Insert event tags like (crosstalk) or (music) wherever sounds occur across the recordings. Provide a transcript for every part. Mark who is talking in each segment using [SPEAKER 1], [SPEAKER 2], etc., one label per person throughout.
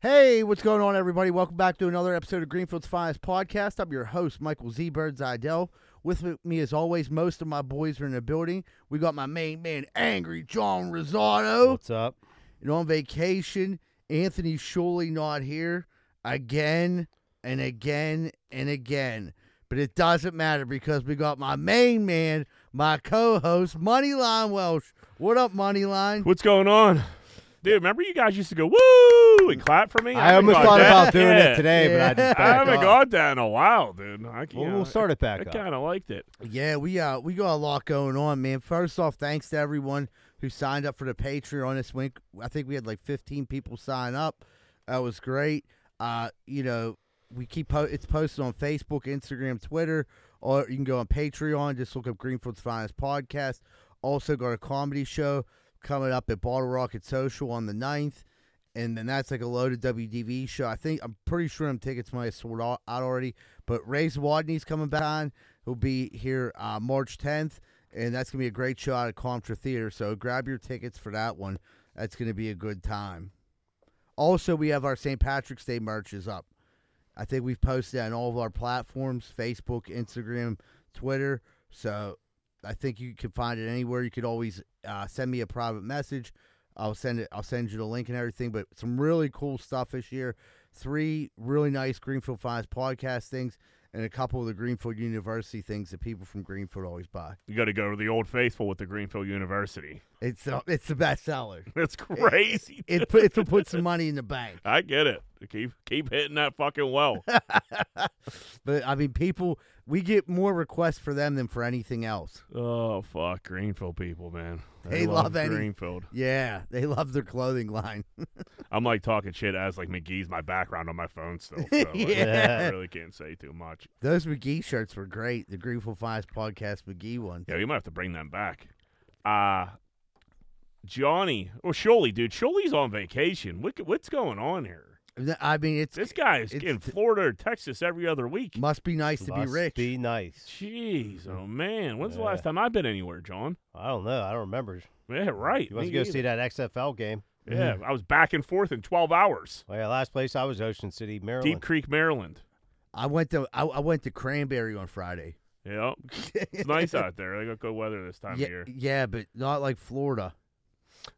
[SPEAKER 1] Hey, what's going on, everybody? Welcome back to another episode of Greenfield's Finest Podcast. I'm your host, Michael Z. Bird Zidell. With me, as always, most of my boys are in the building. We got my main man, Angry John Rosado.
[SPEAKER 2] What's up?
[SPEAKER 1] And on vacation, Anthony Shuley not here again and again and again. But it doesn't matter because we got my main man, my co-host, Moneyline Welsh. What up, Moneyline?
[SPEAKER 3] What's going on? Dude, remember you guys used to go woo and clap for me?
[SPEAKER 2] I,
[SPEAKER 3] haven't
[SPEAKER 2] almost
[SPEAKER 3] got
[SPEAKER 2] thought
[SPEAKER 3] that
[SPEAKER 2] about doing
[SPEAKER 3] yet.
[SPEAKER 2] it today, but I
[SPEAKER 1] Yeah.
[SPEAKER 2] just
[SPEAKER 3] I
[SPEAKER 2] backed
[SPEAKER 3] haven't
[SPEAKER 2] off.
[SPEAKER 3] got that in a while, dude. I
[SPEAKER 2] Well,
[SPEAKER 3] can't.
[SPEAKER 2] we'll start it
[SPEAKER 3] I
[SPEAKER 2] back up.
[SPEAKER 3] kind of liked it.
[SPEAKER 1] Yeah, we uh we got a lot going on, man. First off, thanks to everyone who signed up for the Patreon this week. I think we had like 15 people sign up. That was great. Uh, you know, we keep po- it's posted on Facebook, Instagram, Twitter, or you can go on Patreon. Just look up Greenfield's Finest Podcast. Also, got a comedy show coming up at Bottle Rocket Social on the 9th. And then that's like a loaded WDV show. I think I'm pretty sure them tickets might have sold out out already. But Ray's Wadney's coming back on. He'll be here uh, March 10th, and that's gonna be a great show out at Comtra Theater. So grab your tickets for that one. That's gonna be a good time. Also, we have our St. Patrick's Day merch is up. I think we've posted that on all of our platforms: Facebook, Instagram, Twitter. So I think you can find it anywhere. You could always uh, send me a private message. I'll send it. I'll send you the link and everything. But some really cool stuff this year. Three really nice Greenfield Finds podcast things, and a couple of the Greenfield University things that people from Greenfield always buy.
[SPEAKER 3] You got to go to the Old Faithful with the Greenfield University. (laughs)
[SPEAKER 1] It's the, it's the best seller.
[SPEAKER 2] (laughs)
[SPEAKER 3] That's crazy.
[SPEAKER 1] It put, it put some money in the bank.
[SPEAKER 3] I get it. Keep keep hitting that
[SPEAKER 2] (laughs)
[SPEAKER 3] fucking well.
[SPEAKER 1] But I mean, people we get more requests for them than for anything else.
[SPEAKER 3] oh fuck, Greenfield people, man.
[SPEAKER 1] They love any-
[SPEAKER 3] Greenfield.
[SPEAKER 1] Yeah, they love their clothing line.
[SPEAKER 3] I'm like talking shit as like McGee's my background on my
[SPEAKER 2] (laughs)
[SPEAKER 3] phone still. So like,
[SPEAKER 1] Yeah.
[SPEAKER 3] I really can't say too much.
[SPEAKER 1] Those McGee shirts were great. The Greenfield Finds podcast McGee one.
[SPEAKER 3] Yeah, we might have to bring them back. Uh Johnny, or Sholey, dude. Sholey's on vacation. What, what's going on here?
[SPEAKER 1] I mean, it's
[SPEAKER 3] This guy is
[SPEAKER 1] It's
[SPEAKER 3] in
[SPEAKER 1] t-
[SPEAKER 3] Florida or Texas every other week.
[SPEAKER 1] must be nice to be
[SPEAKER 2] Must
[SPEAKER 1] rich.
[SPEAKER 2] Be nice.
[SPEAKER 3] Jeez, oh man, when's
[SPEAKER 2] Mm-hmm.
[SPEAKER 3] the
[SPEAKER 2] Yeah.
[SPEAKER 3] last time I've been anywhere, John?
[SPEAKER 2] I don't know. I don't remember.
[SPEAKER 3] Yeah, right.
[SPEAKER 2] You want to
[SPEAKER 3] me
[SPEAKER 2] go
[SPEAKER 3] neither.
[SPEAKER 2] see that XFL game? Mm-hmm.
[SPEAKER 3] Yeah, I was back and forth in 12 hours.
[SPEAKER 2] Well, yeah, last place I was Ocean City, Maryland.
[SPEAKER 3] Deep Creek, Maryland.
[SPEAKER 1] I went to I, I went to Cranberry on Friday. (laughs)
[SPEAKER 2] (laughs)
[SPEAKER 3] Yeah, it's nice out there. They got good weather this time
[SPEAKER 1] yeah,
[SPEAKER 3] of year.
[SPEAKER 1] yeah, but not like Florida.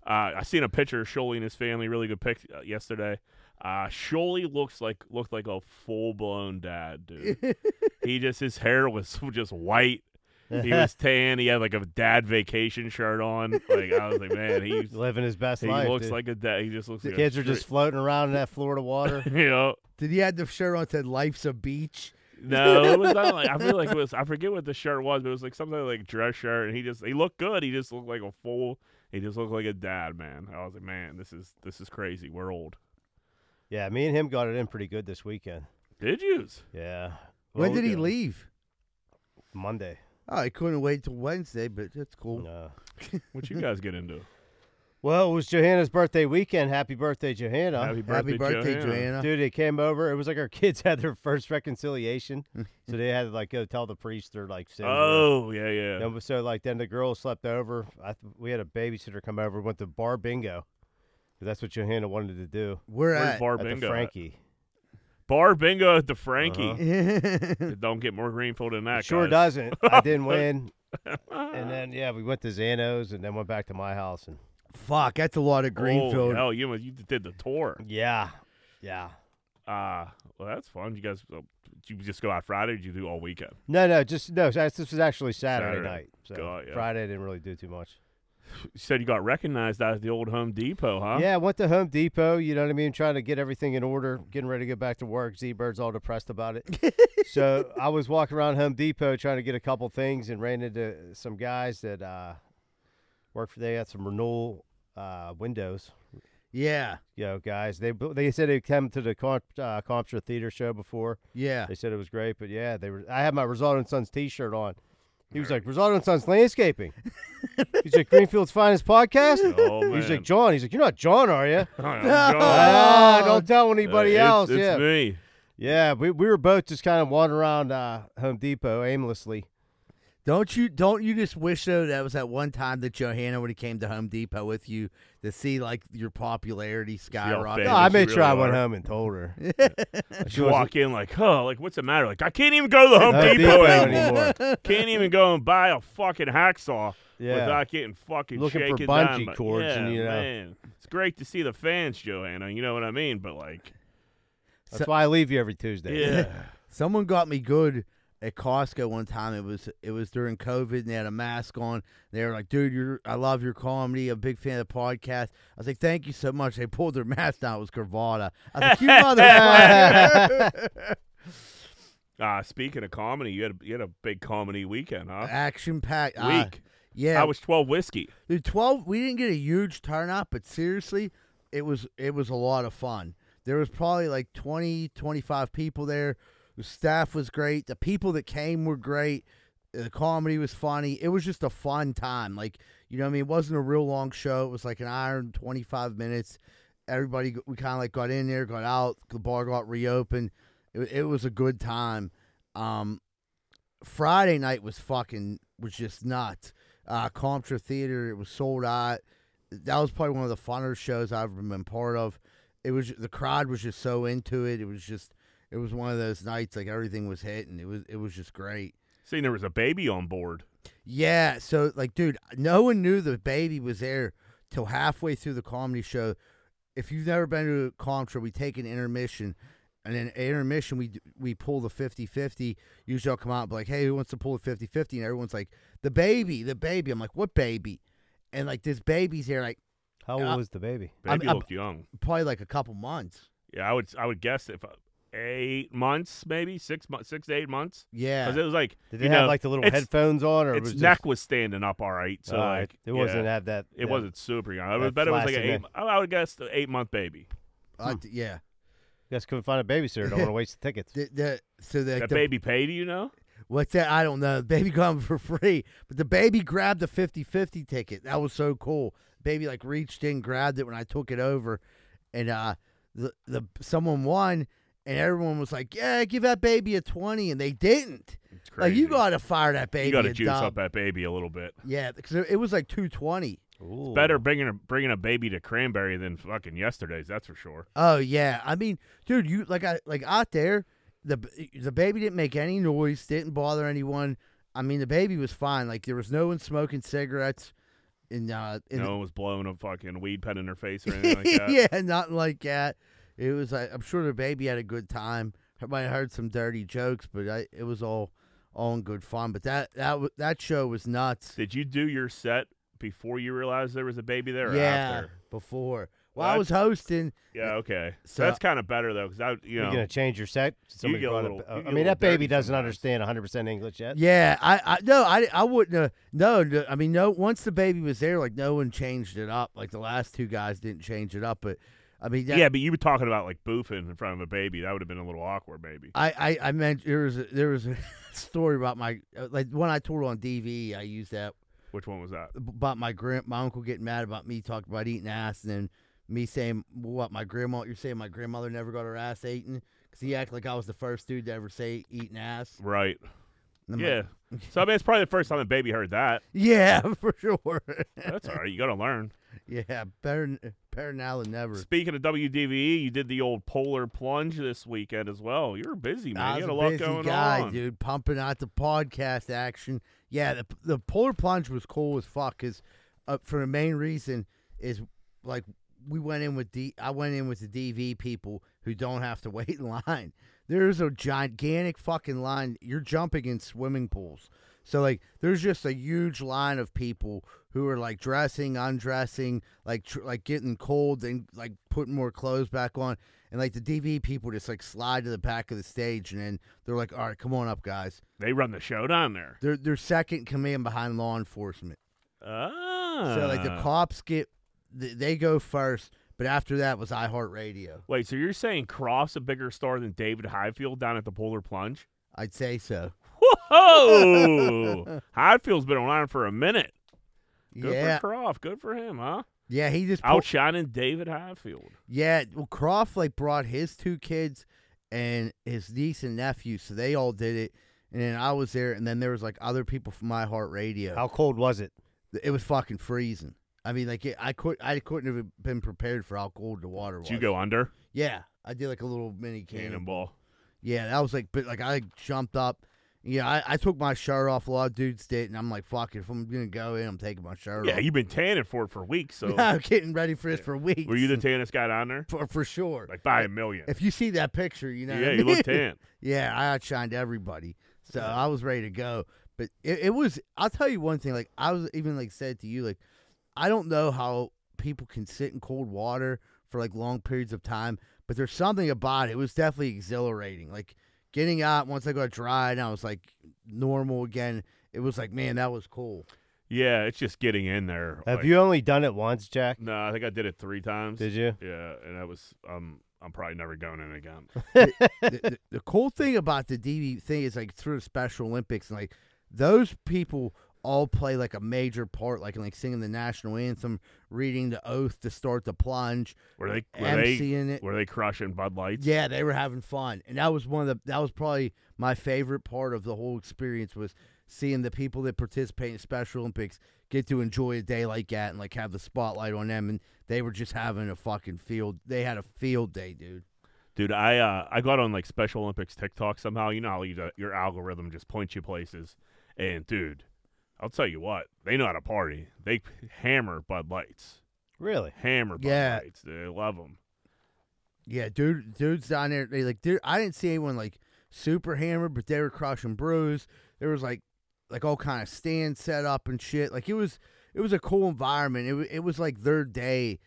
[SPEAKER 3] Uh, I seen a picture of Sholey and his family. Really good pic uh, yesterday. Uh, Sholey looks like looked like a full blown dad,
[SPEAKER 2] (laughs)
[SPEAKER 3] dude. he just his hair was (laughs) just white. He
[SPEAKER 2] (laughs)
[SPEAKER 3] was tan. He had like a dad vacation shirt on. Like I was like,
[SPEAKER 2] (laughs)
[SPEAKER 3] man, he's
[SPEAKER 2] living his best
[SPEAKER 3] He
[SPEAKER 2] life.
[SPEAKER 3] looks
[SPEAKER 2] dude.
[SPEAKER 3] like a dad. He just looks like a
[SPEAKER 2] kids are just floating around in that Florida water. (laughs)
[SPEAKER 3] straight- (laughs) you know.
[SPEAKER 1] Did he have the shirt on that said "Life's a beach"?
[SPEAKER 3] No, it was not like I feel like it was. I forget what the shirt was, but it was like something like dress shirt, and he just he looked good. He just looked like a fool. He just looked like a dad, man. I was like, man, this is this is crazy. We're old.
[SPEAKER 2] yeah, me and him got it in pretty good this weekend.
[SPEAKER 3] Did yous?
[SPEAKER 2] Yeah.
[SPEAKER 1] when
[SPEAKER 2] Well,
[SPEAKER 1] did he
[SPEAKER 2] uh,
[SPEAKER 1] leave?
[SPEAKER 2] Monday.
[SPEAKER 1] Oh, I couldn't wait till Wednesday, but that's cool.
[SPEAKER 2] Uh,
[SPEAKER 3] What you guys get into?
[SPEAKER 2] well, it was Johanna's birthday weekend. Happy birthday, Johanna.
[SPEAKER 1] Happy birthday, Joanna.
[SPEAKER 2] Dude, they came over. It was like our (laughs) kids had their first reconciliation, so they had to like go tell the priest they're like sins. or-
[SPEAKER 3] Oh yeah, yeah.
[SPEAKER 2] Then, so like then the girls slept over. I, th- we had a babysitter come over. Went to bar bingo. 'Cause That's what Johanna wanted to do
[SPEAKER 1] We're
[SPEAKER 3] Where's
[SPEAKER 1] at.
[SPEAKER 3] bar
[SPEAKER 2] at
[SPEAKER 3] bingo?
[SPEAKER 2] the
[SPEAKER 3] at?
[SPEAKER 2] Frankie.
[SPEAKER 3] Bar bingo at the Frankie.
[SPEAKER 2] (laughs) Uh-huh.
[SPEAKER 3] It Don't get more greenfield than that.
[SPEAKER 2] Sure
[SPEAKER 3] guys. Ah.
[SPEAKER 2] doesn't. I
[SPEAKER 3] (laughs)
[SPEAKER 2] didn't win. and then yeah, we went to Zano's and then went back to my house and
[SPEAKER 1] (laughs) Fuck, that's a lot of Greenfield.
[SPEAKER 3] Oh hell, you you did the tour.
[SPEAKER 2] yeah, yeah.
[SPEAKER 3] Uh well, that's fun. You guys, uh, did you just go out Friday? Or did you do all weekend?
[SPEAKER 2] No, no, just no. so This was actually Saturday,
[SPEAKER 3] Saturday.
[SPEAKER 2] night. So
[SPEAKER 3] Got ya.
[SPEAKER 2] Friday I didn't really do too much.
[SPEAKER 3] You said you got recognized out at the old Home Depot, huh?
[SPEAKER 2] Yeah, I went to Home Depot. You know what I mean? Trying to get everything in order, getting ready to go back to work. Z Bird's all depressed about
[SPEAKER 3] (laughs)
[SPEAKER 2] it. so I was walking around Home Depot trying to get a couple things and ran into some guys that uh, work for. They had some renewal uh, windows.
[SPEAKER 1] yeah,
[SPEAKER 2] You know, guys. They they said they'd come to the Comp, uh, Comptra Theater show before.
[SPEAKER 1] yeah.
[SPEAKER 2] They said it was great, but yeah, they were. I had my Rosado and Sons T-shirt on. He was like Rosado and Sons Landscaping. He's like Greenfield's finest podcast.
[SPEAKER 3] (laughs) Oh
[SPEAKER 2] (laughs)
[SPEAKER 3] man.
[SPEAKER 2] He's like John. He's like you're not John, are you? (laughs)
[SPEAKER 3] I'm gone.
[SPEAKER 2] Ah,
[SPEAKER 1] Oh,
[SPEAKER 2] don't tell anybody
[SPEAKER 3] Uh, it's-
[SPEAKER 2] else.
[SPEAKER 3] It's,
[SPEAKER 2] yeah,
[SPEAKER 3] me.
[SPEAKER 2] yeah. We, we were both just kind of wandering around uh, Home Depot aimlessly,
[SPEAKER 1] Don't you don't you just wish though that was that one time that Johanna when he came to Home Depot with you to see like your popularity skyrocket?
[SPEAKER 3] Yeah,
[SPEAKER 2] No, I
[SPEAKER 3] just
[SPEAKER 2] made sure I
[SPEAKER 3] really
[SPEAKER 2] went
[SPEAKER 3] are.
[SPEAKER 2] home and told her.
[SPEAKER 3] Just
[SPEAKER 2] wasn't-
[SPEAKER 3] walk in like, huh, like what's the matter? Like I can't even go to the Home
[SPEAKER 2] Home
[SPEAKER 3] Depot
[SPEAKER 2] Depot
[SPEAKER 3] anymore.
[SPEAKER 2] anymore.
[SPEAKER 3] Can't even go and buy a fucking hacksaw
[SPEAKER 2] Yeah.
[SPEAKER 3] without getting fucking
[SPEAKER 2] Looking for
[SPEAKER 3] shaken
[SPEAKER 2] bungee
[SPEAKER 3] down by-
[SPEAKER 2] cords
[SPEAKER 3] yeah,
[SPEAKER 2] and, you know.
[SPEAKER 3] man. it's great to see the fans, Johanna. You know what I mean? But like,
[SPEAKER 2] That's why I leave you every Tuesday.
[SPEAKER 3] yeah,
[SPEAKER 1] Someone got me good at Costco one time. It was it was during COVID and they had a mask on. They were like, "Dude, you're I love your comedy. I'm a big fan of the podcast." I was like, "Thank you so much." They pulled their (laughs) mask down. It was Gravata. I was like, "You motherfucker!"
[SPEAKER 3] uh, speaking of comedy, you had a, you had a big comedy weekend, huh?
[SPEAKER 1] Action
[SPEAKER 2] Uh,
[SPEAKER 1] packed
[SPEAKER 3] Week.
[SPEAKER 1] yeah,
[SPEAKER 3] I was twelve whiskey.
[SPEAKER 1] Dude, twelve. We didn't get a huge turnout, but seriously, it was it was a lot of fun. There was probably like 20, 25 people there. The staff was great. The people that came were great. The comedy was funny. It was just a fun time. Like you know, what I mean, it wasn't a real long show. It was like an hour and twenty five minutes. Everybody, g- we kind of like got in there, got out. The bar got reopened. It, wa- it was a good time. Um, Friday night was fucking was just nuts. Uh, Comptra Theater, it was sold out. That was probably one of the funner shows I've ever been part of. It was the crowd was just so into it. It was just it was one of those nights like everything was hitting. It was it was just great.
[SPEAKER 3] Seeing there was a baby on board.
[SPEAKER 1] Yeah, so like, dude, no one knew the baby was there till halfway through the comedy show. If you've never been to a Contra, we take an intermission, and in intermission we d- we pull the 50-50. Usually I'll come out and be like, "Hey, who wants to pull the 50-50? And everyone's like, "The baby, the baby." I'm like, "What baby?" And like this baby's there, like
[SPEAKER 2] How old
[SPEAKER 1] Uh,
[SPEAKER 2] was the baby?
[SPEAKER 1] I'm-
[SPEAKER 3] Baby
[SPEAKER 1] I'm-
[SPEAKER 3] looked young.
[SPEAKER 1] probably like a couple months.
[SPEAKER 3] Yeah, I would I would guess if uh, eight months, maybe six months, six to eight months. Because
[SPEAKER 1] Yeah,
[SPEAKER 3] it was like
[SPEAKER 2] Did
[SPEAKER 3] you
[SPEAKER 2] they have
[SPEAKER 3] know,
[SPEAKER 2] like the little
[SPEAKER 3] it's-
[SPEAKER 2] headphones on, or
[SPEAKER 3] its
[SPEAKER 2] was
[SPEAKER 3] neck
[SPEAKER 2] Just,
[SPEAKER 3] was standing up all right. So
[SPEAKER 2] All right,
[SPEAKER 3] like
[SPEAKER 2] it wasn't
[SPEAKER 3] yeah,
[SPEAKER 2] have that.
[SPEAKER 3] It
[SPEAKER 2] yeah.
[SPEAKER 3] wasn't super young. I
[SPEAKER 2] That
[SPEAKER 3] would bet it was like an
[SPEAKER 2] flaccid
[SPEAKER 3] eight.
[SPEAKER 2] neck.
[SPEAKER 3] I would guess the eight month baby. Hmm.
[SPEAKER 1] I d- yeah.
[SPEAKER 2] You guys couldn't find a babysitter. Don't want
[SPEAKER 3] (laughs)
[SPEAKER 2] to waste the tickets.
[SPEAKER 1] The, the, so the,
[SPEAKER 3] that
[SPEAKER 1] the
[SPEAKER 3] baby paid, you know?
[SPEAKER 1] What's that? I don't know. The baby got 'em for free, but the baby grabbed the 50-50 ticket. That was so cool. Baby like reached in, grabbed it when I took it over, and uh, the the someone won, and everyone was like, "Yeah, give that baby a 20. and they didn't.
[SPEAKER 3] It's crazy.
[SPEAKER 1] Like you gotta fire that baby.
[SPEAKER 3] you gotta
[SPEAKER 1] a
[SPEAKER 3] juice
[SPEAKER 1] dub.
[SPEAKER 3] up that baby a little bit.
[SPEAKER 1] Yeah, because it was like two twenty.
[SPEAKER 2] Ooh.
[SPEAKER 3] Better bringing a, bringing a baby to Cranberry than fucking yesterday's. That's for sure.
[SPEAKER 1] Oh yeah, I mean, dude, you like I like out there, the b- the baby didn't make any noise, didn't bother anyone. I mean, the baby was fine. Like there was no one smoking cigarettes, and uh, in the-
[SPEAKER 3] no one was blowing a fucking weed pen in her face
[SPEAKER 1] (laughs)
[SPEAKER 3] or anything like that.
[SPEAKER 1] yeah, not like that. It was. Like, I'm sure the baby had a good time. I might have heard some dirty jokes, but I, it was all all in good fun. But that that wa- that show was nuts.
[SPEAKER 3] Did you do your set before you realized there was a baby there? Or
[SPEAKER 1] yeah,
[SPEAKER 3] After?
[SPEAKER 1] before. Well, I
[SPEAKER 3] What?
[SPEAKER 1] was hosting.
[SPEAKER 3] Yeah. Okay. So
[SPEAKER 1] So-
[SPEAKER 3] that's kind of better though, because I, you
[SPEAKER 2] You're
[SPEAKER 3] know,
[SPEAKER 2] gonna change your set. Somebody
[SPEAKER 3] get a
[SPEAKER 2] brought
[SPEAKER 3] little-
[SPEAKER 2] ba-
[SPEAKER 3] you
[SPEAKER 2] I
[SPEAKER 3] get a
[SPEAKER 2] mean,
[SPEAKER 3] little
[SPEAKER 2] that baby
[SPEAKER 3] dirty
[SPEAKER 2] doesn't
[SPEAKER 3] sometimes.
[SPEAKER 2] understand 100 percent English yet.
[SPEAKER 1] Yeah, I, I no, I, I wouldn't have no, no. I mean, no. Once the baby was there, like no one changed it up. Like the last two guys didn't change it up, but I mean, that,
[SPEAKER 3] yeah, but you were talking about like boofing in front of a baby. That would have been a little awkward, maybe.
[SPEAKER 1] I, I, I meant there was a, there was a (laughs) story about my uh, like when I told on DV, I used that
[SPEAKER 3] Which one was that?
[SPEAKER 1] about my grand my uncle getting mad about me talking about eating ass and then me saying what my grandma you're saying my grandmother never got her ass eaten because he acted like I was the first dude to ever say eating ass.
[SPEAKER 3] Right.
[SPEAKER 1] And I'm like, (laughs)
[SPEAKER 3] yeah. so I mean, it's probably the first time a baby heard that.
[SPEAKER 1] yeah, (laughs) for sure.
[SPEAKER 3] That's all right. You gotta learn.
[SPEAKER 1] (laughs) yeah, better better now than never.
[SPEAKER 3] Speaking of WDVE, E, you did the old polar plunge this weekend as well. You were busy, man.
[SPEAKER 1] I
[SPEAKER 3] You
[SPEAKER 1] was
[SPEAKER 3] had
[SPEAKER 1] a
[SPEAKER 3] a lot
[SPEAKER 1] busy
[SPEAKER 3] going
[SPEAKER 1] guy,
[SPEAKER 3] on.
[SPEAKER 1] dude, pumping out the podcast action. Yeah, the the polar plunge was cool as fuck. Cause uh, for the main reason is like we went in with D. I went in with the DV people who don't have to (laughs) wait in line. There's a gigantic fucking line. You're jumping in swimming pools. So like, there's just a huge line of people who are like dressing, undressing, like tr- like getting cold, then like putting more clothes back on, and like the DV people just like slide to the back of the stage, and then they're like, "All right, come on up, guys."
[SPEAKER 3] They run the show down there.
[SPEAKER 1] They're they're second command behind law enforcement.
[SPEAKER 3] Ah.
[SPEAKER 1] So like the cops get th- they go first, but after that was iHeartRadio.
[SPEAKER 3] Wait, so you're saying Cross a bigger star than David Highfield down at the
[SPEAKER 1] (laughs)
[SPEAKER 3] polar plunge?
[SPEAKER 1] I'd say so.
[SPEAKER 3] Whoa! Highfield's been online for a minute. Good
[SPEAKER 1] yeah,
[SPEAKER 3] for Croft. Good for him, huh?
[SPEAKER 1] yeah, he just pulled,
[SPEAKER 3] Outshining David Highfield.
[SPEAKER 1] yeah. Well, Croft like brought his two kids and his niece and nephew, so they all did it. and I was there, and then there was like other people from My Heart Radio.
[SPEAKER 2] How cold was it?
[SPEAKER 1] It was fucking freezing. I mean, like it, I could I couldn't have been prepared for how cold the water was.
[SPEAKER 3] Did you go under?
[SPEAKER 1] Yeah, I did like a little mini cannon.
[SPEAKER 3] Cannonball.
[SPEAKER 1] Yeah, that was like, but like I jumped up. Yeah, I, I took my shirt off. A lot of dudes did, and I'm like, fuck it. If I'm gonna go in, I'm taking my shirt (laughs)
[SPEAKER 3] Yeah,
[SPEAKER 1] off.
[SPEAKER 3] you've been tanning for it for weeks.
[SPEAKER 1] (laughs)
[SPEAKER 3] So
[SPEAKER 1] I'm getting ready for this for weeks.
[SPEAKER 3] were you the tannest guy down there?
[SPEAKER 1] for, for sure?
[SPEAKER 3] Like by a million.
[SPEAKER 1] if you see that picture, you know. what I
[SPEAKER 3] yeah, you
[SPEAKER 1] mean?
[SPEAKER 3] look tan.
[SPEAKER 1] Yeah, I outshined everybody, so I was ready to go. But it, it was. I'll tell you one thing. Like I was even like said to you, like I don't know how people can sit in cold water for like long periods of time, but there's something about it. It was definitely exhilarating. Like getting out once I got dry and I was like normal again. It was like man, that was cool.
[SPEAKER 3] Yeah, it's just getting in there.
[SPEAKER 2] Have
[SPEAKER 3] like-
[SPEAKER 2] you only done it once, Jack?
[SPEAKER 3] No, I think I did it three times.
[SPEAKER 2] Did you?
[SPEAKER 3] Yeah, and I was um I'm probably never going
[SPEAKER 2] (laughs)
[SPEAKER 3] in again.
[SPEAKER 1] the, the, the cool thing about the DV thing is like through the Special Olympics and like those people all play like a major part, like in like singing the national anthem, reading the oath to start the plunge,
[SPEAKER 3] Were they were they
[SPEAKER 1] emceeing it.
[SPEAKER 3] were they crushing Bud Lights?
[SPEAKER 1] Yeah, they were having fun, and that was one of the that was probably my favorite part of the whole experience was seeing the people that participate in Special Olympics get to enjoy a day like that and like have the spotlight on them, and they were just having a fucking field. They had a field day, dude.
[SPEAKER 3] Dude, I uh, I got on like Special Olympics TikTok somehow. You know how you, uh, your algorithm just points you places, and dude, I'll tell you what, they know how to party. They hammer Bud Lights,
[SPEAKER 2] Really?
[SPEAKER 3] hammer Bud
[SPEAKER 1] Yeah.
[SPEAKER 3] Lights. They love them.
[SPEAKER 1] Yeah, dude, dudes down there, they like, dude, I didn't see anyone like super hammered, but they were crushing brews. There was like, like all kind of stands set up and shit. Like it was, it was a cool environment. It, wa- it was like their day,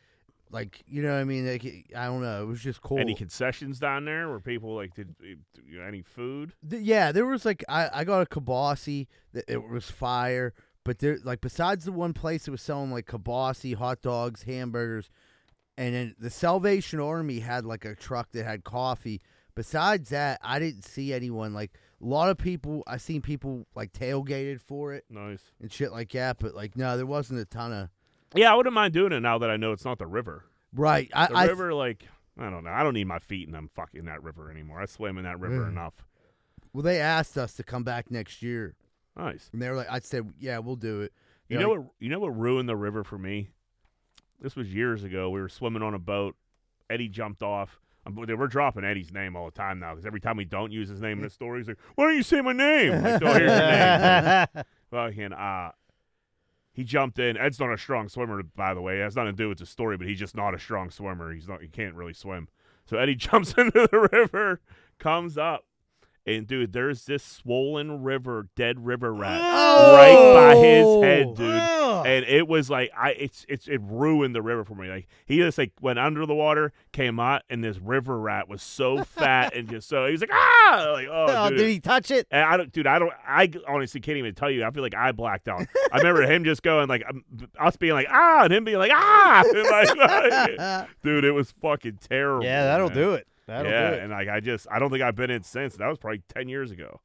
[SPEAKER 1] like you know what I mean. Like it- I don't know, it was just cool.
[SPEAKER 3] Any concessions down there? Were people like did, did you know, any food?
[SPEAKER 1] Th- yeah, there was like I, I got a kibasi that it was fire, but there like besides the one place that was selling like kibasi, hot dogs, hamburgers, and then the Salvation Army had like a truck that had coffee. Besides that, I didn't see anyone like a lot of people. I seen people like tailgated for it
[SPEAKER 3] Nice.
[SPEAKER 1] and shit like that, but like no, there wasn't a ton of
[SPEAKER 3] Yeah, I wouldn't mind doing it now that I know it's not the river.
[SPEAKER 1] right. I,
[SPEAKER 3] The
[SPEAKER 1] I
[SPEAKER 3] river, like I don't know. I don't need my feet in them fucking that river anymore. I swim in that river
[SPEAKER 1] Mm.
[SPEAKER 3] enough.
[SPEAKER 1] well, they asked us to come back next year,
[SPEAKER 3] Nice.
[SPEAKER 1] and they were like, I said, yeah, we'll do it.
[SPEAKER 3] You
[SPEAKER 1] They're
[SPEAKER 3] know
[SPEAKER 1] like,
[SPEAKER 3] what? You know what ruined the river for me? This was years ago. We were swimming on a boat. Eddie jumped off. Um, but We're dropping Eddie's name all the time now because every time we don't use his name in the story, he's like, "Why don't you say my name?" Like, "Oh, here's your
[SPEAKER 1] (laughs)
[SPEAKER 3] name."
[SPEAKER 2] (laughs)
[SPEAKER 3] Fucking uh, he jumped in. Ed's not a strong swimmer, by the way. It has nothing to do with the story, but he's just not a strong swimmer. He's not. He can't really swim. So Eddie (laughs) jumps into the river, comes up, and dude, there's this swollen river, dead
[SPEAKER 2] (gasps)
[SPEAKER 3] river rat right by his
[SPEAKER 2] Oh.
[SPEAKER 3] head, dude. And it was like I, it's it's it ruined the river for me. Like he just like went under the water, came out, and this river rat was so fat and just so he was like ah, like oh,
[SPEAKER 2] (laughs) Oh,
[SPEAKER 3] dude.
[SPEAKER 2] did he touch it?
[SPEAKER 3] And I don't, dude. I don't. I honestly can't even tell you. I feel like I blacked out. I remember him just going like, um, us being like ah, and him being like ah, (laughs) And, like,
[SPEAKER 1] "Uh,
[SPEAKER 3] dude. It was fucking terrible.
[SPEAKER 2] Yeah, that'll
[SPEAKER 3] man.
[SPEAKER 2] do it. That'll
[SPEAKER 3] yeah,
[SPEAKER 2] do it.
[SPEAKER 3] and like I just, I don't think I've been in since. That was probably ten years ago.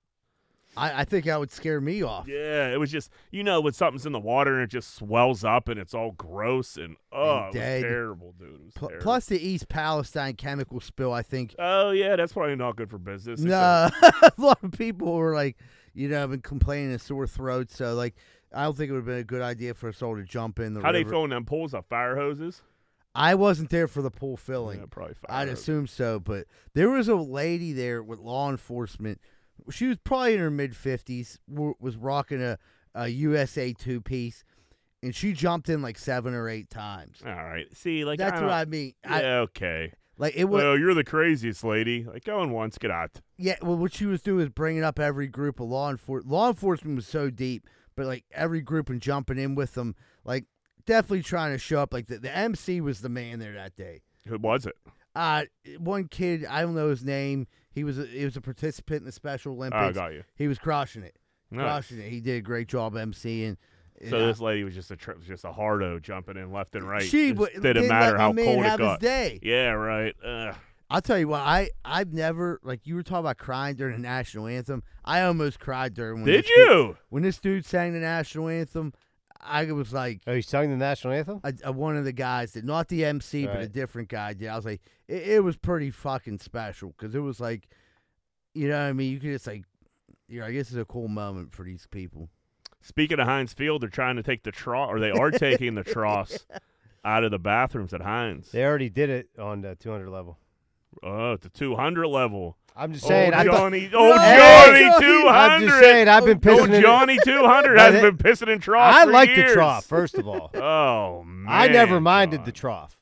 [SPEAKER 1] I, I think that would scare me off.
[SPEAKER 3] Yeah, it was just you know when something's in the water and it just swells up and it's all gross and oh, it was
[SPEAKER 1] dead.
[SPEAKER 3] terrible, dude. It was
[SPEAKER 1] Pl-
[SPEAKER 3] terrible.
[SPEAKER 1] plus the East Palestine chemical spill, I think.
[SPEAKER 3] oh yeah, that's probably not good for business.
[SPEAKER 1] No, (laughs) a lot of people were like, you know, been complaining of sore throats. So like, I don't think it would have been a good idea for us all to jump in the
[SPEAKER 3] How they
[SPEAKER 1] river.
[SPEAKER 3] filling them pools up fire hoses?
[SPEAKER 1] I wasn't there for the pool filling.
[SPEAKER 3] Yeah, probably fire.
[SPEAKER 1] I'd
[SPEAKER 3] hoses.
[SPEAKER 1] assume so, but there was a lady there with law enforcement. She was probably in her mid fifties. Was rocking a, a USA two piece, and she jumped in like seven or eight times.
[SPEAKER 3] All right, see, like
[SPEAKER 1] That's
[SPEAKER 3] I
[SPEAKER 1] what
[SPEAKER 3] don't-
[SPEAKER 1] I mean. I,
[SPEAKER 3] yeah, okay.
[SPEAKER 1] like it was.
[SPEAKER 3] well, you're the craziest lady. Like going once, get out.
[SPEAKER 1] Yeah, well, what she was doing is bringing up every group of law enforcement. Law enforcement was so deep, but like every group and jumping in with them, like definitely trying to show up. Like the, the MC was the man there that day.
[SPEAKER 3] Who was it?
[SPEAKER 1] Uh, one kid, I don't know his name. He was a, he was a participant in the Special
[SPEAKER 3] Oh, I
[SPEAKER 1] Olympics.
[SPEAKER 3] got you.
[SPEAKER 1] he was crushing it,
[SPEAKER 2] Oh,
[SPEAKER 3] Nice.
[SPEAKER 1] crushing it. He did a great job emceeing.
[SPEAKER 3] So
[SPEAKER 1] Yeah.
[SPEAKER 3] this lady was just a tri- just a hardo jumping in left and right.
[SPEAKER 1] she
[SPEAKER 3] It
[SPEAKER 1] wa-
[SPEAKER 3] just didn't matter
[SPEAKER 1] let
[SPEAKER 3] how
[SPEAKER 1] my man
[SPEAKER 3] cold it
[SPEAKER 1] have his
[SPEAKER 3] got.
[SPEAKER 1] day.
[SPEAKER 3] Yeah, right. Ugh.
[SPEAKER 1] I'll tell you what, I I've never like you were talking about crying during the national anthem. I almost cried during. When
[SPEAKER 3] Did
[SPEAKER 1] this dude-
[SPEAKER 3] you?
[SPEAKER 1] when this dude sang the national anthem, I was like,
[SPEAKER 2] Oh, he's sung the national anthem?
[SPEAKER 1] a, a- one of the guys did, not the MC, but a
[SPEAKER 2] Right.
[SPEAKER 1] different guy did. I was like, it, it was pretty fucking special because it was like, you know what I mean? You could just like, Yeah, I guess it's a cool moment for these people.
[SPEAKER 3] Speaking of Heinz Field, they're trying to take the trough, or
[SPEAKER 2] (laughs)
[SPEAKER 3] they are taking the troughs out of the bathrooms at Heinz.
[SPEAKER 2] They already did it on the 200 level.
[SPEAKER 3] Oh, at the 200 level.
[SPEAKER 2] I'm just saying.
[SPEAKER 3] oh,
[SPEAKER 2] I thought, (laughs)
[SPEAKER 3] Johnny,
[SPEAKER 1] No,
[SPEAKER 3] oh, Johnny
[SPEAKER 1] Johnny,
[SPEAKER 3] 200.
[SPEAKER 2] I'm just saying. I've been
[SPEAKER 3] oh,
[SPEAKER 2] pissing. in-
[SPEAKER 3] Johnny 200
[SPEAKER 2] But
[SPEAKER 3] has
[SPEAKER 2] it-
[SPEAKER 3] been pissing in troughs.
[SPEAKER 2] I
[SPEAKER 3] for
[SPEAKER 2] like the
[SPEAKER 3] years.
[SPEAKER 2] trough. First of all,
[SPEAKER 3] (laughs) Oh man,
[SPEAKER 2] I never minded the
[SPEAKER 3] John.
[SPEAKER 2] trough.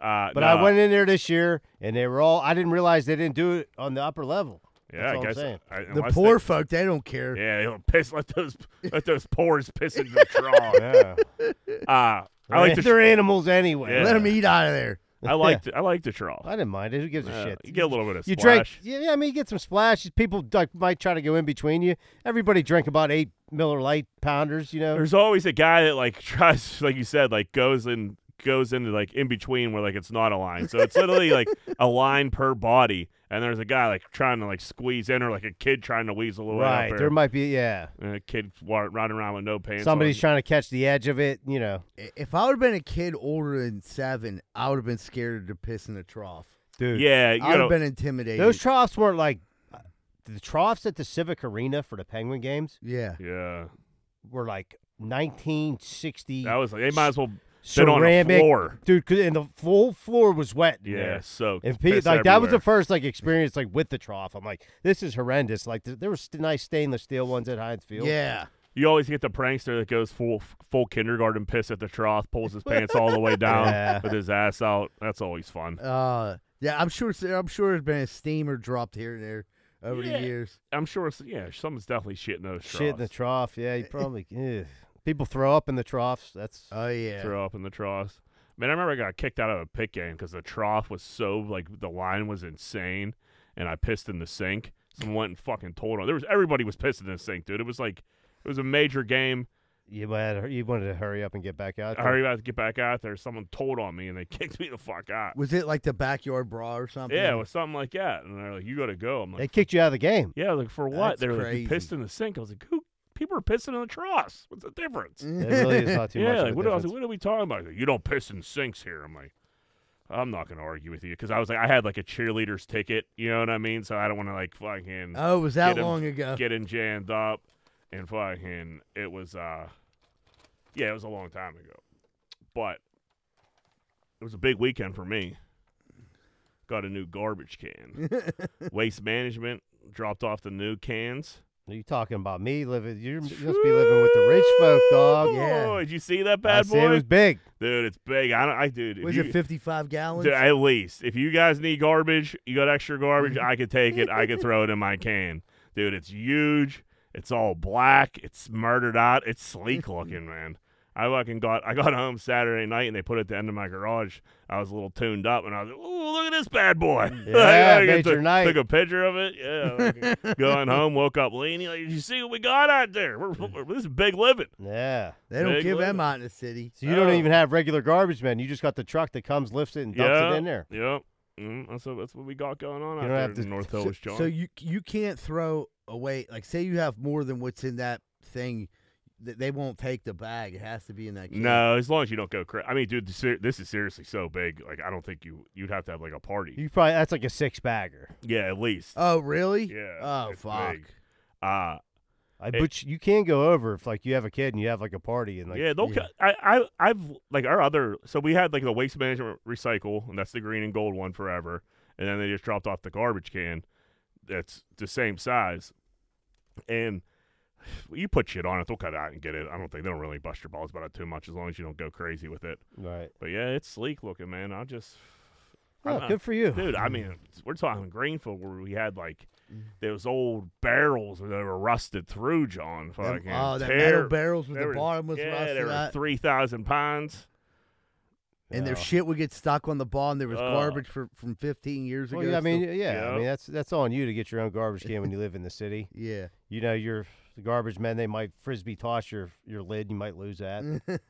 [SPEAKER 3] Uh,
[SPEAKER 2] But
[SPEAKER 3] nah.
[SPEAKER 2] I went in there this year, and they were all. I didn't realize they didn't do it on the upper
[SPEAKER 3] (laughs)
[SPEAKER 2] level.
[SPEAKER 3] Yeah,
[SPEAKER 2] That's all
[SPEAKER 3] I
[SPEAKER 2] I'm
[SPEAKER 3] guess.
[SPEAKER 2] saying.
[SPEAKER 3] I-
[SPEAKER 1] The
[SPEAKER 3] unless they-
[SPEAKER 1] poor folk, they don't care.
[SPEAKER 3] Yeah, they don't piss. Let
[SPEAKER 2] (laughs)
[SPEAKER 3] those let those pores piss into the trough.
[SPEAKER 2] Yeah,
[SPEAKER 3] Uh, I like the
[SPEAKER 2] they're
[SPEAKER 3] tr-
[SPEAKER 2] animals anyway.
[SPEAKER 3] Yeah.
[SPEAKER 1] Let them eat out of there.
[SPEAKER 3] I like the, I like the trough.
[SPEAKER 2] I didn't mind it. Who gives a
[SPEAKER 3] Uh,
[SPEAKER 2] shit?
[SPEAKER 3] You get a little bit of
[SPEAKER 2] You drink.
[SPEAKER 3] splash.
[SPEAKER 2] Yeah, I mean, you get some splashes. People like, might try to go in between you. Everybody drink about eight Miller Light pounders. You know.
[SPEAKER 3] There's always a guy that like (laughs) tries, like you said, like goes in goes into like in between where like it's not a line. So it's literally like a line per body, and there's a guy like trying to like squeeze in, or like a kid trying to weasel away.
[SPEAKER 2] Right.
[SPEAKER 3] Up
[SPEAKER 2] There
[SPEAKER 3] there.
[SPEAKER 2] might be. Yeah.
[SPEAKER 3] And a kid wa- riding around with no pants.
[SPEAKER 2] Somebody's
[SPEAKER 3] on.
[SPEAKER 2] trying to catch the edge of it. You know,
[SPEAKER 1] I- If I would have been a kid older than seven, I would have been scared to piss in the trough.
[SPEAKER 2] dude.
[SPEAKER 3] Yeah, you
[SPEAKER 1] I would
[SPEAKER 3] know,
[SPEAKER 1] have been intimidated.
[SPEAKER 2] Those troughs weren't like uh, the troughs at the Civic Arena for the Penguin games
[SPEAKER 1] yeah.
[SPEAKER 3] yeah.
[SPEAKER 2] (laughs) were like 1960
[SPEAKER 3] That was like they might as well sit on a
[SPEAKER 2] ceramic,
[SPEAKER 3] floor.
[SPEAKER 2] dude. 'cause- And the full floor was wet. in
[SPEAKER 3] Yeah,
[SPEAKER 2] there.
[SPEAKER 3] so
[SPEAKER 2] And pe- like
[SPEAKER 3] piss
[SPEAKER 2] that was the
[SPEAKER 3] everywhere.
[SPEAKER 2] first like experience like with the trough. I'm like, this is horrendous. Like th- there were st- nice stainless steel ones at Heinz Field.
[SPEAKER 1] Yeah.
[SPEAKER 3] you always get the prankster that goes full full kindergarten piss at the trough, pulls his pants all the way
[SPEAKER 2] (laughs)
[SPEAKER 3] down
[SPEAKER 2] Yeah.
[SPEAKER 3] with his ass out. That's always fun.
[SPEAKER 1] Uh, yeah, I'm sure. I'm sure there's been a steamer dropped here and there over
[SPEAKER 3] Yeah.
[SPEAKER 1] the years.
[SPEAKER 3] I'm sure, it's- yeah, someone's definitely shitting those troughs. Eh,
[SPEAKER 2] Shit in the trough. Yeah, you probably ugh. people throw up in the troughs. That's
[SPEAKER 3] Uh,
[SPEAKER 1] Oh yeah.
[SPEAKER 3] throw up in the troughs. Man, I remember I got kicked out of a pit game because the trough was so like the line was insane, and I pissed in the sink. Someone went and fucking told on. There was everybody was pissing in the sink, dude. It was like it was a major game.
[SPEAKER 2] you had, you wanted to hurry up and get back out.
[SPEAKER 3] I
[SPEAKER 2] there.
[SPEAKER 3] already about to get back out there. Someone told on me and they (laughs) kicked me the fuck out.
[SPEAKER 1] Was it like the backyard bra or something?
[SPEAKER 3] Yeah, it was something like that. And they're like, "You gotta go." I'm like,
[SPEAKER 2] They kicked you out of the
[SPEAKER 3] (laughs)
[SPEAKER 2] game.
[SPEAKER 3] Yeah, like for what?
[SPEAKER 1] That's
[SPEAKER 3] They were like, you pissed
[SPEAKER 1] crazy.
[SPEAKER 3] in the sink. I was like, who? People are pissing in the troughs. What's the difference?
[SPEAKER 2] It really is not Mm. too much.
[SPEAKER 3] yeah,
[SPEAKER 2] of
[SPEAKER 3] like
[SPEAKER 2] a
[SPEAKER 3] what, I was
[SPEAKER 2] difference.
[SPEAKER 3] like, what are we talking about? He's like, you don't piss in sinks here. I'm like, I'm not gonna argue with you because I was like, I had like a cheerleader's ticket. You know what I mean? So I don't want to like fucking
[SPEAKER 1] oh, it was that
[SPEAKER 3] Get 'em-
[SPEAKER 1] long ago?
[SPEAKER 3] (laughs) getting jammed up and fucking it was uh yeah it was a long time ago but it was a big weekend for me got a new
[SPEAKER 2] (laughs)
[SPEAKER 3] garbage can waste management dropped off the new cans
[SPEAKER 2] Are you talking about me living? You're, you must be living with the rich folk, dog.
[SPEAKER 1] Yeah.
[SPEAKER 3] did you see that
[SPEAKER 2] I
[SPEAKER 3] bad
[SPEAKER 2] see it
[SPEAKER 3] boy
[SPEAKER 2] was big.
[SPEAKER 3] dude it's big i don't i dude if
[SPEAKER 1] was
[SPEAKER 3] you,
[SPEAKER 1] it 55 gallons?
[SPEAKER 3] dude, at least if you guys need garbage you got extra garbage i could take it i could throw it in my can dude it's huge it's all black it's murdered out it's sleek looking man i fucking got i got home saturday night and they put it at the end of my garage i was a little tuned up and i was like oh look at this bad boy (laughs)
[SPEAKER 2] Yeah,
[SPEAKER 3] Like, I
[SPEAKER 2] major
[SPEAKER 3] took,
[SPEAKER 2] night.
[SPEAKER 3] took a picture of it yeah
[SPEAKER 2] (laughs)
[SPEAKER 3] like, going home woke up leaning like, did you see what we got out there we're, we're- this is big living
[SPEAKER 2] Yeah.
[SPEAKER 1] they don't
[SPEAKER 3] big
[SPEAKER 1] give them
[SPEAKER 3] limit.
[SPEAKER 1] out in the city.
[SPEAKER 2] So you don't
[SPEAKER 3] Oh.
[SPEAKER 2] even have regular garbage men. You just got the truck that comes, lifts it, and dumps
[SPEAKER 3] Yeah.
[SPEAKER 2] it in there.
[SPEAKER 3] yep mm, that's, what, that's what we got going on
[SPEAKER 2] You
[SPEAKER 3] out
[SPEAKER 2] don't
[SPEAKER 3] there
[SPEAKER 2] have to-
[SPEAKER 3] in north
[SPEAKER 1] So-
[SPEAKER 3] hills
[SPEAKER 1] so,
[SPEAKER 3] john
[SPEAKER 1] you you can't throw away. Like, say you have more than what's in that thing, th- they won't take the bag. It has to be in that. Can.
[SPEAKER 3] No, as long as you don't go crazy. I mean, dude, this ser- this is seriously so big. Like, I don't think you you'd have to have like a party.
[SPEAKER 2] You probably that's like a six bagger.
[SPEAKER 3] Yeah, at least.
[SPEAKER 1] Oh really?
[SPEAKER 3] Yeah,
[SPEAKER 1] Oh
[SPEAKER 3] it's
[SPEAKER 1] fuck.
[SPEAKER 3] big.
[SPEAKER 2] Oh,
[SPEAKER 3] Uh
[SPEAKER 2] I
[SPEAKER 3] Hey.
[SPEAKER 2] but you can go over if like you have a kid and you have like a party and like
[SPEAKER 3] yeah, they'll.
[SPEAKER 1] yeah.
[SPEAKER 3] ca- I, I I've like our other. So we had like the waste management recycle, and that's the green and gold one forever. And then they just dropped off the garbage can, that's the same size, and you put shit on it, they'll cut it out and get it. I don't think they don't really bust your balls about it too much, as long as you don't go crazy with it.
[SPEAKER 2] right.
[SPEAKER 3] But yeah, it's sleek looking, man. I'll just. I'm
[SPEAKER 2] Oh,
[SPEAKER 3] not-
[SPEAKER 2] good for you.
[SPEAKER 3] dude. I mean, we're talking Greenfield where we had like those old barrels that were rusted through, John.
[SPEAKER 1] Them-
[SPEAKER 3] Fucking
[SPEAKER 1] oh, that metal
[SPEAKER 3] tear-
[SPEAKER 1] barrels with
[SPEAKER 3] they
[SPEAKER 1] the
[SPEAKER 3] were-
[SPEAKER 1] bottom was
[SPEAKER 3] yeah,
[SPEAKER 1] rusted
[SPEAKER 3] there were
[SPEAKER 1] out,
[SPEAKER 3] three thousand pounds.
[SPEAKER 1] and their
[SPEAKER 2] Yeah.
[SPEAKER 1] shit would get stuck on the ball, and there was
[SPEAKER 3] Ugh.
[SPEAKER 1] garbage for, from 15 years ago.
[SPEAKER 2] Well, yeah, I mean,
[SPEAKER 1] still-
[SPEAKER 2] yeah, I
[SPEAKER 3] Yep.
[SPEAKER 2] mean that's that's on you to get your own garbage can when you live in the city.
[SPEAKER 3] (laughs)
[SPEAKER 1] yeah.
[SPEAKER 2] You know, your the garbage men they might frisbee toss your your lid, you might lose
[SPEAKER 1] (laughs)
[SPEAKER 3] Mm-hmm.
[SPEAKER 2] that.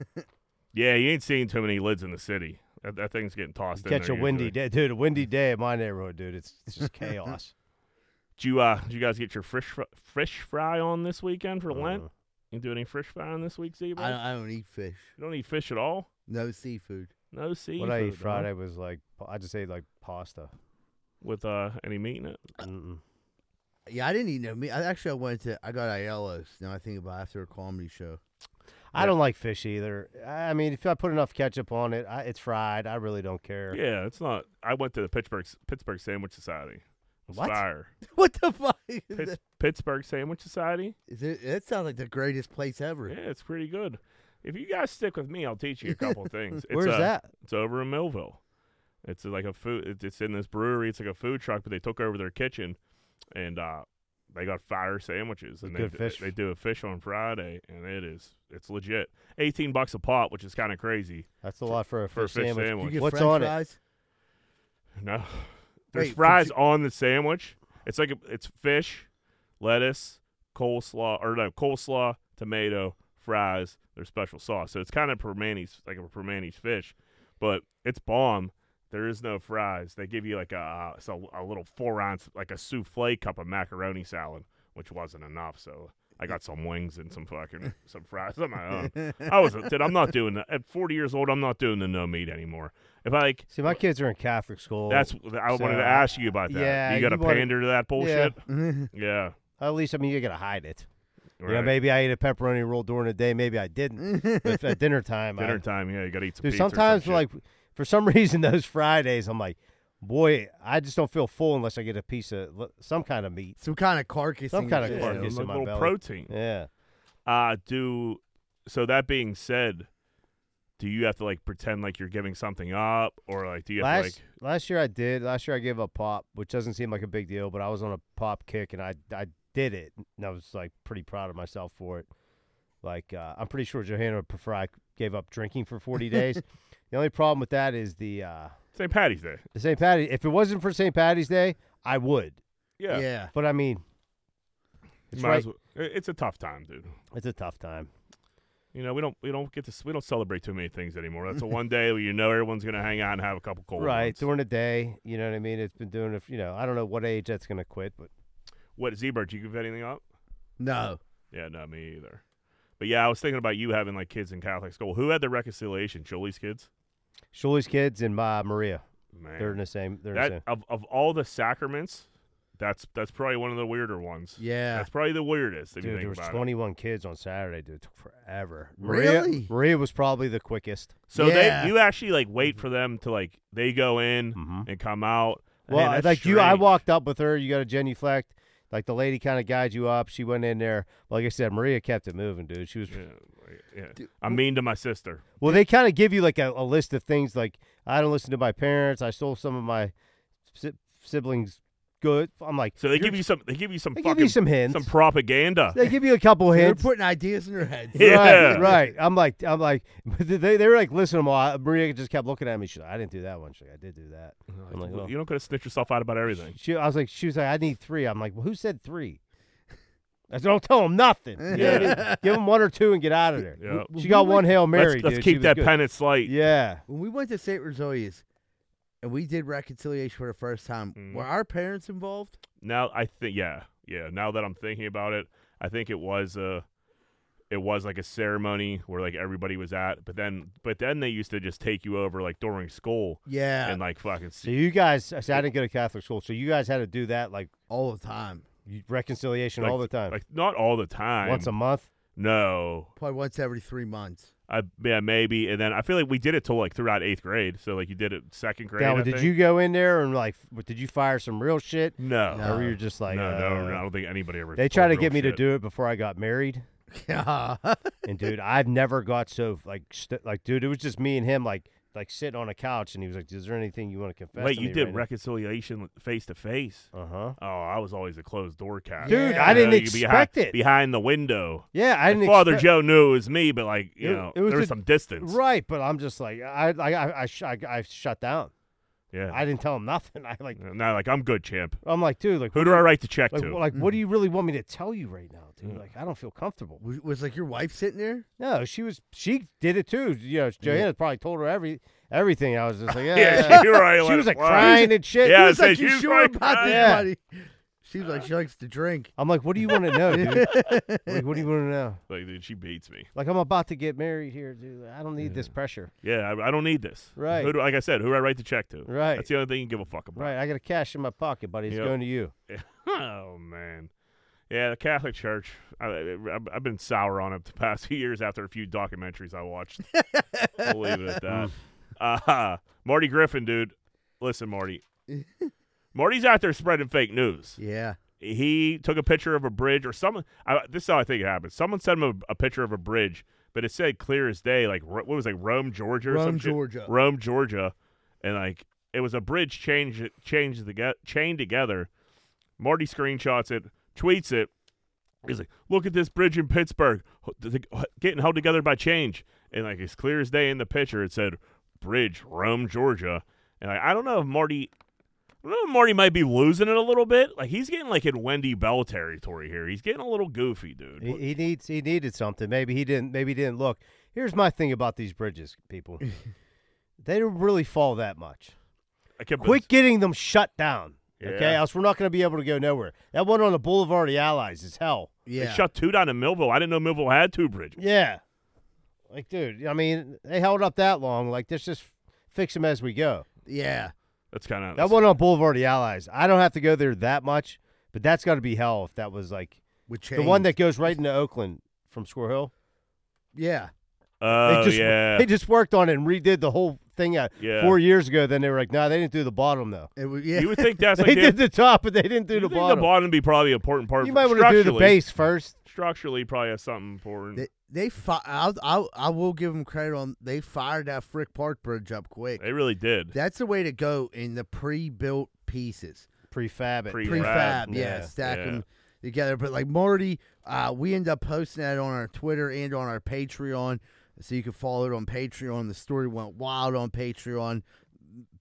[SPEAKER 3] Yeah, you ain't seen too many lids in the city. That, that thing's getting tossed. in
[SPEAKER 2] Catch a
[SPEAKER 3] there
[SPEAKER 2] windy day,
[SPEAKER 3] usually.
[SPEAKER 2] dude. A windy day in my neighborhood, dude. It's it's
[SPEAKER 3] (laughs)
[SPEAKER 2] just chaos.
[SPEAKER 3] Did you uh, did you guys get your fish fr- fish fry on this weekend for Lent?
[SPEAKER 2] Uh,
[SPEAKER 3] You do any fish fry on this week, Zebra?
[SPEAKER 1] Uh-huh. I don't, I don't eat fish.
[SPEAKER 3] you don't eat fish at all.
[SPEAKER 1] No seafood.
[SPEAKER 3] No seafood.
[SPEAKER 2] What I
[SPEAKER 3] huh?
[SPEAKER 2] ate Friday was like I just ate like pasta.
[SPEAKER 3] with uh any meat in it.
[SPEAKER 2] Mm-mm.
[SPEAKER 1] Yeah, I didn't eat no meat. I actually I went to I got Aiello's. Now I think about it, after a comedy show. (laughs)
[SPEAKER 2] I
[SPEAKER 3] Yeah.
[SPEAKER 2] don't like fish either. I mean, if I put enough ketchup on it, I, it's fried. I really don't care.
[SPEAKER 3] Yeah, it's not. I went to the Pittsburgh Pittsburgh Sandwich Society. It was
[SPEAKER 2] What?
[SPEAKER 3] Fire.
[SPEAKER 1] What the fuck? (laughs) Is
[SPEAKER 2] (laughs)
[SPEAKER 3] Pitts,
[SPEAKER 1] that?
[SPEAKER 3] Pittsburgh Sandwich Society.
[SPEAKER 1] Is it, that sounds like the greatest place ever.
[SPEAKER 3] Yeah, it's pretty good. If you guys stick with me, I'll teach you a
[SPEAKER 2] (laughs)
[SPEAKER 3] couple of things. It's,
[SPEAKER 2] Where's
[SPEAKER 3] uh,
[SPEAKER 2] that?
[SPEAKER 3] It's over in Millville. It's like a food. it- It's in this brewery. It's like a food truck, but they took over their kitchen, and uh, they got fire sandwiches. And
[SPEAKER 2] Good
[SPEAKER 3] they,
[SPEAKER 2] fish.
[SPEAKER 3] they do a fish on Friday, and it is it's legit. Eighteen bucks a pot, which is kind of crazy
[SPEAKER 2] That's a lot for a
[SPEAKER 3] for a
[SPEAKER 2] fish,
[SPEAKER 3] fish
[SPEAKER 2] sandwich.
[SPEAKER 1] You
[SPEAKER 3] sandwich.
[SPEAKER 1] get
[SPEAKER 2] What's
[SPEAKER 1] French
[SPEAKER 2] on it?
[SPEAKER 1] fries?
[SPEAKER 3] No, there's
[SPEAKER 1] Wait, for
[SPEAKER 3] fries
[SPEAKER 1] chi-
[SPEAKER 3] on the sandwich. It's like a, it's fish, lettuce, coleslaw, or no coleslaw, tomato, fries. There's special sauce, so it's kind of permanis like a permanis fish, but it's bomb. There is no fries. They give you like a uh, it's a, a little four ounce like a souffle cup of macaroni salad, which wasn't enough. So I got some wings and some fucking some fries on my own. I was dude. I'm not doing that. At 40 years old, I'm not doing the no meat anymore. If I like
[SPEAKER 2] See, my kids are in Catholic school.
[SPEAKER 3] that's I wanted
[SPEAKER 2] so,
[SPEAKER 3] to ask you about that.
[SPEAKER 2] yeah,
[SPEAKER 3] you got to
[SPEAKER 2] you wanna-
[SPEAKER 3] pander to that bullshit.
[SPEAKER 1] Mhm.
[SPEAKER 3] Yeah,
[SPEAKER 2] at least I mean you gotta hide it. You know,
[SPEAKER 3] right.
[SPEAKER 2] maybe I ate a pepperoni roll during the day. Maybe I didn't. but at dinner time, I,
[SPEAKER 3] dinner time. Yeah, you got to eat some.
[SPEAKER 2] Dude,
[SPEAKER 3] pizza or some
[SPEAKER 2] sometimes
[SPEAKER 3] shit.
[SPEAKER 2] like for some (laughs) reason those Fridays, I'm like, boy, I just don't feel full unless I get a piece of l- some kind of meat.
[SPEAKER 1] (laughs) Some kind of carcass.
[SPEAKER 2] Some
[SPEAKER 1] in
[SPEAKER 2] kind
[SPEAKER 1] your shit.
[SPEAKER 2] of
[SPEAKER 3] yeah, a
[SPEAKER 2] carcass. in
[SPEAKER 3] little
[SPEAKER 2] my
[SPEAKER 3] little
[SPEAKER 2] belly.
[SPEAKER 3] protein.
[SPEAKER 2] Yeah.
[SPEAKER 3] Uh do so. That being said, do you have to like pretend like you're giving something up, or like do you have
[SPEAKER 2] Last
[SPEAKER 3] to, like
[SPEAKER 2] last year I did. Last year I gave up pop, which doesn't seem like a big deal, but I was on a pop kick and I I did it, and I was like pretty proud of myself for it. Like uh, I'm pretty sure Johanna would prefer I gave up drinking for 40
[SPEAKER 3] (laughs)
[SPEAKER 2] days. the only problem with that is the uh,
[SPEAKER 3] St. Patty's Day?
[SPEAKER 2] the St. Patty. If it wasn't for St. Patty's Day, I would.
[SPEAKER 3] Yeah,
[SPEAKER 1] yeah.
[SPEAKER 2] But I mean, it's
[SPEAKER 3] Might
[SPEAKER 2] right.
[SPEAKER 3] as well- it- it's a tough time, dude.
[SPEAKER 2] It's a tough time.
[SPEAKER 3] You know, we don't we don't get to we don't celebrate too many things anymore. That's a one day where you know everyone's gonna hang out and have a couple cold
[SPEAKER 2] right
[SPEAKER 3] ones.
[SPEAKER 2] during the day you know what i mean it's been doing it you know i don't know what age that's gonna quit but
[SPEAKER 3] What Zebra? Do you give anything up?
[SPEAKER 1] No.
[SPEAKER 3] Yeah, no, me either. But yeah, I was thinking about you having like kids in Catholic school. Who had the reconciliation? Jolie's kids.
[SPEAKER 2] Shuli's kids and my maria they're in
[SPEAKER 3] Man,
[SPEAKER 2] the same they're in the same
[SPEAKER 3] that of, of all the sacraments, that's that's probably one of the weirder ones.
[SPEAKER 1] Yeah.
[SPEAKER 3] that's probably the weirdest if
[SPEAKER 2] dude
[SPEAKER 3] you
[SPEAKER 2] there
[SPEAKER 3] think
[SPEAKER 2] was
[SPEAKER 3] about it.
[SPEAKER 2] 21 kids on saturday dude it took forever maria
[SPEAKER 1] Really?
[SPEAKER 2] maria was probably the quickest
[SPEAKER 3] So
[SPEAKER 1] Yeah.
[SPEAKER 3] they you actually like wait for them to like they go in
[SPEAKER 2] mm-hmm.
[SPEAKER 3] and come out.
[SPEAKER 2] well
[SPEAKER 3] Man, that's
[SPEAKER 2] like you i
[SPEAKER 3] strange.
[SPEAKER 2] walked up with her you got a genuflect like the lady kind of guides you up she went in there like i said maria kept it moving dude she was
[SPEAKER 3] Yeah, like, yeah.
[SPEAKER 1] Dude,
[SPEAKER 3] I'm mean to my sister.
[SPEAKER 2] Well, they kind of give you like a, a list of things like I don't listen to my parents. I stole some of my si- siblings' good. I'm like,
[SPEAKER 3] So they
[SPEAKER 2] "You're-
[SPEAKER 3] give you some. They give you some
[SPEAKER 2] they
[SPEAKER 3] fucking
[SPEAKER 2] give you some hints.
[SPEAKER 3] some propaganda.
[SPEAKER 2] they give you a
[SPEAKER 3] (laughs)
[SPEAKER 2] couple
[SPEAKER 1] They're
[SPEAKER 2] hints.
[SPEAKER 1] putting ideas in their heads.
[SPEAKER 2] (laughs)
[SPEAKER 3] Yeah.
[SPEAKER 2] Right, right. I'm like, I'm like, (laughs) they, they were like, listen to them all. I- Maria just kept looking at me. She's like, I didn't do that one. She's like, I did do that. I'm like, well-
[SPEAKER 3] you don't gotta snitch yourself out about everything.
[SPEAKER 2] She, I was like, she was like, I need three. I'm like, well, who said three? (laughs) I said, don't tell them nothing. You know what I mean?
[SPEAKER 1] Yeah.
[SPEAKER 2] Give them one or two and get out of there.
[SPEAKER 3] Yeah.
[SPEAKER 2] She got one hail mary.
[SPEAKER 3] let's let's
[SPEAKER 2] dude. She
[SPEAKER 3] keep
[SPEAKER 2] was
[SPEAKER 3] that
[SPEAKER 2] good.
[SPEAKER 3] penance light.
[SPEAKER 2] Yeah.
[SPEAKER 1] When we went to St. Rosalia's and we did reconciliation for the first time,
[SPEAKER 3] Mhm.
[SPEAKER 1] were our parents involved?
[SPEAKER 3] now I think yeah, yeah. Now that I'm thinking about it, I think it was a, it was like a ceremony where like everybody was at. But then, but then they used to just take you over like during school
[SPEAKER 1] Yeah.
[SPEAKER 3] and like fucking.
[SPEAKER 2] So
[SPEAKER 3] See,
[SPEAKER 2] you guys, see, I didn't go to Catholic school, so you guys had to do that like
[SPEAKER 1] all the time.
[SPEAKER 2] you- reconciliation all the time,
[SPEAKER 3] like not all the time.
[SPEAKER 2] once a month.
[SPEAKER 3] no,
[SPEAKER 1] Probably once every three months. (laughs)
[SPEAKER 3] I yeah maybe. And then I feel like we did it till like throughout eighth grade. So like you did it second grade.
[SPEAKER 2] Now,
[SPEAKER 3] I
[SPEAKER 2] did
[SPEAKER 3] think.
[SPEAKER 2] you go in there and like, f- did you fire some real shit,
[SPEAKER 3] No,
[SPEAKER 1] No.
[SPEAKER 2] or were you just like,
[SPEAKER 3] no, no,
[SPEAKER 2] uh,
[SPEAKER 3] no, I don't think anybody ever.
[SPEAKER 2] They
[SPEAKER 3] told
[SPEAKER 2] tried to
[SPEAKER 3] real
[SPEAKER 2] get me to
[SPEAKER 3] shit.
[SPEAKER 2] do it before I got married,
[SPEAKER 1] Yeah.
[SPEAKER 2] and dude, I've never got so like, st- like, dude, it was just me and him, like, like sitting on a couch, and he was like, "Is there anything you want to confess?"
[SPEAKER 3] Wait, you did reconciliation face to face.
[SPEAKER 2] Uh huh.
[SPEAKER 3] Oh, I was always a closed door cat.
[SPEAKER 2] Dude,
[SPEAKER 1] Yeah.
[SPEAKER 2] I didn't
[SPEAKER 3] You know, you behind-
[SPEAKER 2] expect it.
[SPEAKER 3] behind the window.
[SPEAKER 2] Yeah, I
[SPEAKER 3] And
[SPEAKER 2] didn't.
[SPEAKER 3] Father
[SPEAKER 2] expect-
[SPEAKER 3] Joe knew it was me, but like you
[SPEAKER 2] It-
[SPEAKER 3] know,
[SPEAKER 2] it
[SPEAKER 3] there
[SPEAKER 2] was
[SPEAKER 3] was
[SPEAKER 2] a-
[SPEAKER 3] some distance.
[SPEAKER 2] Right, but I'm just like I, I, I, I, sh- I, I shut down.
[SPEAKER 3] Yeah.
[SPEAKER 2] I didn't tell him nothing. (laughs) I like,
[SPEAKER 3] now, like I'm good, champ.
[SPEAKER 2] I'm like, dude, like,
[SPEAKER 3] Who do I write the check
[SPEAKER 2] Like,
[SPEAKER 3] to? Mm.
[SPEAKER 2] wh- like what do you really want me to tell you right now, dude?
[SPEAKER 3] Yeah.
[SPEAKER 2] Like, I don't feel comfortable.
[SPEAKER 1] was, was like your wife sitting there?
[SPEAKER 2] No, she was, she did it too. You know, Joanna probably told her every everything. I was just like, yeah.
[SPEAKER 3] (laughs) (laughs) yeah,
[SPEAKER 2] yeah,
[SPEAKER 3] you're right.
[SPEAKER 2] yeah. (laughs) She
[SPEAKER 3] let
[SPEAKER 2] was
[SPEAKER 3] it
[SPEAKER 2] like
[SPEAKER 3] fly.
[SPEAKER 2] crying and shit.
[SPEAKER 3] Yeah,
[SPEAKER 1] It
[SPEAKER 3] I
[SPEAKER 1] was like,
[SPEAKER 3] said,
[SPEAKER 1] you
[SPEAKER 3] "You
[SPEAKER 1] sure
[SPEAKER 3] fucking-
[SPEAKER 1] about this,
[SPEAKER 2] Yeah.
[SPEAKER 1] buddy? Seems like she likes to drink.
[SPEAKER 2] I'm like, what do you want to know,
[SPEAKER 3] (laughs)
[SPEAKER 2] dude? like, what do you want to know?
[SPEAKER 3] Like, dude, she beats me.
[SPEAKER 2] Like, I'm about to get married here, dude. I don't need this pressure.
[SPEAKER 3] Yeah, I, I don't need this.
[SPEAKER 2] Right.
[SPEAKER 3] Who do, like I said, who do I write the check to?
[SPEAKER 2] Right.
[SPEAKER 3] That's the only thing you give a fuck about.
[SPEAKER 2] Right. I got a cash in my pocket, buddy. It's
[SPEAKER 3] Yep.
[SPEAKER 2] going to you.
[SPEAKER 3] oh man, yeah, the Catholic Church. I, I, I've been sour on it the past few years after a few documentaries I watched. I'll leave it at that. Uh, Marty Griffin, dude. Listen, Marty. Marty's out there spreading fake news.
[SPEAKER 1] Yeah.
[SPEAKER 3] He took a picture of a bridge or someone. I, this is how I think it happened. Someone sent him a, a picture of a bridge, but it said clear as day, like Ro- what was it, like Rome, Georgia, or
[SPEAKER 1] Rome,
[SPEAKER 3] some shit?
[SPEAKER 1] Georgia.
[SPEAKER 3] Rome, Georgia, and like it was a bridge change changed the ge- chained together. Marty screenshots it, tweets it. He's like, "Look at this bridge in Pittsburgh, h- th- th- getting held together by change." And like as clear as day in the picture, it said "Bridge Rome, Georgia." And like, I don't know if Marty, I don't know if Marty might be losing it a little bit. Like he's getting like in Wendy Bell territory here. He's getting a little goofy, dude.
[SPEAKER 2] He, he needs. He needed something. Maybe he didn't. Maybe he didn't look. Here's my thing about these bridges,
[SPEAKER 3] (laughs)
[SPEAKER 2] people. they don't really fall that much.
[SPEAKER 3] I kept
[SPEAKER 2] Quit getting them shut down. Okay,
[SPEAKER 3] Yeah.
[SPEAKER 2] else we're not going to be able to go nowhere. That one on the Boulevard of the Allies is hell.
[SPEAKER 1] Yeah.
[SPEAKER 3] They shut two down in Millville. I didn't know Millville had two bridges.
[SPEAKER 2] Yeah. Like, dude, I mean, they held up that long. Like, let's just fix them as we go.
[SPEAKER 1] yeah.
[SPEAKER 3] That's kind of
[SPEAKER 2] That one on Boulevard of the Allies, I don't have to go there that much, but that's got to be hell if that was like
[SPEAKER 1] With
[SPEAKER 2] the one that goes right into Oakland from Squirrel Hill.
[SPEAKER 1] Yeah.
[SPEAKER 3] Oh
[SPEAKER 2] they just,
[SPEAKER 3] yeah.
[SPEAKER 2] They just worked on it and redid the whole thing uh,
[SPEAKER 3] Yeah.
[SPEAKER 2] four years ago. Then they were like, no, they didn't do the bottom, though. (laughs)
[SPEAKER 1] It was, yeah.
[SPEAKER 3] You would think that's
[SPEAKER 2] they
[SPEAKER 3] like the-
[SPEAKER 2] did the top, but they didn't do
[SPEAKER 3] you
[SPEAKER 2] the
[SPEAKER 3] think
[SPEAKER 2] bottom.
[SPEAKER 3] The bottom would be probably an important part.
[SPEAKER 2] you
[SPEAKER 3] for-
[SPEAKER 2] might want to do the
[SPEAKER 3] structurally-
[SPEAKER 2] base first.
[SPEAKER 3] Structurally, probably has something important.
[SPEAKER 1] they they fi- I'll, I'll, I will give them credit on they fired that Frick Park bridge up quick.
[SPEAKER 3] They really did.
[SPEAKER 1] That's the way to go in the pre-built pieces,
[SPEAKER 2] Prefab it.
[SPEAKER 3] Pre-
[SPEAKER 1] prefab, yeah,
[SPEAKER 2] yeah,
[SPEAKER 1] stack
[SPEAKER 3] yeah.
[SPEAKER 1] them together. But like Marty, uh, we end up posting that on our Twitter and on our Patreon, so you can follow it on Patreon. The story went wild on Patreon.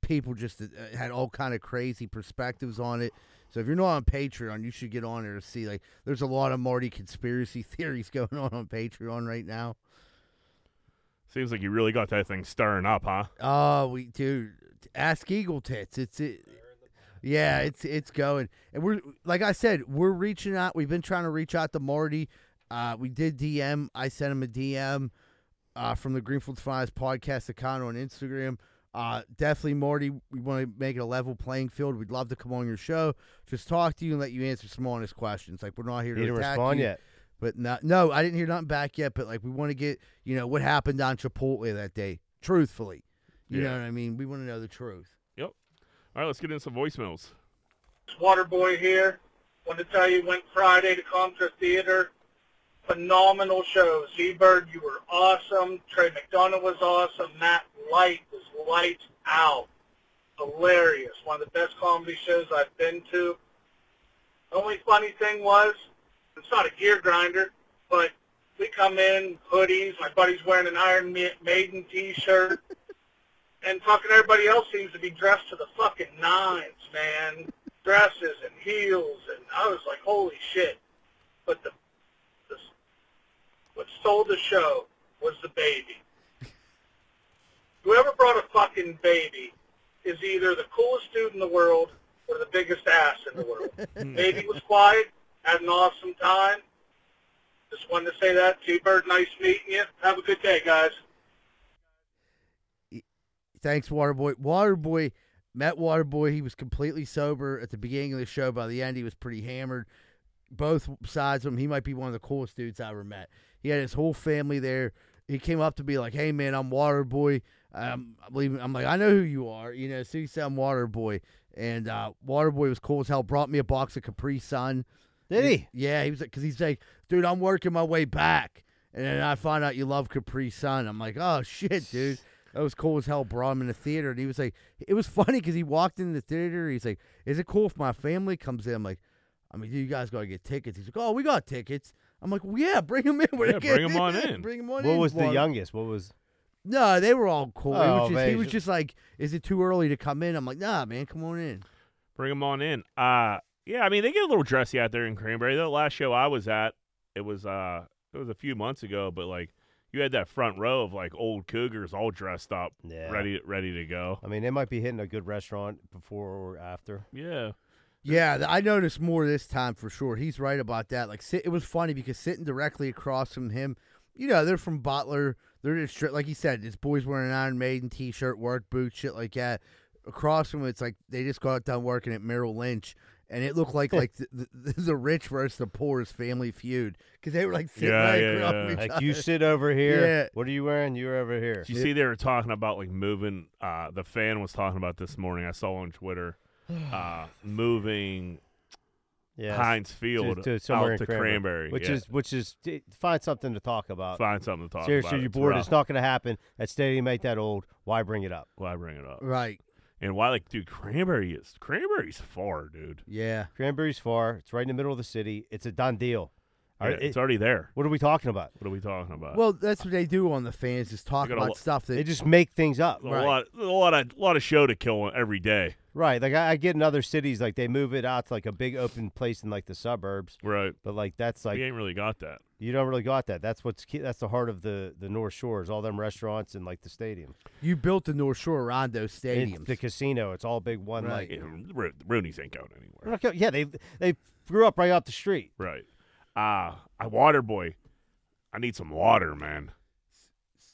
[SPEAKER 1] People just uh, had all kind of crazy perspectives on it. So if you're not on Patreon, you should get on there to see. Like, there's a lot of Marty conspiracy (laughs) theories going on on Patreon right now.
[SPEAKER 3] Seems like you really got that thing stirring up, huh?
[SPEAKER 1] Oh, we dude, ask Eagle Tits. It's it. Yeah, it's it's going, and we're like I said, we're reaching out. We've been trying to reach out to Marty. Uh, we did DM. I sent him a DM uh, from the Greenfield Finest podcast account on Instagram. Uh, definitely, Marty. We want to make it a level playing field. We'd love to come on your show, just talk to you and let you answer some honest questions. Like we're not here
[SPEAKER 2] He
[SPEAKER 1] to
[SPEAKER 2] didn't
[SPEAKER 1] attack
[SPEAKER 2] respond
[SPEAKER 1] you,
[SPEAKER 2] yet.
[SPEAKER 1] but not, no, I didn't hear nothing back yet. But like, we want to get you know what happened on Chipotle that day, truthfully. You
[SPEAKER 3] Yeah.
[SPEAKER 1] know what I mean? We want to know the truth.
[SPEAKER 3] Yep. All right, let's get into some voicemails.
[SPEAKER 4] Waterboy here. Want to tell you went Friday to Contra Theater. Phenomenal show. Z-Bird, you were awesome. Trey McDonough was awesome. Matt Light was lights out. Hilarious. One of the best comedy shows I've been to. Only funny thing was, it's not a gear grinder, but we come in, hoodies. My buddy's wearing an Iron Ma- Maiden t-shirt. and fucking everybody else seems to be dressed to the fucking nines, man. Dresses and heels, and I was like, holy shit. But the, the what stole the show was the baby. Whoever brought a fucking baby is either the coolest dude in the world or the biggest ass in the world. baby was quiet, had an awesome time. Just wanted to say that. T-Bird, nice meeting you. Have a good day, guys.
[SPEAKER 1] Thanks, Waterboy. Waterboy met Waterboy. He was completely sober at the beginning of the show. By the end, he was pretty hammered. Both sides of him, he might be one of the coolest dudes I ever met. He had his whole family there. He came up to be like, "Hey, man, I'm Waterboy. Um, I believe I'm like, I know who you are. You know, so he said I'm Waterboy, and uh, Waterboy was cool as hell. Brought me a box of Capri Sun.
[SPEAKER 2] Did he?
[SPEAKER 1] Yeah, he was because he's like, dude, I'm working my way back, and then I find out you love Capri Sun. I'm like, oh shit, dude, that was cool as hell. Brought him in the theater, and he was like, it was funny because he walked in the theater. He's like, is it cool if my family comes in? I'm like, I mean, do you guys gotta get tickets? He's like, oh, we got tickets. I'm like, well, yeah, bring them in. We're
[SPEAKER 3] Yeah,
[SPEAKER 1] like,
[SPEAKER 3] bring 'em on in.
[SPEAKER 1] Bring them on in.
[SPEAKER 2] What was the
[SPEAKER 1] Water-
[SPEAKER 2] youngest? What was.
[SPEAKER 1] No, they were all cool. it
[SPEAKER 2] Oh,
[SPEAKER 1] was just, he
[SPEAKER 2] man.
[SPEAKER 1] was just like, is it too early to come in? I'm like, nah, man, come on in.
[SPEAKER 3] Bring them on in. Uh, yeah, I mean they get a little dressy out there in Cranberry. The last show I was at, it was uh, it was a few months ago, but like you had that front row of like old cougars all dressed up,
[SPEAKER 2] Yeah.
[SPEAKER 3] ready ready to go.
[SPEAKER 1] (laughs)
[SPEAKER 2] I mean, they might be hitting a good restaurant before or after.
[SPEAKER 3] Yeah.
[SPEAKER 1] Yeah, th- I noticed more this time for sure. He's right about that. Like, sit, it was funny because sitting directly across from him, you know, they're from Butler. They're just stra- like he said, his boys wearing an Iron Maiden T-shirt, work boots, shit like that. Across from him, it's like they just got done working at Merrill Lynch, and it looked
[SPEAKER 3] (laughs)
[SPEAKER 1] like like the, the, the rich versus the poor's family feud because they were like sitting
[SPEAKER 3] Yeah,
[SPEAKER 1] right
[SPEAKER 3] yeah,
[SPEAKER 1] across
[SPEAKER 3] yeah.
[SPEAKER 1] from each
[SPEAKER 2] Like
[SPEAKER 1] other.
[SPEAKER 2] you sit over here.
[SPEAKER 1] Yeah.
[SPEAKER 2] What are you wearing? You're over here.
[SPEAKER 3] Did you see they were talking about like moving uh the fan was talking about this morning I saw
[SPEAKER 2] (sighs)
[SPEAKER 3] on Twitter uh moving
[SPEAKER 2] Yeah.
[SPEAKER 3] Heinz Field
[SPEAKER 2] somewhere
[SPEAKER 3] out
[SPEAKER 2] in
[SPEAKER 3] to Cranberry,
[SPEAKER 2] which
[SPEAKER 3] yeah.
[SPEAKER 2] is which is d- find something to talk about.
[SPEAKER 3] find something to talk
[SPEAKER 2] Seriously,
[SPEAKER 3] about.
[SPEAKER 2] you're
[SPEAKER 3] It's
[SPEAKER 2] bored.
[SPEAKER 3] rough.
[SPEAKER 2] It's not going to happen. That stadium ain't that old. Why bring it up?
[SPEAKER 3] why bring it up.
[SPEAKER 1] right?
[SPEAKER 3] And why like dude Cranberry is Cranberry's far, dude.
[SPEAKER 1] Yeah,
[SPEAKER 2] Cranberry's far. It's right in the middle of the city. It's a done deal. All
[SPEAKER 3] Yeah,
[SPEAKER 2] right,
[SPEAKER 3] it's
[SPEAKER 2] it-
[SPEAKER 3] already there.
[SPEAKER 2] what are we talking about?
[SPEAKER 3] What are we talking about?
[SPEAKER 1] Well, that's what they do on the fans is talk
[SPEAKER 3] Uh, They got a
[SPEAKER 1] about
[SPEAKER 3] lo-
[SPEAKER 1] stuff
[SPEAKER 2] They
[SPEAKER 1] that
[SPEAKER 2] just make things up.
[SPEAKER 3] a
[SPEAKER 1] right.
[SPEAKER 3] lot a lot of lot of show to kill every day.
[SPEAKER 2] Right. Like I, I get in other cities, like they move it out to like a big open place in like the suburbs,
[SPEAKER 3] Right.
[SPEAKER 2] but like that's like
[SPEAKER 3] we ain't really got that.
[SPEAKER 2] you don't really got that. That's what's key, that's the heart of the the North Shore is all them restaurants and like the stadium,
[SPEAKER 1] you built the North Shore around those
[SPEAKER 2] And
[SPEAKER 1] stadiums.
[SPEAKER 2] the casino. It's all big one.
[SPEAKER 1] Right.
[SPEAKER 2] Like
[SPEAKER 3] Yeah, Ro- Rooney's ain't going anywhere.
[SPEAKER 2] We're not go- yeah, they they grew up right off the street.
[SPEAKER 3] Right. Ah, I water boy. I need some water, man.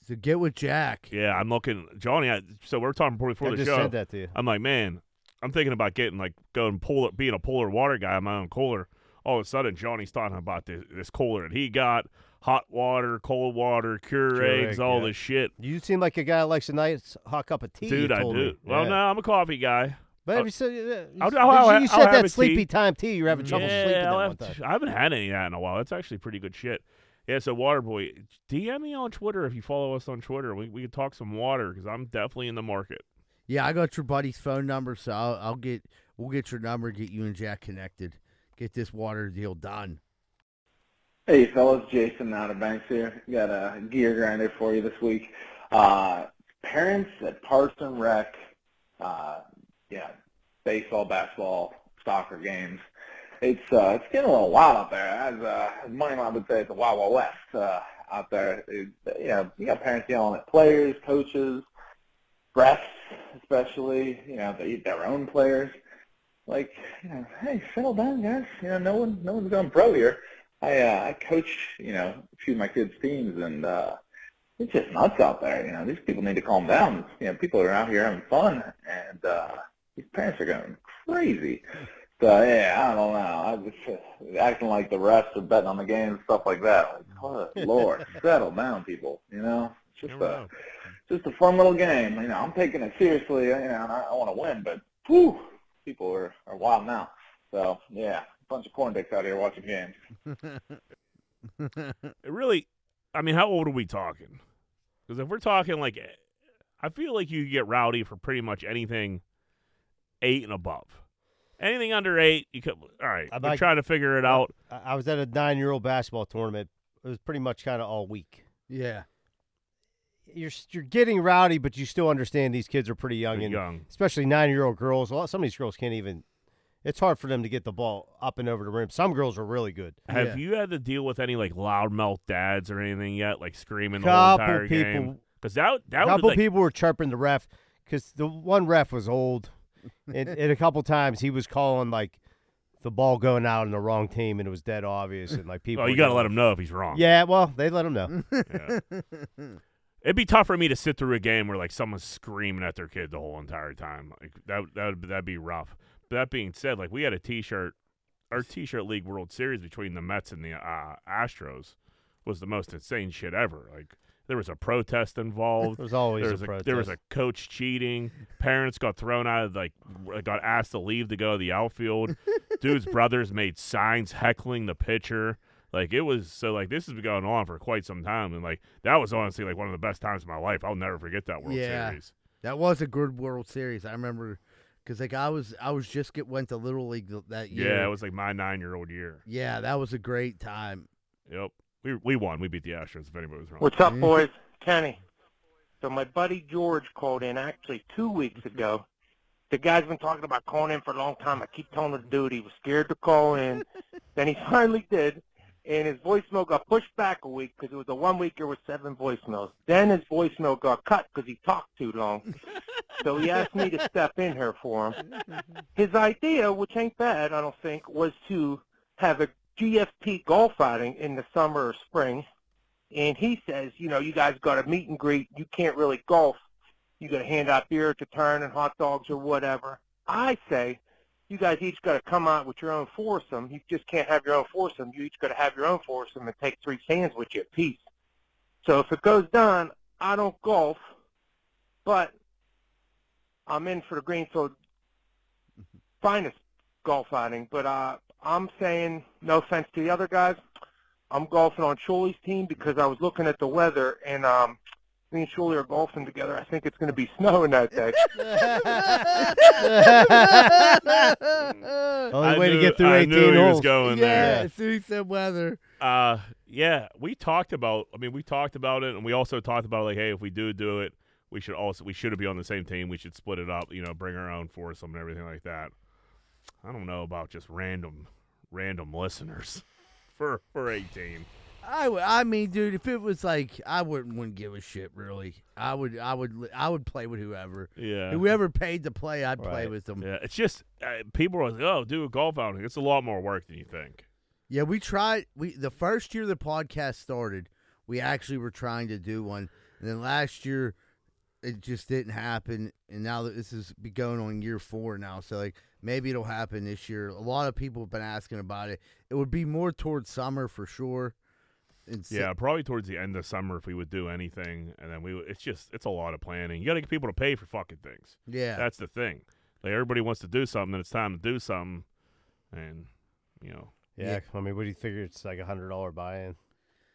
[SPEAKER 1] so get with Jack.
[SPEAKER 3] Yeah, I'm looking Johnny. I, so we we're talking before
[SPEAKER 2] I
[SPEAKER 3] the
[SPEAKER 2] just
[SPEAKER 3] show.
[SPEAKER 2] said that to you.
[SPEAKER 3] I'm like, man, I'm thinking about getting like going polar, being a polar water guy on my own cooler. All of a sudden, Johnny's talking about this, this cooler that he got: hot water, cold water, Keurig's,
[SPEAKER 2] Keurig,
[SPEAKER 3] all
[SPEAKER 2] yeah.
[SPEAKER 3] this shit.
[SPEAKER 2] You seem like a guy that likes a nice hot cup of tea. you
[SPEAKER 3] Dude, I do.
[SPEAKER 2] told me.
[SPEAKER 3] Well,
[SPEAKER 2] Yeah.
[SPEAKER 3] no, I'm a coffee guy.
[SPEAKER 2] But
[SPEAKER 3] I'll-
[SPEAKER 2] you said, you-
[SPEAKER 3] I'll-
[SPEAKER 2] you-
[SPEAKER 3] I'll- I'll-
[SPEAKER 2] you
[SPEAKER 3] I'll
[SPEAKER 2] said
[SPEAKER 3] have a
[SPEAKER 2] that
[SPEAKER 3] tea.
[SPEAKER 2] sleepy time tea. You're having trouble
[SPEAKER 3] yeah,
[SPEAKER 2] sleeping that
[SPEAKER 3] I'll
[SPEAKER 2] one
[SPEAKER 3] have
[SPEAKER 2] time.
[SPEAKER 3] to- I haven't had any of that in a while. That's actually pretty good shit. Yeah, so Waterboy, DM me on Twitter if you follow us on Twitter. We we could talk some water because I'm definitely in the market.
[SPEAKER 1] Yeah, I got your buddy's phone number, so I'll, I'll get we'll get your number, get you and Jack connected, get this water deal done.
[SPEAKER 4] Hey fellas, Jason out of Banks here. Got a gear grinder for you this week. Uh, parents at Parks and Rec, uh, yeah, baseball, basketball, soccer games. It's uh, it's getting a little wild out there. As uh, as Money Mom would say, it's a wild, wild west uh, out there. It, you know, you got parents yelling at players, coaches, refs, especially. You know, they, their own players. Like, you know, hey, settle down, guys. You know, no one, no one's gone pro here. I uh, I coach, you know, a few of my kids' teams, and uh, it's just nuts out there. You know, these people need to calm down. You know, people are out here having fun, and uh, these parents are going crazy. So yeah, I don't know. I just uh, acting like the refs are betting on the game and stuff like that. Like, oh, Lord, settle down, people. You know, it's just
[SPEAKER 3] Never
[SPEAKER 4] uh,
[SPEAKER 3] know.
[SPEAKER 4] just a fun little game. You know, I'm taking it seriously. You know, and I, I want to win, but whew, people are are wild now. So yeah, bunch of corn dicks out here watching games.
[SPEAKER 3] It really, I mean, how old are we talking? Because if we're talking like, eh, I feel like you could get rowdy for pretty much anything eight and above. Anything under eight, you could. All right,
[SPEAKER 2] I'd
[SPEAKER 3] we're
[SPEAKER 2] like-
[SPEAKER 3] trying to figure it out.
[SPEAKER 2] I I was at a nine-year-old basketball tournament. It was pretty much kind of all week.
[SPEAKER 1] Yeah,
[SPEAKER 2] You're s- you're getting rowdy, but you still understand these kids are pretty young,
[SPEAKER 3] They're
[SPEAKER 2] and
[SPEAKER 3] young.
[SPEAKER 2] especially nine-year-old girls. A lot, some of these girls can't even. It's hard for them to get the ball up and over the rim. Some girls are really good.
[SPEAKER 3] Have
[SPEAKER 1] Yeah.
[SPEAKER 3] you had to deal with any like loudmouth dads or anything yet, like screaming the whole
[SPEAKER 2] Couple
[SPEAKER 3] entire game?
[SPEAKER 2] people,
[SPEAKER 3] Because that that would
[SPEAKER 2] couple
[SPEAKER 3] like,
[SPEAKER 2] people were chirping the ref because the one ref was old, and, and a couple times he was calling like the ball going out on the wrong team, and it was dead obvious, and like people.
[SPEAKER 3] Oh,
[SPEAKER 2] were
[SPEAKER 3] you got to
[SPEAKER 2] getting-
[SPEAKER 3] let him know if he's wrong.
[SPEAKER 2] Yeah, well, they let him know.
[SPEAKER 3] Yeah. It'd be tough for me to sit through a game where like someone's screaming at their kid the whole entire time. Like that that would that'd be rough. But that being said, like we had a t-shirt, our t-shirt league World Series between the Mets and the uh, Astros was the most insane shit ever. Like there was a protest involved.
[SPEAKER 2] There's always
[SPEAKER 3] there was
[SPEAKER 2] a protest.
[SPEAKER 3] there was a coach cheating. Parents got thrown out of like w- got asked to leave to go to
[SPEAKER 2] (laughs)
[SPEAKER 3] the outfield. Dude's brothers made signs heckling the pitcher. Like it was so like this has been going on for quite some time, and like that was honestly like one of the best times of my life. I'll never forget that World
[SPEAKER 1] Yeah.
[SPEAKER 3] Series.
[SPEAKER 1] that was a good World Series. I remember because like I was I was just get went to little league th- that
[SPEAKER 3] Yeah,
[SPEAKER 1] year.
[SPEAKER 3] it was like my nine year old year.
[SPEAKER 1] Yeah, that was a great time. (laughs)
[SPEAKER 3] Yep, we we won. We beat the Astros. If anybody was wrong,
[SPEAKER 5] What's up, boys? Kenny. So my buddy George called in actually two weeks ago. The guy's been talking about calling in for a long time. I keep telling the dude he was scared to call in. then he finally did, and his voicemail got pushed back a week because it was a one week there were seven voicemails. Then his voicemail got cut because he talked too long. So he asked me to step in here for him. His idea, which ain't bad, I don't think, was to have a GFP golf outing in the summer or spring. And he says, you know, you guys got to meet and greet. You can't really golf. You got to hand out beer at the turn and hot dogs or whatever. I say, you guys each got to come out with your own foursome. You just can't have your own foursome. You each got to have your own foursome and take three stands with you apiece. So if it goes down, I don't golf, but I'm in for the Greenfield finest golf outing. But uh, I'm saying, no offense to the other guys, I'm golfing on Shuley's team because I was looking at the weather and um, me and Shuley are golfing together. I think it's going to be (laughs) snowing that day.
[SPEAKER 3] Oh,
[SPEAKER 1] yeah,
[SPEAKER 2] (laughs) Only
[SPEAKER 3] I
[SPEAKER 2] way
[SPEAKER 3] knew,
[SPEAKER 2] to get through
[SPEAKER 3] I
[SPEAKER 2] 18
[SPEAKER 3] knew he
[SPEAKER 2] holes.
[SPEAKER 3] was going there.
[SPEAKER 1] see some weather.
[SPEAKER 3] Uh, yeah, we talked about. I mean, we talked about it, and we also talked about like, hey, if we do do it, we should also we shouldn't be on the same team. We should split it up. You know, bring our own foursome and everything like that. I don't know about just random, random listeners (laughs) for for eighteen.
[SPEAKER 1] I, w- I mean, dude, if it was like, I wouldn't wouldn't give a shit really. I would I would li- I would play with whoever.
[SPEAKER 3] Yeah,
[SPEAKER 1] Whoever paid to play, I'd play
[SPEAKER 2] Right.
[SPEAKER 1] with them. Yeah.
[SPEAKER 3] yeah. It's just uh, people are like, oh, do a golf outing. It's a lot more work than you think.
[SPEAKER 1] we tried. We the first year the podcast started, we actually were trying to do one, and then last year it just didn't happen. And now that this is be going on year four now, so like maybe it'll happen this year. A lot of people have been asking about it. It would be more towards summer for sure. And so-
[SPEAKER 3] Yeah, probably towards the end of summer if we would do anything, and then we. would- It's just it's a lot of planning. You got to get people to pay for fucking things.
[SPEAKER 1] yeah.
[SPEAKER 3] That's the thing. Like everybody wants to do something, and it's time to do something, and you know,
[SPEAKER 2] Yeah,
[SPEAKER 1] Yeah.
[SPEAKER 2] I mean, what do you figure? It's like a hundred dollar buy-in.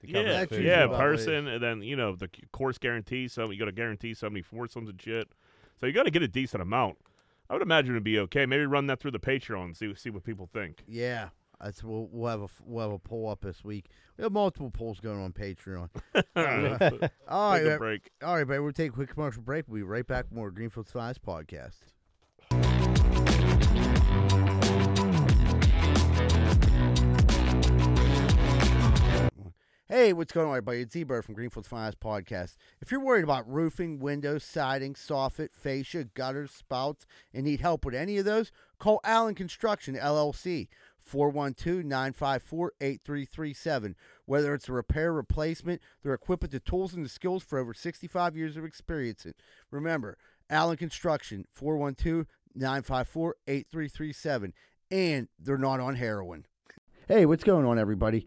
[SPEAKER 2] to cover
[SPEAKER 3] yeah,
[SPEAKER 2] the
[SPEAKER 1] that's
[SPEAKER 2] food.
[SPEAKER 3] yeah,
[SPEAKER 1] usually-
[SPEAKER 3] person, and then you know the c- course guarantees some. You got to guarantee so many foursomes and shit. So you got to get a decent amount. I would imagine it'd be okay. Maybe run that through the Patreon and see see what people think. (laughs)
[SPEAKER 1] Yeah, that's we'll, we'll have a we'll have a poll up this week. We have multiple polls going on
[SPEAKER 3] (laughs)
[SPEAKER 1] Patreon.
[SPEAKER 3] Take
[SPEAKER 1] (laughs) All right,
[SPEAKER 3] a
[SPEAKER 1] man.
[SPEAKER 3] break.
[SPEAKER 1] all right, but we'll take a quick commercial break. We'll be right back. with More Greenfield's Finest podcast. Hey, what's going on, everybody? It's Z-Bird from Greenfield's Finest Podcast. If you're worried about roofing, windows, siding, soffit, fascia, gutters, spouts, and need help with any of those, call Allen Construction, LLC, 412-954-8337. Whether it's a repair, replacement, they're equipped with the tools and the skills for over 65 years of experience. Remember, Allen Construction, 412-954-8337. And they're not on heroin. Hey, what's going on, everybody?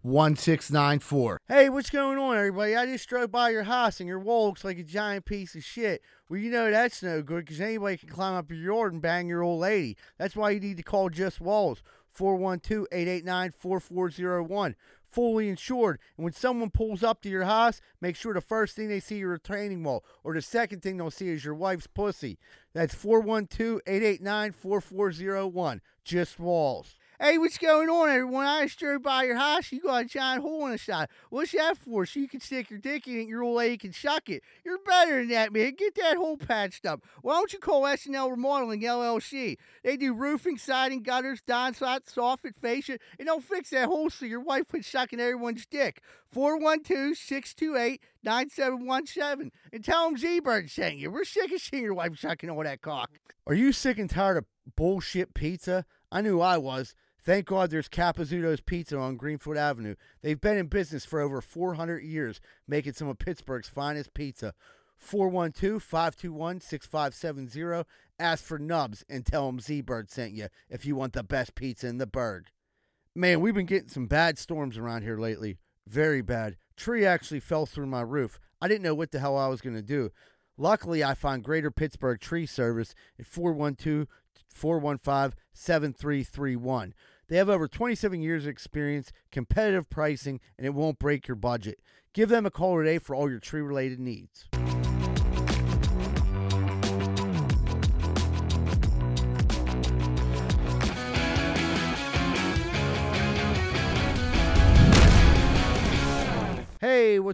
[SPEAKER 1] 1694. Hey, what's going on, everybody? I just drove by your house and your wall looks like a giant piece of shit. Well, you know that's no good because anybody can climb up your yard and bang your old lady. That's why you need to call Just Walls 412 889 4401 fully insured. And when someone pulls up to your house, make sure the first thing they see is your retaining wall, or the second thing they'll see is your wife's pussy. That's 412 889 4401. Just walls. Hey, what's going on, everyone? I just drove by your house. You got a giant hole in the side. What's that for? So you can stick your dick in it, and your old lady can suck it. You're better than that, man. Get that hole patched up. Why don't you call SNL Remodeling LLC? They do roofing, siding, gutters, downspout, soffit, fascia, and they'll fix that hole so your wife quit sucking everyone's dick. 412-628-9717. And tell them Z-Bird sent you. We're sick of seeing your wife sucking all that cock. Are you sick and tired of bullshit pizza? I knew I was. Thank God there's Capizzuto's Pizza on Greenfield Avenue. They've been in business for over 400 years, making some of Pittsburgh's finest pizza. 412-521-6570. Ask for Nubs and tell them Z-Bird sent you if you want the best pizza in the burg. Man, we've been getting some bad storms around here lately. Very bad. Tree actually fell through my roof. I didn't know what the hell I was going to do. Luckily, I found Greater Pittsburgh Tree Service at 412 415 7331. They have over 27 years of experience, competitive pricing, and it won't break your budget. Give them a call today for all your tree related needs.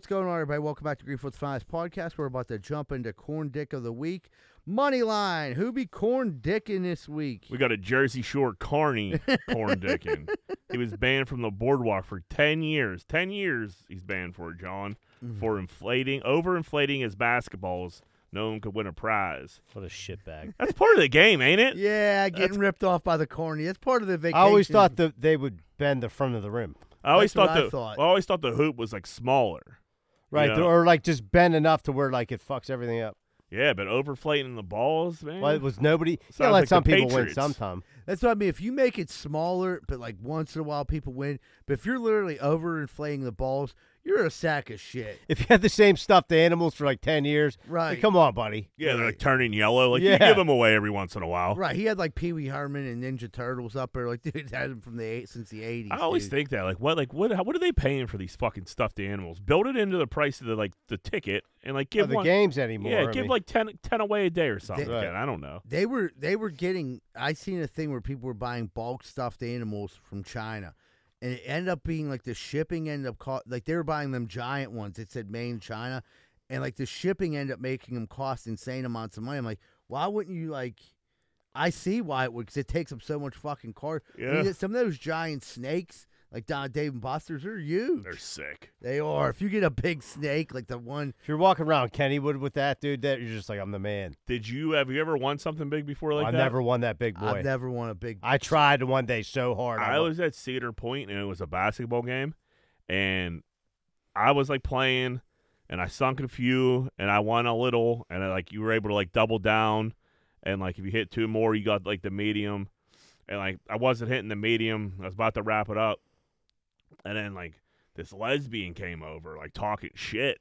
[SPEAKER 1] going on, everybody? Welcome back to Greenfoot's Finest Podcast. We're about to jump into Corn Dick of the Week. Money line. Who be Corn Dicking this week?
[SPEAKER 3] We got a Jersey Shore Carney
[SPEAKER 1] (laughs)
[SPEAKER 3] corn dickin. He was banned from the boardwalk for ten years. Ten years he's banned for John
[SPEAKER 1] Mm.
[SPEAKER 3] for inflating over inflating his basketballs. No one could win a prize.
[SPEAKER 6] What a shitbag.
[SPEAKER 3] That's part of the game, ain't
[SPEAKER 2] (laughs)
[SPEAKER 3] it?
[SPEAKER 1] yeah, getting ripped off by the corny. That's part of the vacation.
[SPEAKER 2] I always thought that they would bend the front of the rim,
[SPEAKER 3] I always
[SPEAKER 1] That's what
[SPEAKER 3] thought
[SPEAKER 1] I
[SPEAKER 3] the
[SPEAKER 1] thought.
[SPEAKER 3] I always thought the hoop was like smaller.
[SPEAKER 2] right?
[SPEAKER 3] Yeah.
[SPEAKER 2] Or like just bend enough to where like it fucks everything up.
[SPEAKER 3] Yeah, but overflating the balls, man.
[SPEAKER 1] Mm.
[SPEAKER 2] Well, it was nobody.
[SPEAKER 3] Sounds
[SPEAKER 2] Yeah, let
[SPEAKER 3] like the
[SPEAKER 2] some people win
[SPEAKER 3] Patriots.
[SPEAKER 2] sometime.
[SPEAKER 1] That's what I mean. If you make it smaller, but like once in a while people win. But if you're literally overinflating the balls, you're a sack of shit.
[SPEAKER 2] If you had the same stuffed animals for like ten years, like,
[SPEAKER 1] Right.
[SPEAKER 2] come on, buddy.
[SPEAKER 3] yeah, they're like turning yellow. Like you
[SPEAKER 2] Yeah.
[SPEAKER 3] give them away every once in a
[SPEAKER 2] Oh.
[SPEAKER 3] while.
[SPEAKER 1] Right. He had like Pee Wee Herman and Ninja Turtles up there. Like, (laughs) dude, had him from the eight since the eighties.
[SPEAKER 3] I always
[SPEAKER 1] dude.
[SPEAKER 3] think that, like, what, like, what, how, what are they paying for these fucking stuffed animals? Build it into the price of the like the ticket, and like
[SPEAKER 2] Of
[SPEAKER 3] give
[SPEAKER 2] the
[SPEAKER 3] one,
[SPEAKER 2] games anymore.
[SPEAKER 3] yeah,
[SPEAKER 2] I
[SPEAKER 3] give
[SPEAKER 2] mean.
[SPEAKER 3] like 10, 10 away a day or something.
[SPEAKER 1] They-
[SPEAKER 3] like
[SPEAKER 2] Right.
[SPEAKER 3] that. I don't know.
[SPEAKER 1] they were they were getting. I seen a thing where people were buying bulk stuffed animals from China, and it ended up being like the shipping ended up cost like they were buying them giant ones. It said made in China, and like the shipping ended up making them cost insane amounts of money. I'm like, why wouldn't you like? I see why it would because it takes up so much fucking car. When you
[SPEAKER 3] Yeah.
[SPEAKER 1] get some of those giant snakes. Like Don Dave and Buster's, they're huge.
[SPEAKER 3] They're sick.
[SPEAKER 1] They are. If you get a big snake, like the one
[SPEAKER 2] If you're walking around Kennywood with that dude, that you're just like, I'm the man.
[SPEAKER 3] Did you have you ever won something big before like
[SPEAKER 2] I've
[SPEAKER 3] that?
[SPEAKER 2] never won that big boy.
[SPEAKER 1] I've never won a big.
[SPEAKER 2] I tried one day so hard.
[SPEAKER 3] I
[SPEAKER 2] won-
[SPEAKER 3] was at Cedar Point and it was a basketball game, and I was like playing, and I sunk a few, and I won a little, and I, like you were able to like double down, and like if you hit two more, you got like the medium, and like I wasn't hitting the medium. I was about to wrap it up, and then like this lesbian came over, like talking shit,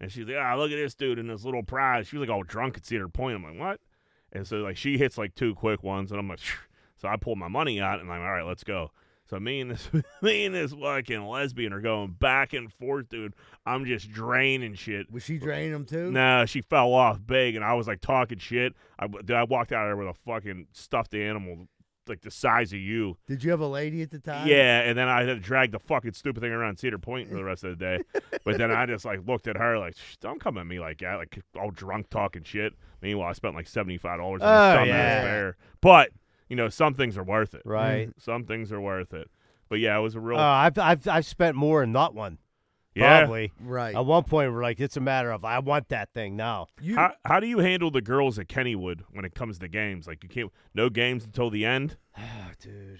[SPEAKER 3] and she's like, "Ah, look at this dude and this little prize." She was like all drunk at Cedar Point. I'm like, "What?" And so like she hits like two quick ones, and I'm like, "Phew." so I pulled my money out, and I'm like, "All right, let's go." So me and this (laughs) me and this fucking lesbian are going back and forth, dude. I'm just draining shit.
[SPEAKER 1] Was she draining them too?
[SPEAKER 3] Nah, she fell off big, and I was like talking shit. I dude, I walked out of there with a fucking stuffed animal, like the size of you.
[SPEAKER 1] Did you have a lady at the time?
[SPEAKER 3] Yeah, and then I had to drag the fucking stupid thing around Cedar Point for the rest of the day. but then I just like looked at her like, "Shh, don't come at me like that, like all drunk talking shit. Meanwhile, I spent like seventy five dollars on
[SPEAKER 2] Oh,
[SPEAKER 3] a dumbass
[SPEAKER 2] yeah.
[SPEAKER 3] bear. But you know, some things are worth it. (laughs)
[SPEAKER 2] right.
[SPEAKER 3] Some things are worth it. But yeah, it was a real
[SPEAKER 2] Uh, I've, I've I've spent more and not one.
[SPEAKER 3] yeah.
[SPEAKER 2] Probably.
[SPEAKER 1] Right.
[SPEAKER 2] At one point, we're like, it's a matter of I want that
[SPEAKER 1] (sighs)
[SPEAKER 2] thing now.
[SPEAKER 1] you,
[SPEAKER 3] How, how do you handle the girls at Kennywood when it comes to games? Like you can't no games until the end.
[SPEAKER 1] Oh,
[SPEAKER 2] dude,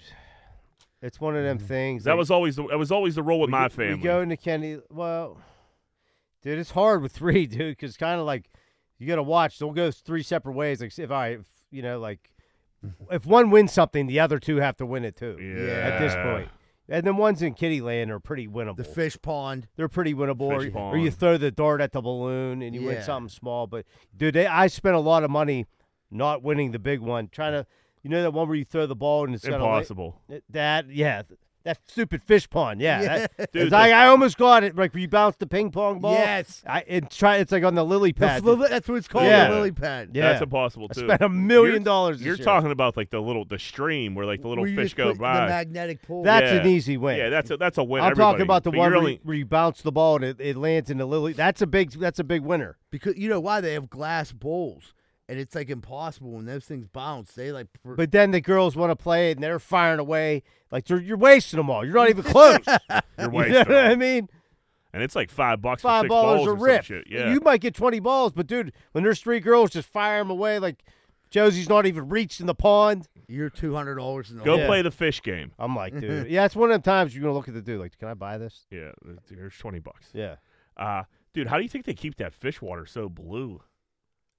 [SPEAKER 2] it's one of
[SPEAKER 1] Mm.
[SPEAKER 2] them things.
[SPEAKER 3] That
[SPEAKER 2] like,
[SPEAKER 3] was always the that was always the rule with
[SPEAKER 2] we
[SPEAKER 3] my
[SPEAKER 2] go- We
[SPEAKER 3] family.
[SPEAKER 2] go into Kenny. Well, dude, it's hard with (laughs) three, dude, because kind of like you got to watch. They'll go three separate ways. Like if I, if, you
[SPEAKER 1] (laughs)
[SPEAKER 2] know, like if one wins something, the other two have to win it too.
[SPEAKER 3] yeah.
[SPEAKER 2] At this point. And then ones in Kittyland are pretty winnable.
[SPEAKER 1] the fish pond.
[SPEAKER 2] They're pretty winnable. Or,
[SPEAKER 3] Fish
[SPEAKER 2] or you
[SPEAKER 3] pond.
[SPEAKER 2] throw the dart at the balloon and you
[SPEAKER 1] Yeah.
[SPEAKER 2] win something small. But dude, they, I spent a lot of money not winning the big one, trying to, you know, that one where you throw the ball and it's got a la-
[SPEAKER 3] impossible.
[SPEAKER 2] that yeah, th- that stupid fish pond. Yeah, that- it's
[SPEAKER 3] (laughs) Dude,
[SPEAKER 2] like
[SPEAKER 3] the-
[SPEAKER 2] I almost got it. Like you bounce the ping pong ball.
[SPEAKER 1] Yes.
[SPEAKER 2] I it try. It's like on the lily
[SPEAKER 1] The
[SPEAKER 2] pad.
[SPEAKER 1] fl- that's what it's called,
[SPEAKER 2] Yeah.
[SPEAKER 1] the lily pad.
[SPEAKER 2] yeah,
[SPEAKER 3] That's impossible
[SPEAKER 2] I
[SPEAKER 3] too.
[SPEAKER 2] spent a million
[SPEAKER 3] You're-
[SPEAKER 2] dollars. this
[SPEAKER 3] You're
[SPEAKER 2] year.
[SPEAKER 3] talking about like the little the stream where like the little
[SPEAKER 1] Where you
[SPEAKER 3] fish
[SPEAKER 1] just
[SPEAKER 3] go
[SPEAKER 1] put
[SPEAKER 3] by.
[SPEAKER 1] The magnetic pool.
[SPEAKER 2] That's
[SPEAKER 3] Yeah.
[SPEAKER 2] an easy win.
[SPEAKER 3] yeah, that's a that's a win.
[SPEAKER 2] I'm talking
[SPEAKER 3] everybody.
[SPEAKER 2] about the
[SPEAKER 3] But
[SPEAKER 2] one
[SPEAKER 3] you're
[SPEAKER 2] where,
[SPEAKER 3] only-
[SPEAKER 2] you, where you bounce the ball and it, it lands in the lily. That's a big. That's a big winner.
[SPEAKER 1] because you know why they have glass bowls, and it's like impossible when those things bounce. They like. pr-
[SPEAKER 2] But then the girls want to play it and they're firing away. Like you're, you're wasting them all. You're not
[SPEAKER 3] (laughs)
[SPEAKER 2] even close. (laughs)
[SPEAKER 3] you're
[SPEAKER 2] you
[SPEAKER 3] wasting
[SPEAKER 2] know what
[SPEAKER 3] them.
[SPEAKER 2] I mean?
[SPEAKER 3] and it's like five bucks for
[SPEAKER 2] Five
[SPEAKER 3] six
[SPEAKER 2] ballers
[SPEAKER 3] balls
[SPEAKER 2] a
[SPEAKER 3] or some
[SPEAKER 2] rip.
[SPEAKER 3] shit. Yeah,
[SPEAKER 2] You might get 20 balls, but dude, when there's three girls, just fire them away. Like Josie's not even reached in the pond.
[SPEAKER 1] you're two hundred dollars in the
[SPEAKER 3] go
[SPEAKER 1] hole.
[SPEAKER 2] Yeah.
[SPEAKER 3] play the fish game.
[SPEAKER 2] I'm like, dude, yeah, it's one of the times you're gonna look at the dude like, can I buy this?
[SPEAKER 3] Yeah, here's twenty bucks.
[SPEAKER 2] Yeah,
[SPEAKER 3] Uh dude, how do you think they keep that fish water so blue?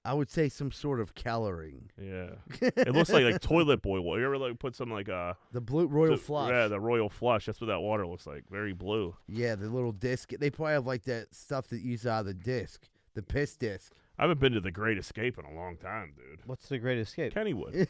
[SPEAKER 1] I would say some sort of coloring.
[SPEAKER 3] Yeah, it looks
[SPEAKER 2] (laughs)
[SPEAKER 3] like like toilet boy water. You ever like put some like uh
[SPEAKER 1] The blue royal
[SPEAKER 3] the-
[SPEAKER 1] flush.
[SPEAKER 3] Yeah, the royal flush. That's what that water looks like. Very blue.
[SPEAKER 1] Yeah, the little disc. They probably have like that stuff that you saw the disc, the piss disc.
[SPEAKER 3] I haven't been to the Great Escape in a long time, dude.
[SPEAKER 2] what's the great escape?
[SPEAKER 3] Kennywood.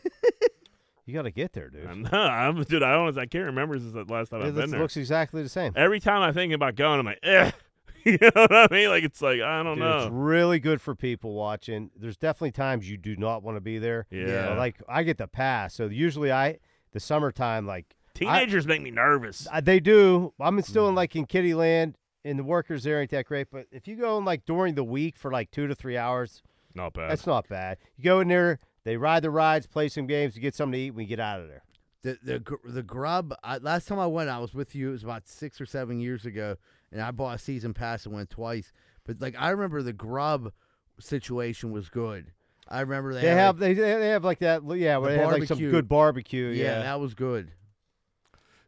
[SPEAKER 2] You gotta get there, dude.
[SPEAKER 3] I'm, (laughs) I'm, dude, I honestly I can't remember since the last time
[SPEAKER 2] it
[SPEAKER 3] I've been
[SPEAKER 2] looks,
[SPEAKER 3] there.
[SPEAKER 2] looks exactly the same.
[SPEAKER 3] Every time I think about going, I'm like, eh. (laughs) you know what I mean? Like it's like I don't
[SPEAKER 2] Dude,
[SPEAKER 3] know.
[SPEAKER 2] It's really good for people watching. There's definitely times you do not want to be there.
[SPEAKER 3] Yeah.
[SPEAKER 2] Uh, like I get the pass, so usually I the summertime like
[SPEAKER 3] Teenagers make me nervous. Mm-hmm.
[SPEAKER 2] I, they do. I'm still in like in Kittyland and the workers there ain't that great. But if you go in like during the week for like two to three hours,
[SPEAKER 3] Not bad.
[SPEAKER 2] that's not bad. You go in there, they ride the rides, play some games, you get something to eat, we get out of there.
[SPEAKER 1] the the gr- the grub. I, last time I went, I was with you. It was about six or seven years ago, and I bought a season pass and went twice. But like I remember, the grub situation was good. I remember they,
[SPEAKER 2] They
[SPEAKER 1] had,
[SPEAKER 2] have
[SPEAKER 1] like-
[SPEAKER 2] they, they have like that yeah, where
[SPEAKER 1] The
[SPEAKER 2] they have like some
[SPEAKER 1] barbecue.
[SPEAKER 2] good barbecue. Yeah,
[SPEAKER 1] yeah, that was good.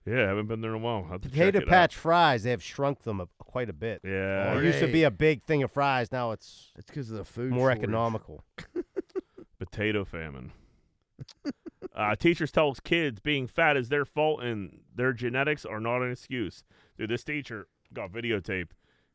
[SPEAKER 3] yeah, I haven't been there in a while. I'll have to check
[SPEAKER 2] potato
[SPEAKER 3] it out.
[SPEAKER 2] patch fries. They have shrunk them a, quite a bit.
[SPEAKER 3] Yeah,
[SPEAKER 2] It used to be a big thing of fries. Now it's
[SPEAKER 1] It's because of the food.
[SPEAKER 2] more
[SPEAKER 1] shortage.
[SPEAKER 2] economical.
[SPEAKER 3] potato famine. (laughs) uh, teachers tells kids being fat is their fault and their genetics are not an excuse. Dude, this teacher got videotape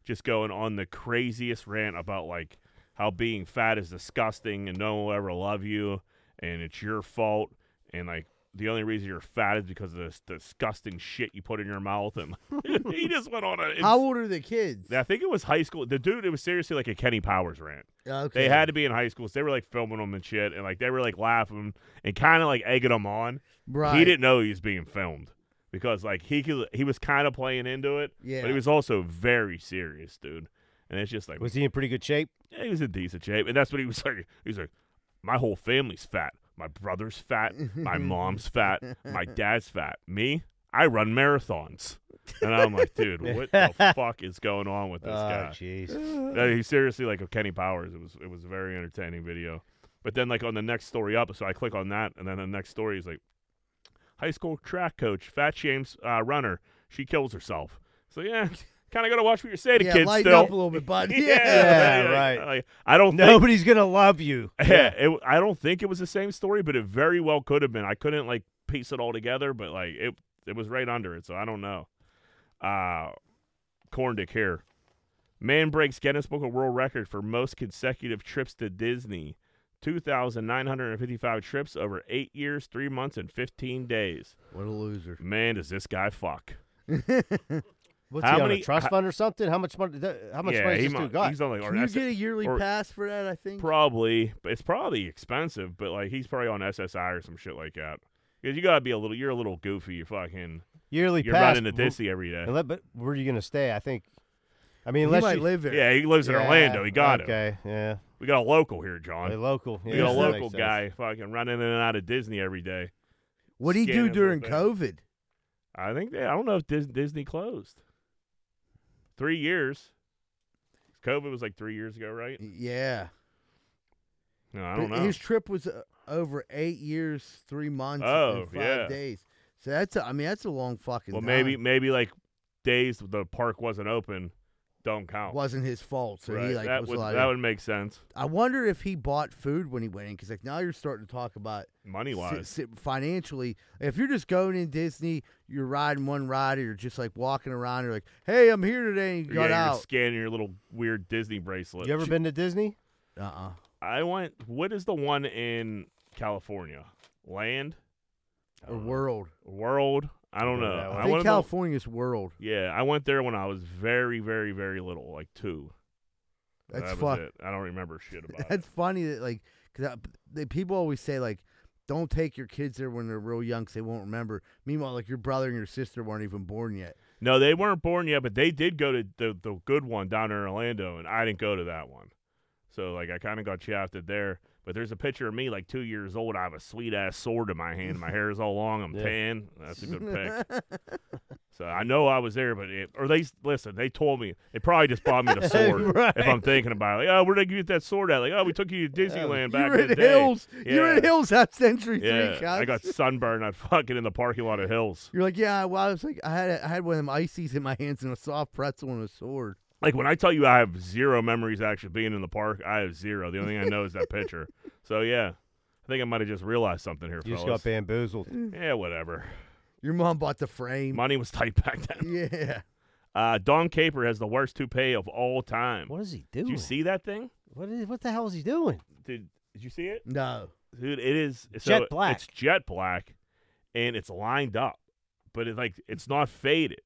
[SPEAKER 3] just going on the craziest rant about like how being fat is disgusting and no one will ever love you and it's your fault and like the only reason you're fat is because of this disgusting shit you put in your mouth and (laughs) he just went on a
[SPEAKER 1] How old are the kids?
[SPEAKER 3] I think it was high school. The dude, it was seriously like a Kenny Powers rant.
[SPEAKER 1] okay.
[SPEAKER 3] They had to be in high school. So they were like filming them and shit, and like they were like laughing and kind of like egging them on.
[SPEAKER 1] right.
[SPEAKER 3] He didn't know he was being filmed because like he could, he was kind of playing into it,
[SPEAKER 1] Yeah.
[SPEAKER 3] but he was also very serious, dude. And it's just like
[SPEAKER 2] Was he in pretty good shape?
[SPEAKER 3] yeah, he was in decent shape, and that's what he was like. He was like, my whole family's fat. My brother's fat.
[SPEAKER 1] (laughs)
[SPEAKER 3] My mom's fat. My dad's fat. Me, I run marathons. And I'm like, dude,
[SPEAKER 1] (laughs)
[SPEAKER 3] what the fuck is going on with this guy?
[SPEAKER 2] Oh,
[SPEAKER 3] (laughs)
[SPEAKER 2] jeez.
[SPEAKER 3] No, he seriously like a Kenny Powers. It was it was a very entertaining video. But then like on the next story up, so I click on that, and then the next story is like high school track coach fat shames uh, runner. She kills herself. So yeah, (laughs) kind of gotta watch what you say to
[SPEAKER 1] yeah,
[SPEAKER 3] kids
[SPEAKER 1] lighten
[SPEAKER 3] still.
[SPEAKER 1] up a little bit, bud.
[SPEAKER 3] (laughs)
[SPEAKER 2] Yeah,
[SPEAKER 3] yeah, like,
[SPEAKER 2] right.
[SPEAKER 3] (laughs) like, I don't think.
[SPEAKER 2] Nobody's gonna love you.
[SPEAKER 3] (laughs) Yeah, it, I don't think it was the same story, but it very well could have been. I couldn't like piece it all together, but like it it was right under it, so I don't know. Uh corn dick here. Man breaks Guinness Book of World Record for most consecutive trips to Disney. 2,955 trips over eight years, three months, and 15 days.
[SPEAKER 1] What a loser.
[SPEAKER 3] Man, does this guy fuck.
[SPEAKER 2] What's
[SPEAKER 3] How
[SPEAKER 2] he on
[SPEAKER 3] many-
[SPEAKER 2] a trust
[SPEAKER 3] how-
[SPEAKER 2] fund or something? How much money? th- How much
[SPEAKER 3] yeah,
[SPEAKER 2] money does
[SPEAKER 3] he
[SPEAKER 2] this
[SPEAKER 3] mu-
[SPEAKER 2] dude got?
[SPEAKER 3] He's on like, or
[SPEAKER 1] Can you
[SPEAKER 3] S-
[SPEAKER 1] get a yearly
[SPEAKER 3] or-
[SPEAKER 1] pass for that? I think.
[SPEAKER 3] Probably, but it's probably expensive. But like, he's probably on SSI or some shit like that. Because you gotta be a little, you're a little goofy. You fucking,
[SPEAKER 2] Yearly
[SPEAKER 3] you're
[SPEAKER 2] pass.
[SPEAKER 3] riding to
[SPEAKER 2] w-
[SPEAKER 3] Disney every day.
[SPEAKER 2] unle- but where are you gonna stay? I think. I mean,
[SPEAKER 1] he
[SPEAKER 2] unless
[SPEAKER 1] might
[SPEAKER 2] you,
[SPEAKER 1] live there.
[SPEAKER 3] Yeah, he lives in
[SPEAKER 2] Yeah,
[SPEAKER 3] Orlando. He got him.
[SPEAKER 2] Okay, yeah,
[SPEAKER 3] We got a local here,
[SPEAKER 2] a
[SPEAKER 3] John.
[SPEAKER 2] local.
[SPEAKER 3] We
[SPEAKER 2] yeah,
[SPEAKER 3] got a
[SPEAKER 2] that makes
[SPEAKER 3] local
[SPEAKER 2] sense.
[SPEAKER 3] guy fucking running in and out of Disney every day.
[SPEAKER 1] What would he
[SPEAKER 3] Scanning
[SPEAKER 1] do
[SPEAKER 3] the whole
[SPEAKER 1] during
[SPEAKER 3] thing.
[SPEAKER 1] COVID?
[SPEAKER 3] I think they. I don't know if Dis- Disney closed. Three years. COVID was like three years ago, right?
[SPEAKER 1] Yeah.
[SPEAKER 3] No, I
[SPEAKER 1] But
[SPEAKER 3] don't know.
[SPEAKER 1] His trip was uh, over eight years, three months,
[SPEAKER 3] Oh,
[SPEAKER 1] and five
[SPEAKER 3] yeah.
[SPEAKER 1] days. So that's a, I mean that's a long fucking.
[SPEAKER 3] well,
[SPEAKER 1] time.
[SPEAKER 3] maybe maybe like days the park wasn't open don't count.
[SPEAKER 1] wasn't his fault. So
[SPEAKER 3] Right,
[SPEAKER 1] he like
[SPEAKER 3] that
[SPEAKER 1] was
[SPEAKER 3] would
[SPEAKER 1] like,
[SPEAKER 3] that would make sense
[SPEAKER 1] I wonder if he bought food when he went in because like now you're starting to talk about
[SPEAKER 3] money
[SPEAKER 1] si-
[SPEAKER 3] wise.
[SPEAKER 1] si- financially. If you're just going in Disney, you're riding one ride, or you're just like walking around, you're like, hey, I'm here today, and you
[SPEAKER 3] yeah,
[SPEAKER 1] got
[SPEAKER 3] you're
[SPEAKER 1] out.
[SPEAKER 3] scanning your little weird Disney bracelet.
[SPEAKER 2] You ever been to Disney?
[SPEAKER 1] Uh uh
[SPEAKER 3] I went. What is the one in California? Land I
[SPEAKER 1] Or
[SPEAKER 3] don't know.
[SPEAKER 1] world.
[SPEAKER 3] World? I don't
[SPEAKER 2] Yeah,
[SPEAKER 3] know.
[SPEAKER 2] that
[SPEAKER 3] Oh, I,
[SPEAKER 1] I,
[SPEAKER 2] one.
[SPEAKER 3] went
[SPEAKER 1] think
[SPEAKER 3] to the-
[SPEAKER 1] California's world.
[SPEAKER 3] yeah, I went there when I was very, very, very little, like two.
[SPEAKER 1] That's
[SPEAKER 3] that was
[SPEAKER 1] fuck.
[SPEAKER 3] it. I don't remember shit
[SPEAKER 1] (laughs)
[SPEAKER 3] about
[SPEAKER 1] That's
[SPEAKER 3] it.
[SPEAKER 1] funny that like because people always say like. Don't take your kids there when they're real young 'cause they won't remember. Meanwhile, like your brother and your sister weren't even born yet.
[SPEAKER 3] No, they weren't born yet, but they did go to the the good one down in Orlando, and I didn't go to that one. So like, I kind of got shafted there. But there's a picture of me like two years old. I have a sweet ass sword in my hand. My hair is all long. I'm
[SPEAKER 2] Yeah.
[SPEAKER 3] tan. That's a good pic. So I know I was there, but it, or they listen. They told me they probably just bought me the sword.
[SPEAKER 2] Right.
[SPEAKER 3] If I'm thinking about it, like, oh, where did you get that sword at? Like, oh, we took you to Disneyland back
[SPEAKER 1] you were
[SPEAKER 3] in the
[SPEAKER 1] at
[SPEAKER 3] day.
[SPEAKER 1] Hills. You were
[SPEAKER 3] Yeah.
[SPEAKER 1] at Hills at Century
[SPEAKER 3] Yeah,
[SPEAKER 1] Three.
[SPEAKER 3] I
[SPEAKER 1] cuz.
[SPEAKER 3] got sunburned. I fucking in the parking lot of Hills.
[SPEAKER 1] You're like, yeah. Well, I was like, I had I had one of them ices in my hands and a soft pretzel and a sword.
[SPEAKER 3] Like when I tell you I have zero memories actually being in the park, I have zero. The only thing I know
[SPEAKER 2] (laughs)
[SPEAKER 3] is that picture. So yeah, I think I might have just realized something here,
[SPEAKER 2] You just got
[SPEAKER 3] fellas.
[SPEAKER 2] bamboozled.
[SPEAKER 3] yeah, whatever.
[SPEAKER 1] Your mom bought the frame.
[SPEAKER 3] Money was tight (laughs) back then.
[SPEAKER 1] (laughs) yeah.
[SPEAKER 3] Uh, Don Caper has the worst toupee of all time.
[SPEAKER 2] What is he
[SPEAKER 3] Did
[SPEAKER 2] doing?
[SPEAKER 3] you see that thing?
[SPEAKER 2] What is? What the hell is he doing?
[SPEAKER 3] Did Did you see it?
[SPEAKER 1] No.
[SPEAKER 3] dude. It is so
[SPEAKER 2] Jet black.
[SPEAKER 3] It's jet black, and it's lined up, but it like it's not faded.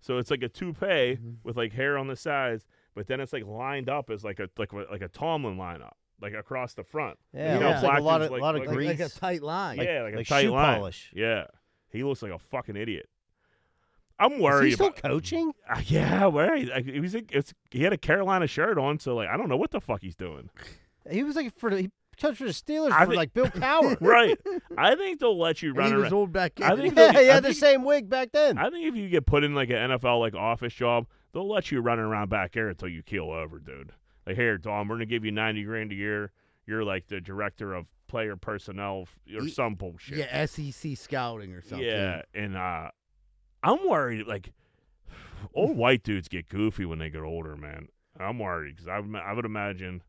[SPEAKER 3] So it's like a toupee
[SPEAKER 2] Mm-hmm.
[SPEAKER 3] with like hair on the sides, but then it's like lined up as like a like a- like a Tomlin lineup, like across the front.
[SPEAKER 2] Yeah,
[SPEAKER 1] You know,
[SPEAKER 2] looks like
[SPEAKER 3] black
[SPEAKER 2] a lot
[SPEAKER 3] dudes
[SPEAKER 2] of
[SPEAKER 3] like-
[SPEAKER 2] lot of
[SPEAKER 3] like-
[SPEAKER 1] Like, like
[SPEAKER 2] grease.
[SPEAKER 1] a tight line.
[SPEAKER 3] yeah, like, a
[SPEAKER 2] like
[SPEAKER 3] tight
[SPEAKER 2] shoe
[SPEAKER 3] line.
[SPEAKER 2] polish.
[SPEAKER 3] Yeah, he looks like a fucking idiot. I'm
[SPEAKER 2] Is
[SPEAKER 3] worried.
[SPEAKER 2] he still
[SPEAKER 3] about,
[SPEAKER 2] coaching?
[SPEAKER 3] (laughs) Uh, yeah, worried. Like, he was. It's, he had a Carolina shirt on, so like I don't know what the fuck he's doing.
[SPEAKER 2] He was like for the, he coached for the Steelers
[SPEAKER 3] I
[SPEAKER 2] for
[SPEAKER 3] thi-
[SPEAKER 2] like
[SPEAKER 3] (laughs)
[SPEAKER 2] Bill Power.
[SPEAKER 3] right. I think they'll let you
[SPEAKER 1] And
[SPEAKER 3] run
[SPEAKER 1] he was
[SPEAKER 3] around.
[SPEAKER 1] old back
[SPEAKER 3] I
[SPEAKER 1] in.
[SPEAKER 2] (laughs)
[SPEAKER 3] think-
[SPEAKER 2] yeah, he
[SPEAKER 3] I
[SPEAKER 2] had the
[SPEAKER 3] think-
[SPEAKER 2] same wig back then.
[SPEAKER 3] I think if you get put in like an NFL like office job, they'll let you run around back here until you keel over, dude. Like here, Tom, we're gonna give you ninety grand a year. You're like the director of player personnel f- or
[SPEAKER 1] Ye-
[SPEAKER 3] some bullshit.
[SPEAKER 1] yeah, SEC scouting or something.
[SPEAKER 3] Yeah, and uh, I'm worried. Like, old white dudes get goofy when they get older, man. I'm worried because I, would- I would imagine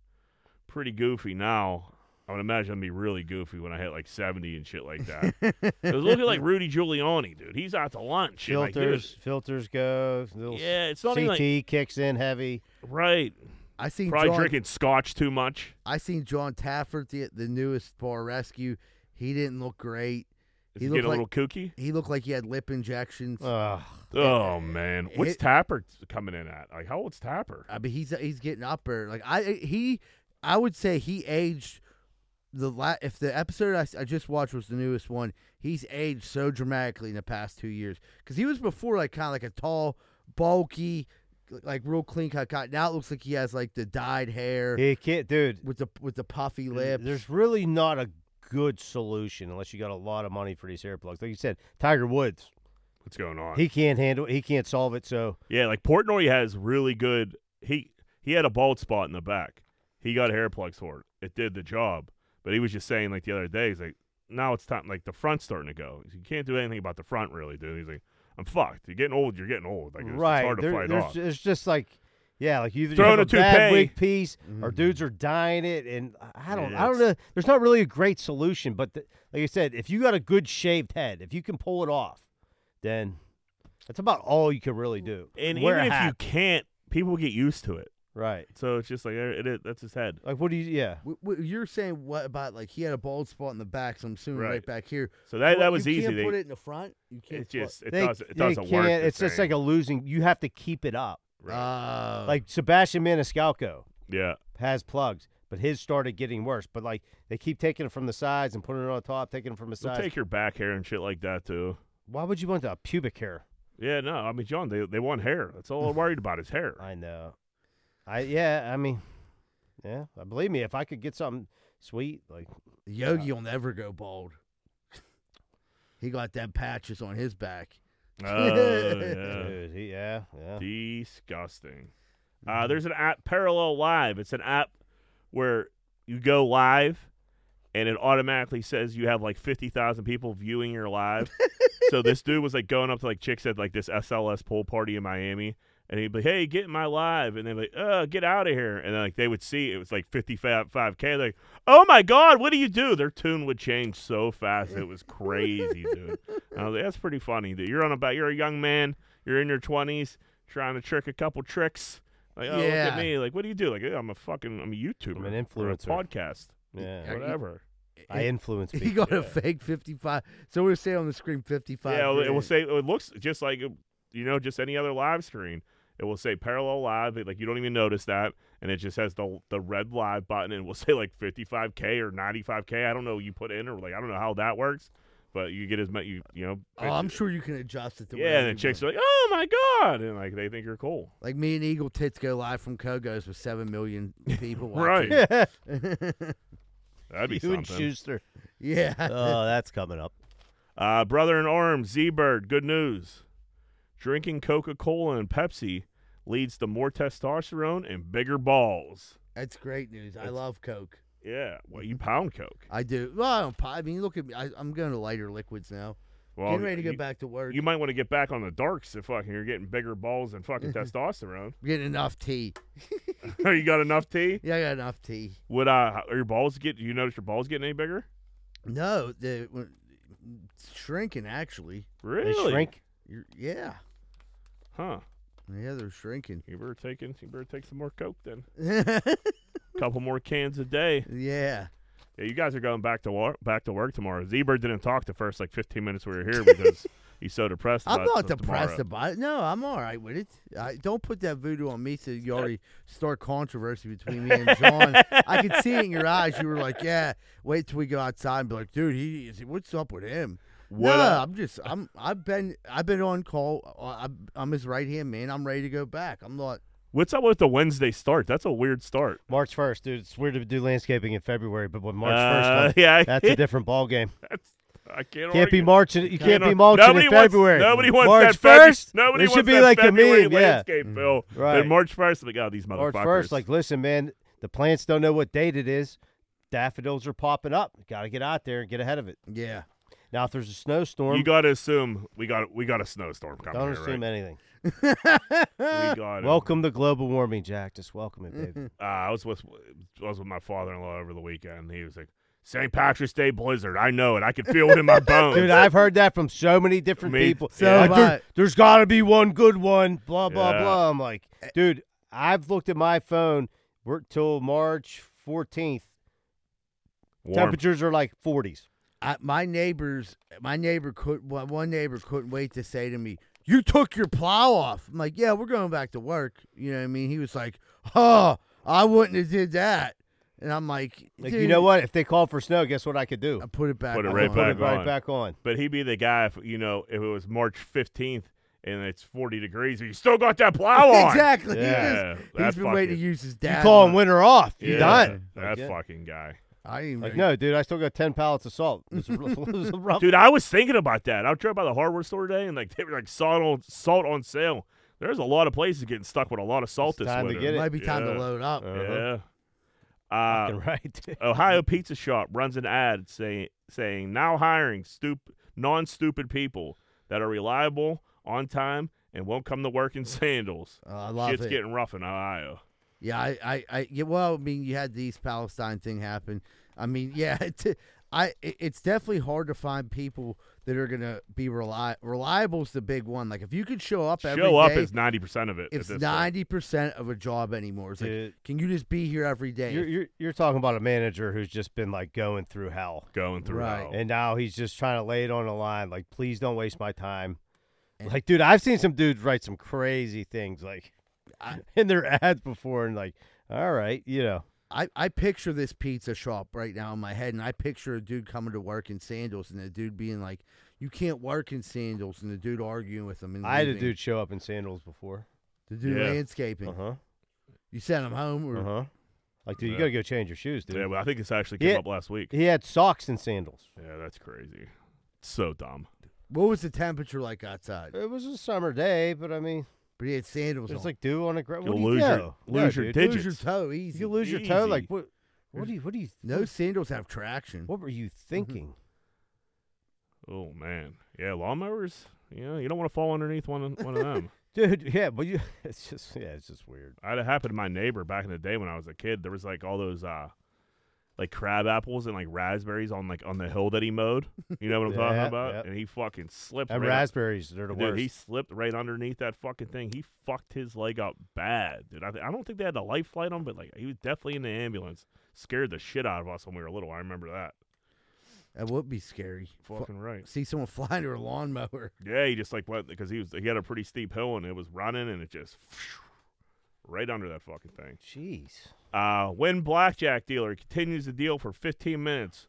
[SPEAKER 3] pretty goofy now. I would imagine I'd be really goofy when I hit like 70 and shit like that.
[SPEAKER 1] (laughs)
[SPEAKER 3] Because look at like Rudy Giuliani, dude. He's out to lunch. and, like,
[SPEAKER 2] filters,
[SPEAKER 3] there's-
[SPEAKER 2] filters go. Little
[SPEAKER 3] yeah, it's not
[SPEAKER 2] CT
[SPEAKER 3] even like
[SPEAKER 2] kicks in heavy.
[SPEAKER 3] right.
[SPEAKER 1] (laughs) I seen
[SPEAKER 3] Probably
[SPEAKER 1] John,
[SPEAKER 3] drinking scotch too much.
[SPEAKER 1] I seen John Tafford the the newest bar rescue. He didn't look great.
[SPEAKER 3] Is
[SPEAKER 1] He
[SPEAKER 3] he
[SPEAKER 1] looked
[SPEAKER 3] getting
[SPEAKER 1] like-
[SPEAKER 3] a little kooky?
[SPEAKER 1] He looked like he had lip injections.
[SPEAKER 2] Ugh.
[SPEAKER 3] Oh man, what's
[SPEAKER 1] it-
[SPEAKER 3] Tapper coming in at? Like, how old's Tapper?
[SPEAKER 1] I mean, he's he's getting up there. Like I he, I would say he aged the la- if the episode I, s- I just watched was the newest one. He's aged so dramatically in the past two years because he was before like kind of like a tall, bulky, like real clean cut guy. Now it looks like he has like the dyed hair
[SPEAKER 2] He can't, dude.
[SPEAKER 1] with the with the puffy
[SPEAKER 2] th-
[SPEAKER 1] lips.
[SPEAKER 2] There's really not a good solution unless you got a lot of money for these hair plugs. Like you said, Tiger Woods,
[SPEAKER 3] What's going on?
[SPEAKER 2] he can't handle, he can't solve it. So
[SPEAKER 3] Yeah, like Portnoy has really good. He he had a bald spot in the back. He got hair plugs for it. It did the job. But he was just saying like the other day, he's like, now it's time. Like the front's starting to go. You can't do anything about the front really, dude. He's like, I'm fucked. You're getting old. You're getting old. Like it's, it's
[SPEAKER 2] right,
[SPEAKER 3] hard to
[SPEAKER 2] there-
[SPEAKER 3] fight
[SPEAKER 2] there's,
[SPEAKER 3] off.
[SPEAKER 2] there's just like, yeah, like you
[SPEAKER 3] Throwing
[SPEAKER 2] have
[SPEAKER 3] a
[SPEAKER 2] a bad
[SPEAKER 3] toupee.
[SPEAKER 2] wig piece,
[SPEAKER 3] Mm-hmm.
[SPEAKER 2] or
[SPEAKER 1] Mhm.
[SPEAKER 2] dudes are dying it, and I- I don't, I
[SPEAKER 3] Yeah,
[SPEAKER 2] don't know. There's not really a great solution, but the, like I said, if you got a good shaved head, if you can pull it off, then that's about all you can really do.
[SPEAKER 3] and
[SPEAKER 2] Wear
[SPEAKER 3] even
[SPEAKER 2] a
[SPEAKER 3] if you
[SPEAKER 2] hat.
[SPEAKER 3] can't, people get used to it.
[SPEAKER 2] right,
[SPEAKER 3] So it's just like eh, it, it, that's his head.
[SPEAKER 2] like what do you, yeah.
[SPEAKER 1] W- w- You're saying what about like he had a bald spot in the back, so I'm assuming right,
[SPEAKER 3] Right.
[SPEAKER 1] back here.
[SPEAKER 3] So that
[SPEAKER 1] Well,
[SPEAKER 3] that was
[SPEAKER 1] you
[SPEAKER 3] easy.
[SPEAKER 1] Can't put
[SPEAKER 3] They,
[SPEAKER 1] it in the front. You can't.
[SPEAKER 3] it just it
[SPEAKER 2] They-
[SPEAKER 3] doesn't it
[SPEAKER 2] they
[SPEAKER 3] doesn't work.
[SPEAKER 2] can't-
[SPEAKER 3] the
[SPEAKER 2] It's just
[SPEAKER 3] same.
[SPEAKER 2] like uh, a losing. You have to keep it up.
[SPEAKER 1] Right.
[SPEAKER 2] Like Sebastian Maniscalco
[SPEAKER 3] yeah.
[SPEAKER 2] has plugs, but his started getting worse. But like they keep taking it from the sides and putting it on top, taking it from the
[SPEAKER 3] They'll
[SPEAKER 2] sides.
[SPEAKER 3] take your back hair and shit like that too.
[SPEAKER 2] Why would you want the pubic hair?
[SPEAKER 3] Yeah, no, I mean John, they they want hair. That's all I'm worried about
[SPEAKER 2] (laughs)
[SPEAKER 3] is hair.
[SPEAKER 2] I know. I yeah. I mean, yeah. I Believe me, if I could get something sweet, like
[SPEAKER 1] Yogi
[SPEAKER 2] uh,
[SPEAKER 1] will never go bald. (laughs) He got them patches on his back.
[SPEAKER 3] Oh, yeah.
[SPEAKER 2] dude, uh, he, yeah, yeah.
[SPEAKER 3] Disgusting. Uh, there's an app, Parallel Live. It's an app where you go live and it automatically says you have like 50,000 people viewing your live. so this dude was like going up to like chicks at like this SLS pool party in Miami. And he'd be like, hey, get in my live. And they'd be like, oh, get out of here. And then like they would see it was like 55K. They're like, oh my God, what do you do? Their tune would change so fast. It was crazy, dude. And I was like, that's pretty funny. Dude. You're on about, you're a young man, you're in your 20s, trying to trick a couple tricks. Like, oh, look
[SPEAKER 1] Yeah.
[SPEAKER 3] at me. Like, what do you do? Like, "Yeah, I'm a fucking, I'm a YouTuber.
[SPEAKER 2] I'm an
[SPEAKER 3] or a
[SPEAKER 2] influencer."
[SPEAKER 3] podcast.
[SPEAKER 2] yeah.
[SPEAKER 1] Are you-
[SPEAKER 3] Whatever.
[SPEAKER 2] I
[SPEAKER 1] (laughs)
[SPEAKER 2] influence
[SPEAKER 1] He
[SPEAKER 2] people.
[SPEAKER 1] got a
[SPEAKER 2] yeah.
[SPEAKER 1] fake 55. So we're saying on the screen 55.
[SPEAKER 3] Yeah, it will
[SPEAKER 1] grand.
[SPEAKER 3] say, it looks just like, you know, just any other live screen. It will say parallel live. Like, you don't even notice that. And it just has the the red live button and it will (laughs) say like 55K or 95K. I don't know you put in or like, I don't know how that works. But you get as much, you, you know.
[SPEAKER 1] Oh, I'm sure you can adjust it to
[SPEAKER 3] Yeah,
[SPEAKER 1] whatever
[SPEAKER 3] and the
[SPEAKER 1] you
[SPEAKER 3] chicks
[SPEAKER 1] want.
[SPEAKER 3] are like, oh my God. And like, they think you're cool.
[SPEAKER 1] Like me and Eagle Tits go live from Kogo's with 7
[SPEAKER 3] (laughs)
[SPEAKER 1] million people
[SPEAKER 3] Right.
[SPEAKER 1] watching.
[SPEAKER 2] (laughs) Yeah,
[SPEAKER 3] That'd be
[SPEAKER 2] you and
[SPEAKER 3] something. (laughs)
[SPEAKER 2] Schuster.
[SPEAKER 1] (laughs) yeah.
[SPEAKER 2] Oh, that's coming up.
[SPEAKER 3] Uh, brother in arms, Z Bird, good news. Drinking Coca Cola and Pepsi leads to more testosterone and bigger balls.
[SPEAKER 1] That's great news. I
[SPEAKER 3] It's-
[SPEAKER 1] love Coke.
[SPEAKER 3] Yeah, well, you
[SPEAKER 1] Mm-hmm.
[SPEAKER 3] pound Coke.
[SPEAKER 1] I do. Well, I don't. pi- I mean, look at me. I, I'm going to lighter liquids now.
[SPEAKER 3] Well,
[SPEAKER 1] Getting ready to
[SPEAKER 3] you,
[SPEAKER 1] go back to work.
[SPEAKER 3] You might want to get back on the darks if fucking you're getting bigger balls
[SPEAKER 1] (laughs)
[SPEAKER 3] and fucking testosterone. (laughs)
[SPEAKER 1] Getting enough tea.
[SPEAKER 3] you got enough tea?
[SPEAKER 1] Yeah, I got enough tea.
[SPEAKER 3] Would uh, are your balls get? You notice your balls getting any bigger?
[SPEAKER 1] No, the when- shrinking actually.
[SPEAKER 3] Really?
[SPEAKER 2] They shrink.
[SPEAKER 1] You're, yeah,
[SPEAKER 3] Huh?
[SPEAKER 1] yeah, they're shrinking. (laughs)
[SPEAKER 3] You better taking. You better take some more Coke then.
[SPEAKER 1] yeah,
[SPEAKER 3] couple more cans a day. Yeah, you guys are going back to work. Back to work tomorrow. Z Bird didn't talk the first like 15 minutes we were here
[SPEAKER 1] (laughs)
[SPEAKER 3] because he's so depressed.
[SPEAKER 1] I'm
[SPEAKER 3] about
[SPEAKER 1] not
[SPEAKER 3] t- tomorrow.
[SPEAKER 1] depressed about it. No, I'm all right with it. I, don't put that voodoo on me so you already start controversy between me and John. I could see it in your eyes. You were like, "Yeah, wait till we go outside and be like, dude, he is. What's up with him?"
[SPEAKER 3] What uh,
[SPEAKER 2] uh,
[SPEAKER 1] no,
[SPEAKER 3] up?
[SPEAKER 1] I'm just I'm I've been I've been on call. uh, I, I'm his right hand man. I'm ready to go back. I'm not.
[SPEAKER 3] What's up with the Wednesday start? That's a weird start.
[SPEAKER 2] March 1st, dude. It's weird to do landscaping in February, but when March 1st,
[SPEAKER 3] Uh,
[SPEAKER 2] comes,
[SPEAKER 3] (laughs) yeah,
[SPEAKER 2] that's a different ball game.
[SPEAKER 3] that's, I can't.
[SPEAKER 2] Can't be
[SPEAKER 3] argue.
[SPEAKER 2] mulching. You can't be
[SPEAKER 3] Can't-
[SPEAKER 2] mulching
[SPEAKER 3] nobody
[SPEAKER 2] in
[SPEAKER 3] wants-
[SPEAKER 2] February.
[SPEAKER 3] nobody wants
[SPEAKER 2] March
[SPEAKER 3] that February-
[SPEAKER 2] first.
[SPEAKER 3] nobody
[SPEAKER 2] it
[SPEAKER 3] wants
[SPEAKER 2] should be
[SPEAKER 3] that
[SPEAKER 2] like
[SPEAKER 3] February
[SPEAKER 2] a meme. Yeah, Mm,
[SPEAKER 3] landscape bill.
[SPEAKER 2] Right.
[SPEAKER 3] Then March first, like, oh, these motherfuckers.
[SPEAKER 2] March first. Like, listen, man, the plants don't know what date it is. Daffodils are popping up. Got to get out there and get ahead of it.
[SPEAKER 1] Yeah.
[SPEAKER 2] Now, if there's a snowstorm,
[SPEAKER 3] you got to assume we got we got a snowstorm coming.
[SPEAKER 2] don't
[SPEAKER 3] here,
[SPEAKER 2] assume
[SPEAKER 3] right?
[SPEAKER 2] anything.
[SPEAKER 3] We got it.
[SPEAKER 2] Welcome to global warming, Jack. Just welcome it, baby.
[SPEAKER 3] Uh, I was with I was with my father-in-law over the weekend. He was like, "St. Patrick's Day blizzard. I know it. I can feel it
[SPEAKER 2] (laughs)
[SPEAKER 3] in my bones."
[SPEAKER 2] Dude, I've heard that from so many different
[SPEAKER 3] Me-
[SPEAKER 2] people.
[SPEAKER 1] So Yeah. have
[SPEAKER 2] Like, there-
[SPEAKER 1] I.
[SPEAKER 2] there's got to be one good one. Blah blah
[SPEAKER 3] Yeah.
[SPEAKER 2] blah. I'm like, dude, I've looked at my phone. We're till March 14th.
[SPEAKER 3] Warm.
[SPEAKER 2] Temperatures are like 40s.
[SPEAKER 1] I, my neighbors, my neighbor could one one neighbor couldn't wait to say to me, "You took your plow off." I'm like, "Yeah, we're going back to work." You know what I mean? He was like, "Oh, I wouldn't have did that," and I'm like,
[SPEAKER 2] Like, you
[SPEAKER 1] "Dude,
[SPEAKER 2] know what? If they called for snow, guess what I could do?
[SPEAKER 1] I put it back.
[SPEAKER 3] Put it
[SPEAKER 1] on.
[SPEAKER 3] right
[SPEAKER 2] Put
[SPEAKER 3] back
[SPEAKER 2] it right
[SPEAKER 3] on.
[SPEAKER 2] back on.
[SPEAKER 3] But he'd be the guy if you know if it was March fifteenth and it's forty degrees, but you still got that plow
[SPEAKER 1] (laughs)
[SPEAKER 3] on.
[SPEAKER 1] exactly. He
[SPEAKER 3] Yeah,
[SPEAKER 1] just-
[SPEAKER 3] that
[SPEAKER 1] he's been waiting to
[SPEAKER 3] fucking-
[SPEAKER 1] use his
[SPEAKER 2] You
[SPEAKER 1] dad.
[SPEAKER 2] call
[SPEAKER 1] one.
[SPEAKER 2] him winter off.
[SPEAKER 3] Yeah,
[SPEAKER 2] You're done.
[SPEAKER 3] That
[SPEAKER 2] Like, yeah.
[SPEAKER 3] fucking guy.
[SPEAKER 1] I didn't
[SPEAKER 2] Like,
[SPEAKER 1] even-
[SPEAKER 2] no, dude, I still got 10 pallets of salt.
[SPEAKER 3] (laughs)
[SPEAKER 2] It was a, it (laughs) was a
[SPEAKER 1] Oh.
[SPEAKER 2] rough.
[SPEAKER 3] Dude, I was thinking about that. I drove by the hardware store today and like (laughs) they were like salt on salt on sale. There's a lot of places getting stuck with a lot of salt
[SPEAKER 2] It's
[SPEAKER 3] this
[SPEAKER 2] time to
[SPEAKER 3] winter.
[SPEAKER 2] get
[SPEAKER 1] it might be time
[SPEAKER 3] Yeah.
[SPEAKER 1] to load up.
[SPEAKER 2] Uh-huh.
[SPEAKER 3] Yeah. Uh,
[SPEAKER 2] Fucking right. dude.
[SPEAKER 3] Ohio Pizza Shop runs an ad saying saying now hiring stup- non stupid people that are reliable, on time, and won't come
[SPEAKER 1] (laughs)
[SPEAKER 3] to work in sandals.
[SPEAKER 1] Oh, I love
[SPEAKER 3] Shit's
[SPEAKER 1] it.
[SPEAKER 3] getting rough in Ohio.
[SPEAKER 1] Yeah, I, I, I, yeah, well, I mean, you had the East Palestine thing happen. I mean, (laughs) yeah, it, I, it- it's definitely hard to find people that are gonna be reliable. Reliable's the big one. Like, if you could show up every
[SPEAKER 3] Show up
[SPEAKER 1] day,
[SPEAKER 3] is ninety percent of it. at
[SPEAKER 1] it's
[SPEAKER 3] this point.
[SPEAKER 1] ninety percent of a job anymore.
[SPEAKER 2] (laughs)
[SPEAKER 3] uh,
[SPEAKER 1] It's like,
[SPEAKER 2] Dude.
[SPEAKER 1] can you just be here every day?
[SPEAKER 2] You're, you're, you're talking about a manager who's just been like going through hell.
[SPEAKER 3] going through.
[SPEAKER 1] Right.
[SPEAKER 3] hell.
[SPEAKER 2] And now he's just trying to lay it on the line. Like, please don't waste my time. Like, dude, I've seen some dudes write some crazy things like
[SPEAKER 1] I-
[SPEAKER 2] (laughs) in their ads before and like, all right, you know.
[SPEAKER 1] I, I picture this pizza shop right now in my head, and I picture a dude coming to work in sandals, and the dude being like, "You can't work in sandals," and the dude arguing with him. And
[SPEAKER 2] I had a
[SPEAKER 1] leaving
[SPEAKER 2] dude show up in sandals before.
[SPEAKER 1] to do
[SPEAKER 3] Yeah. Uh-huh.
[SPEAKER 1] landscaping.
[SPEAKER 2] Uh huh.
[SPEAKER 1] You sent him home, or
[SPEAKER 2] Uh huh. Like, dude, you
[SPEAKER 3] Yeah.
[SPEAKER 2] gotta go change your shoes, dude.
[SPEAKER 3] Yeah, but I think this actually came
[SPEAKER 2] Yeah.
[SPEAKER 3] up last week.
[SPEAKER 2] He had socks and sandals.
[SPEAKER 3] Yeah, that's crazy. So dumb.
[SPEAKER 1] what was the temperature like outside?
[SPEAKER 2] It was a summer day, but I mean,
[SPEAKER 1] But he had sandals
[SPEAKER 2] there's
[SPEAKER 1] on.
[SPEAKER 2] like dew on the ground. What
[SPEAKER 3] You'll
[SPEAKER 2] do you
[SPEAKER 3] lose your-
[SPEAKER 2] do?
[SPEAKER 3] lose your
[SPEAKER 2] dude.
[SPEAKER 3] digit.
[SPEAKER 1] lose your
[SPEAKER 3] digits.
[SPEAKER 1] toe
[SPEAKER 2] If
[SPEAKER 1] easy.
[SPEAKER 2] you lose your toe, like
[SPEAKER 3] Easy.
[SPEAKER 2] what? What do you? What do you?
[SPEAKER 1] no sandals have traction.
[SPEAKER 2] What were you
[SPEAKER 3] mm-hmm.
[SPEAKER 2] thinking?
[SPEAKER 3] Oh man. Yeah, lawnmowers. Yeah, you don't want to fall underneath one of, one of
[SPEAKER 2] (laughs)
[SPEAKER 3] them.
[SPEAKER 2] Dude, yeah, but you, (laughs) it's just, yeah, it's just weird.
[SPEAKER 3] I had it happen to my neighbor back in the day when I was a kid. There was like all those uh like crab apples and like raspberries on like on the hill that he mowed. You
[SPEAKER 2] (laughs)
[SPEAKER 3] know what I'm
[SPEAKER 2] Yeah,
[SPEAKER 3] talking about?
[SPEAKER 2] yeah.
[SPEAKER 3] And he fucking slipped
[SPEAKER 2] And
[SPEAKER 3] right up-
[SPEAKER 2] raspberries, they're the
[SPEAKER 3] Dude,
[SPEAKER 2] worst.
[SPEAKER 3] he slipped right underneath that fucking thing. He fucked his leg up bad, dude. I, th- I don't think they had the life flight on, but like he was definitely in the ambulance. Scared the shit out of us when we were little. I remember that.
[SPEAKER 1] That would be scary. Fu-
[SPEAKER 3] Fucking right.
[SPEAKER 1] See someone (laughs) flying to a lawnmower. (laughs)
[SPEAKER 3] Yeah, he just like went because he was he had a pretty steep hill and it was running and it just (sniffs) right under that fucking thing.
[SPEAKER 2] Jeez.
[SPEAKER 3] Uh, when blackjack dealer continues the deal for 15 minutes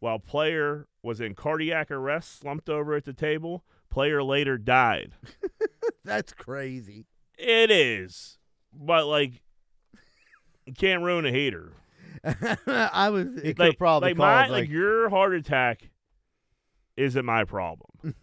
[SPEAKER 3] while player was in cardiac arrest, slumped over at the table. Player later died.
[SPEAKER 1] That's crazy. (laughs)
[SPEAKER 3] It is, but like you can't ruin a heater.
[SPEAKER 1] I was.
[SPEAKER 2] It could
[SPEAKER 3] Like
[SPEAKER 2] probably
[SPEAKER 3] like,
[SPEAKER 2] cause,
[SPEAKER 3] my,
[SPEAKER 2] like-
[SPEAKER 3] like your heart attack isn't my problem.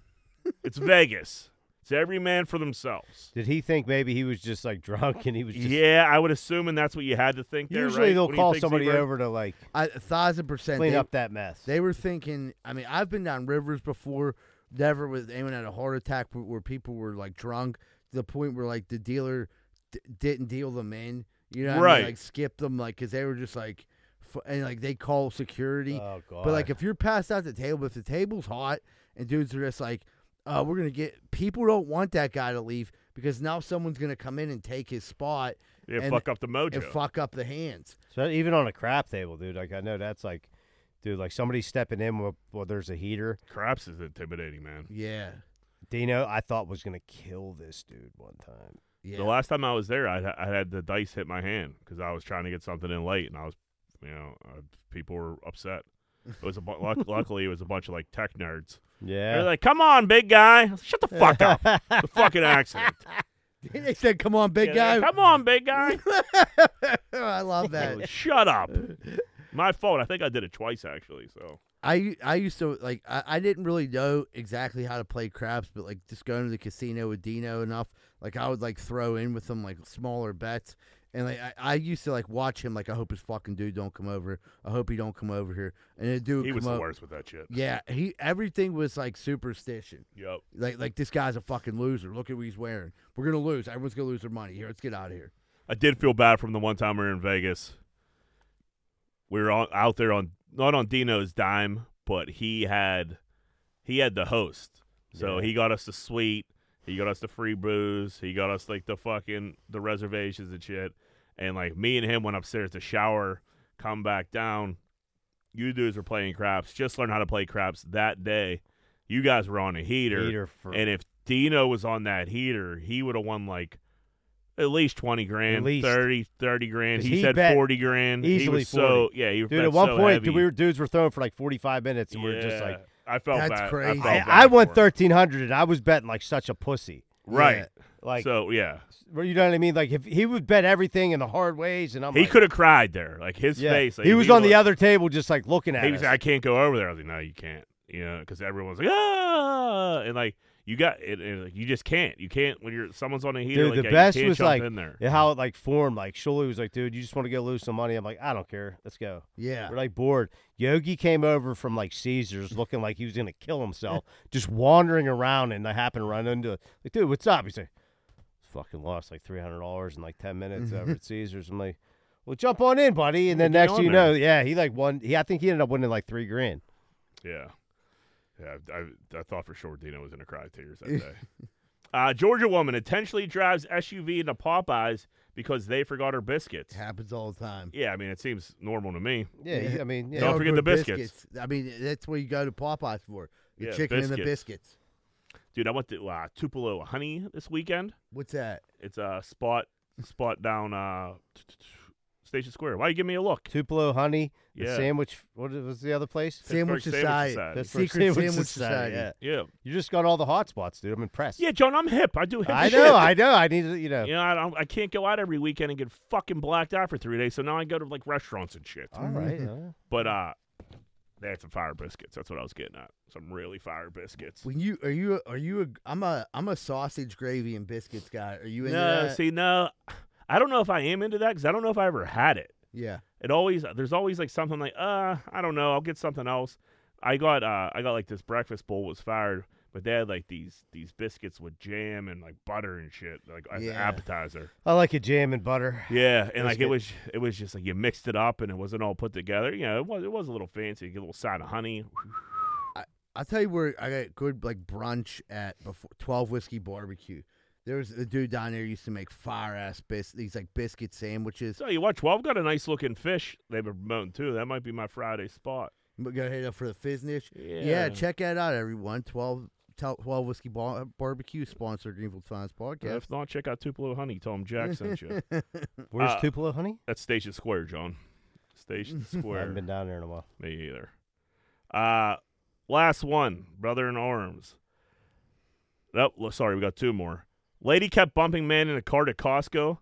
[SPEAKER 3] it's Vegas. It's every man for themselves.
[SPEAKER 2] Did he think maybe he was just like drunk and he was just?
[SPEAKER 3] yeah, I would assume, and that's what you had to think. There,
[SPEAKER 2] Usually
[SPEAKER 3] right?
[SPEAKER 2] they'll
[SPEAKER 3] What do you
[SPEAKER 2] call
[SPEAKER 3] think,
[SPEAKER 2] somebody
[SPEAKER 3] Zebra?
[SPEAKER 2] over to like
[SPEAKER 1] I, a thousand percent.
[SPEAKER 2] clean
[SPEAKER 1] they,
[SPEAKER 2] up that mess.
[SPEAKER 1] they were thinking. I mean, I've been down rivers before. Never with anyone had a heart attack where, where people were like drunk to the point where like the dealer d- didn't deal them in. You know, what I mean?
[SPEAKER 3] Right.
[SPEAKER 1] Like skip them, like because they were just like, f- and like they call security.
[SPEAKER 2] oh god.
[SPEAKER 1] But like if you're passed out at the table, if the table's hot and dudes are just like, uh, we're gonna get people don't want that guy to leave because now someone's gonna come in and take his spot
[SPEAKER 3] Yeah,
[SPEAKER 1] and-
[SPEAKER 3] fuck up the mojo.
[SPEAKER 1] and fuck up the hands.
[SPEAKER 2] So even on a crap table, dude. Like I know that's like, dude, like somebody stepping in while, while there's a heater.
[SPEAKER 3] Craps is intimidating, man.
[SPEAKER 1] Yeah.
[SPEAKER 2] Dino, I thought was gonna kill this dude one time.
[SPEAKER 1] Yeah.
[SPEAKER 3] The last time I was there, I, ha- I had the dice hit my hand because I was trying to get something in late, and I was, you know, uh, people were upset. It was a bu- luck- luckily it was a bunch of like tech nerds. They're
[SPEAKER 2] Yeah.
[SPEAKER 3] like, "Come on, big guy, I was like, shut the fuck up." the fucking accent.
[SPEAKER 1] (laughs) they said, "Come on, big
[SPEAKER 3] Yeah,
[SPEAKER 1] guy."
[SPEAKER 3] Come on, big guy.
[SPEAKER 1] (laughs) I
[SPEAKER 3] (laughs)
[SPEAKER 1] love that.
[SPEAKER 3] Like, shut up. My fault. I think I did it twice actually. So
[SPEAKER 1] I I used to like I, I didn't really know exactly how to play craps, but like just going to the casino with Dino enough, like I would like throw in with him like smaller bets, and like I, I used to like watch him like I hope his fucking dude don't come over. I hope he don't come over here. And the dude would
[SPEAKER 3] he was
[SPEAKER 1] come
[SPEAKER 3] the
[SPEAKER 1] o-
[SPEAKER 3] worst with that shit.
[SPEAKER 1] Yeah, he everything was like superstition.
[SPEAKER 3] Yep.
[SPEAKER 1] Like like this guy's a fucking loser. Look at what he's wearing. We're gonna lose. Everyone's gonna lose their money. Here, let's get out of here.
[SPEAKER 3] I did feel bad from the one time we were in Vegas. We were on, out there on not on Dino's dime, but he had he had the host. So
[SPEAKER 2] Yeah.
[SPEAKER 3] he got us the suite, he got us the free booze, he got us like the fucking the reservations and shit. And like me and him went upstairs to shower, come back down. You dudes were playing craps. Just learned how to play craps that day. You guys were on a
[SPEAKER 2] Peter for
[SPEAKER 3] and if Dino was on that heater, he would have won like at least 20 grand,
[SPEAKER 2] least.
[SPEAKER 3] thirty, thirty 30, 30 grand.
[SPEAKER 2] 'Cause
[SPEAKER 3] He,
[SPEAKER 2] he
[SPEAKER 3] said
[SPEAKER 2] bet
[SPEAKER 3] 40 grand. He
[SPEAKER 2] easily
[SPEAKER 3] was so, yeah, he
[SPEAKER 2] Dude,
[SPEAKER 3] bet
[SPEAKER 2] at one
[SPEAKER 3] so
[SPEAKER 2] point,
[SPEAKER 3] heavy.
[SPEAKER 2] we were dudes were throwing for like forty five minutes, and we are just
[SPEAKER 3] Yeah.
[SPEAKER 2] like,
[SPEAKER 3] I felt
[SPEAKER 1] That's
[SPEAKER 3] bad. I
[SPEAKER 1] crazy.
[SPEAKER 3] felt
[SPEAKER 1] I-
[SPEAKER 2] I,
[SPEAKER 3] bad
[SPEAKER 2] I went
[SPEAKER 3] for him.
[SPEAKER 2] thirteen hundred, and I was betting like such a pussy.
[SPEAKER 3] Right.
[SPEAKER 2] Like,
[SPEAKER 3] so, yeah.
[SPEAKER 2] you know what I mean? Like, if he would bet everything in the hard ways, and I'm
[SPEAKER 3] He
[SPEAKER 2] like,
[SPEAKER 3] could have cried there. Like his
[SPEAKER 2] yeah.
[SPEAKER 3] face. Like,
[SPEAKER 2] he
[SPEAKER 3] if
[SPEAKER 2] was on the
[SPEAKER 3] looked-
[SPEAKER 2] other table, just like looking at
[SPEAKER 3] He
[SPEAKER 2] us.
[SPEAKER 3] was like, I can't go over there. I was like, no, you can't. You know, because everyone's like, ah. And like, you got it. and, like, you just can't. You can't when you're someone's on a heater.
[SPEAKER 2] Dude,
[SPEAKER 3] like,
[SPEAKER 2] the
[SPEAKER 3] yeah, you
[SPEAKER 2] best
[SPEAKER 3] can't
[SPEAKER 2] was
[SPEAKER 3] jump
[SPEAKER 2] like
[SPEAKER 3] in there.
[SPEAKER 2] yeah, how it like formed. Like Shuli was like, "Dude, you just want to go lose some money." I'm like, "I don't care. Let's go."
[SPEAKER 1] Yeah.
[SPEAKER 2] We're like bored. Yogi came over from like Caesars, looking like he was gonna kill himself, just wandering around, and I happened to run into like, "Dude, what's up?" He's like, "Fucking lost like three hundred dollars in like ten minutes over at Caesars." I'm like, "Well, jump on in, buddy." And then
[SPEAKER 3] get
[SPEAKER 2] next
[SPEAKER 3] on
[SPEAKER 2] thing you
[SPEAKER 3] there.
[SPEAKER 2] know, yeah, he like won. He, I think he ended up winning like three grand.
[SPEAKER 3] Yeah. Yeah, I, I, I thought for sure Dino was going to cry tears
[SPEAKER 2] (laughs)
[SPEAKER 3] that day. uh, Georgia woman intentionally drives SUV into Popeyes because they forgot her biscuits.
[SPEAKER 1] happens all the time.
[SPEAKER 3] Yeah, I mean, it seems normal to me.
[SPEAKER 2] Yeah,
[SPEAKER 1] Yeah.
[SPEAKER 2] I mean, yeah.
[SPEAKER 3] Don't forget the
[SPEAKER 1] Or
[SPEAKER 3] biscuits.
[SPEAKER 1] I mean, that's what you go to Popeyes for. The
[SPEAKER 3] Yeah,
[SPEAKER 1] chicken and the biscuits.
[SPEAKER 3] biscuits. Dude, I went to uh, Tupelo Honey this weekend.
[SPEAKER 1] What's that?
[SPEAKER 3] It's a spot spot down uh, t- t- t- Station Square. Why you give me a look?
[SPEAKER 2] Tupelo honey, the
[SPEAKER 3] Yeah.
[SPEAKER 2] sandwich. What was the other place?
[SPEAKER 1] Sandwich
[SPEAKER 3] Pittsburgh
[SPEAKER 1] Society.
[SPEAKER 2] That's
[SPEAKER 1] Secret Sandwich Society.
[SPEAKER 2] Yeah.
[SPEAKER 3] Yeah.
[SPEAKER 2] You just got all the hot spots, dude. I'm impressed.
[SPEAKER 3] Yeah, John, I'm hip. I do hip
[SPEAKER 2] I
[SPEAKER 3] shit.
[SPEAKER 2] know, I know. I need to, you know.
[SPEAKER 3] You know, I, don't, I can't go out every weekend and get fucking blacked out for three days, so now I go to like restaurants and shit.
[SPEAKER 2] All right. uh,
[SPEAKER 3] But uh they had some fire biscuits. That's what I was getting at. Some really fire biscuits.
[SPEAKER 1] When you are you are you a I'm a I'm a sausage gravy and biscuits guy. Are you into
[SPEAKER 3] no,
[SPEAKER 1] that?
[SPEAKER 3] see, no, I don't know if I am into that because I don't know if I ever had it.
[SPEAKER 1] yeah.
[SPEAKER 3] It always there's always like something like uh I don't know. I'll get something else. I got uh I got like this breakfast bowl was fired, but they had like these these biscuits with jam and like butter and shit like as an
[SPEAKER 1] Yeah.
[SPEAKER 3] appetizer.
[SPEAKER 2] I like a jam and butter.
[SPEAKER 3] Yeah, and like
[SPEAKER 2] Biscuit.
[SPEAKER 3] it was it was just like you mixed it up and it wasn't all put together. You know, it was it was a little fancy. You get a little side of honey.
[SPEAKER 1] I'll tell you where I got good like brunch at before twelve whiskey barbecue. There was a dude down there used to make fire ass bis these like biscuit sandwiches.
[SPEAKER 3] So you what? Twelve got a nice looking fish. They've been promoting too. That might be my Friday spot.
[SPEAKER 1] We're gonna hit up for the fiznish. Yeah.
[SPEAKER 3] Yeah.
[SPEAKER 1] check that out, everyone. 12, 12 whiskey bar- barbecue sponsor Greenfield Finance Podcast.
[SPEAKER 3] If not, check out Tupelo Honey. Tell them Jack sent (laughs) you.
[SPEAKER 2] Where's
[SPEAKER 3] Uh,
[SPEAKER 2] Tupelo, honey?
[SPEAKER 3] That's Station Square, John. (laughs) Station
[SPEAKER 2] I
[SPEAKER 3] Square.
[SPEAKER 2] haven't been down there in a while.
[SPEAKER 3] Me either. Uh, last one, brother in arms. Nope, lo- sorry, we got two more. Lady kept bumping man in a cart at Costco.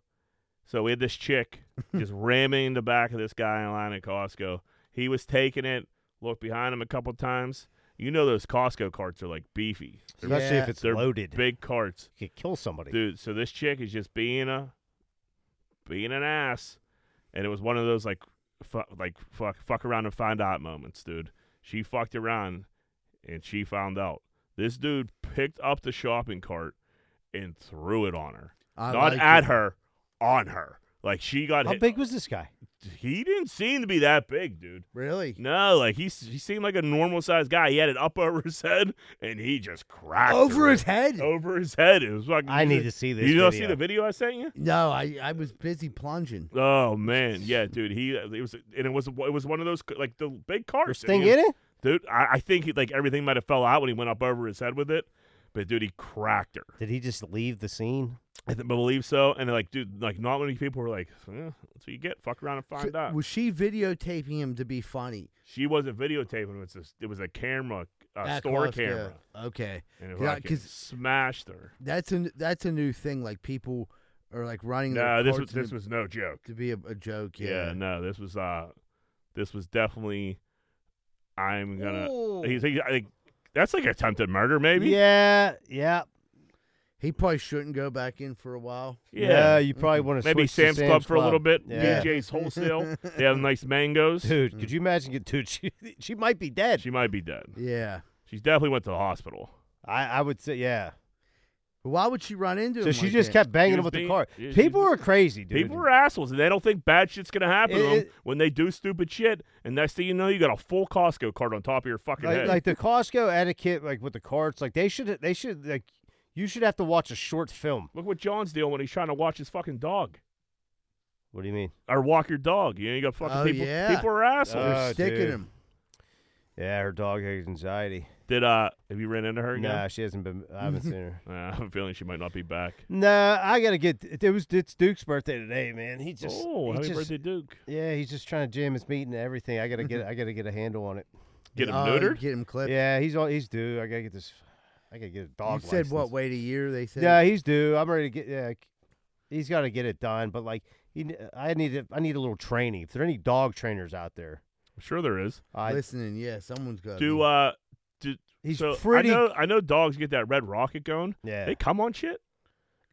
[SPEAKER 3] So we had this chick just ramming the back of this guy in line at Costco. He was taking it, looked behind him a couple times. You know those Costco carts are like beefy. They're
[SPEAKER 2] Especially
[SPEAKER 1] Yeah.
[SPEAKER 2] if it's
[SPEAKER 3] They're
[SPEAKER 2] loaded.
[SPEAKER 3] big carts.
[SPEAKER 2] You could kill somebody.
[SPEAKER 3] Dude, so this chick is just being a being an ass, and it was one of those like fu- like fuck fuck around and find out moments, dude. She fucked around, and she found out. This dude picked up the shopping cart and threw it on her,
[SPEAKER 1] (laughs) I
[SPEAKER 3] not
[SPEAKER 1] like
[SPEAKER 3] at
[SPEAKER 1] it.
[SPEAKER 3] her, on her. Like she got
[SPEAKER 2] How
[SPEAKER 3] hit.
[SPEAKER 2] big was this guy?
[SPEAKER 3] He didn't seem to be that big, dude.
[SPEAKER 1] Really?
[SPEAKER 3] No, like he s- he seemed like a normal sized guy. He had it up over his head, and he just cracked
[SPEAKER 1] Over
[SPEAKER 3] her. Oh.
[SPEAKER 1] his head?
[SPEAKER 3] Over his head. It was fucking.
[SPEAKER 2] I need to see this.
[SPEAKER 3] You don't see
[SPEAKER 2] video.
[SPEAKER 3] the video I sent you?
[SPEAKER 1] No, I I was busy plunging.
[SPEAKER 3] Oh man, yeah, dude. He uh, it was and it was it was one of those like the big cars.
[SPEAKER 2] This thing
[SPEAKER 3] He-
[SPEAKER 2] in it?
[SPEAKER 3] dude. I, I think he, like everything might have fell out when he went up over his head with it, but dude, he cracked her.
[SPEAKER 2] Did he just leave the scene?
[SPEAKER 3] I th- believe so. And like, dude, like not many people were like, eh, that's what you get. Fuck around and find
[SPEAKER 1] So,
[SPEAKER 3] out.
[SPEAKER 1] was she videotaping him to be funny?
[SPEAKER 3] she wasn't videotaping. It was a, it was a camera, a
[SPEAKER 1] That
[SPEAKER 3] store
[SPEAKER 1] close, yeah.
[SPEAKER 3] camera,
[SPEAKER 1] Okay,
[SPEAKER 3] and it
[SPEAKER 1] Yeah,
[SPEAKER 3] fucking
[SPEAKER 1] 'cause-
[SPEAKER 3] smashed her.
[SPEAKER 1] that's a n- that's a new thing. Like people are like running.
[SPEAKER 3] No,
[SPEAKER 1] their
[SPEAKER 3] this was
[SPEAKER 1] carts
[SPEAKER 3] this
[SPEAKER 1] to,
[SPEAKER 3] was no joke.
[SPEAKER 1] to be a, a joke.
[SPEAKER 3] Yeah.
[SPEAKER 1] Yeah,
[SPEAKER 3] no, this was uh, this was definitely. I'm gonna. He's he, I think that's like attempted murder, maybe.
[SPEAKER 2] Yeah, yeah,
[SPEAKER 1] he probably shouldn't go back in for a while.
[SPEAKER 2] yeah.
[SPEAKER 3] Yeah.
[SPEAKER 2] you probably want to
[SPEAKER 3] Maybe Sam's, Club for a little bit.
[SPEAKER 2] Yeah.
[SPEAKER 3] BJ's Wholesale. they have nice mangoes.
[SPEAKER 2] Dude, could you imagine? get- Dude, she, (laughs) she might be dead.
[SPEAKER 3] Mm. She might be dead.
[SPEAKER 1] Yeah,
[SPEAKER 3] She's definitely went to the hospital.
[SPEAKER 2] I, I would say, yeah.
[SPEAKER 1] but why would she run into
[SPEAKER 2] So
[SPEAKER 1] him?
[SPEAKER 2] she
[SPEAKER 1] like
[SPEAKER 2] just
[SPEAKER 1] that?
[SPEAKER 2] kept banging
[SPEAKER 3] Oh She
[SPEAKER 2] him
[SPEAKER 3] was
[SPEAKER 2] with the
[SPEAKER 3] being-
[SPEAKER 2] car.
[SPEAKER 3] yeah, she
[SPEAKER 2] People
[SPEAKER 3] was-
[SPEAKER 2] are crazy, dude.
[SPEAKER 3] People are assholes, and they don't think bad shit's gonna happen to
[SPEAKER 2] It-
[SPEAKER 3] them when they do stupid shit. And next thing you know, you got a full Costco card on top of your fucking
[SPEAKER 2] like,
[SPEAKER 3] head.
[SPEAKER 2] like the Costco etiquette, like with the carts. Like they should, they should, like you should have to watch a short film.
[SPEAKER 3] Look what John's doing when he's trying to watch his fucking dog
[SPEAKER 2] What do you mean?
[SPEAKER 3] or walk your dog. You know, you got fucking
[SPEAKER 1] Oh,
[SPEAKER 3] people.
[SPEAKER 1] yeah.
[SPEAKER 3] People are assholes.
[SPEAKER 1] They're
[SPEAKER 2] Oh,
[SPEAKER 1] sticking
[SPEAKER 2] dude.
[SPEAKER 1] him.
[SPEAKER 2] Yeah, her dog has anxiety.
[SPEAKER 3] Did uh, have you ran into her again?
[SPEAKER 2] Nah, she hasn't been. I haven't seen her.
[SPEAKER 3] Nah, (laughs) I have a feeling she might not be back.
[SPEAKER 2] (laughs) Nah, I gotta get. It was it's Duke's birthday today, man. He just.
[SPEAKER 3] oh,
[SPEAKER 2] he
[SPEAKER 3] happy
[SPEAKER 2] just-
[SPEAKER 3] birthday, Duke!
[SPEAKER 2] Yeah, he's just trying to jam his meat into everything. I gotta get. I gotta get a handle on it.
[SPEAKER 3] Get him
[SPEAKER 1] Oh,
[SPEAKER 3] neutered.
[SPEAKER 1] Get him clipped.
[SPEAKER 2] Yeah, he's all he's due. I gotta get this. I gotta get a
[SPEAKER 1] You
[SPEAKER 2] dog.
[SPEAKER 1] said what?
[SPEAKER 2] license.
[SPEAKER 1] Wait a year? They said.
[SPEAKER 2] Yeah, he's due. I'm ready to get. Yeah, he's got to get it done. But like, he, n- I need to. I need a little training. If there are any dog trainers out there,
[SPEAKER 3] I'm sure there is.
[SPEAKER 2] I,
[SPEAKER 1] listening. Yeah, someone's got.
[SPEAKER 3] Do uh, do,
[SPEAKER 2] he's
[SPEAKER 3] so
[SPEAKER 2] pretty.
[SPEAKER 3] I know, I know dogs get that red rocket going.
[SPEAKER 2] yeah,
[SPEAKER 3] They come on shit.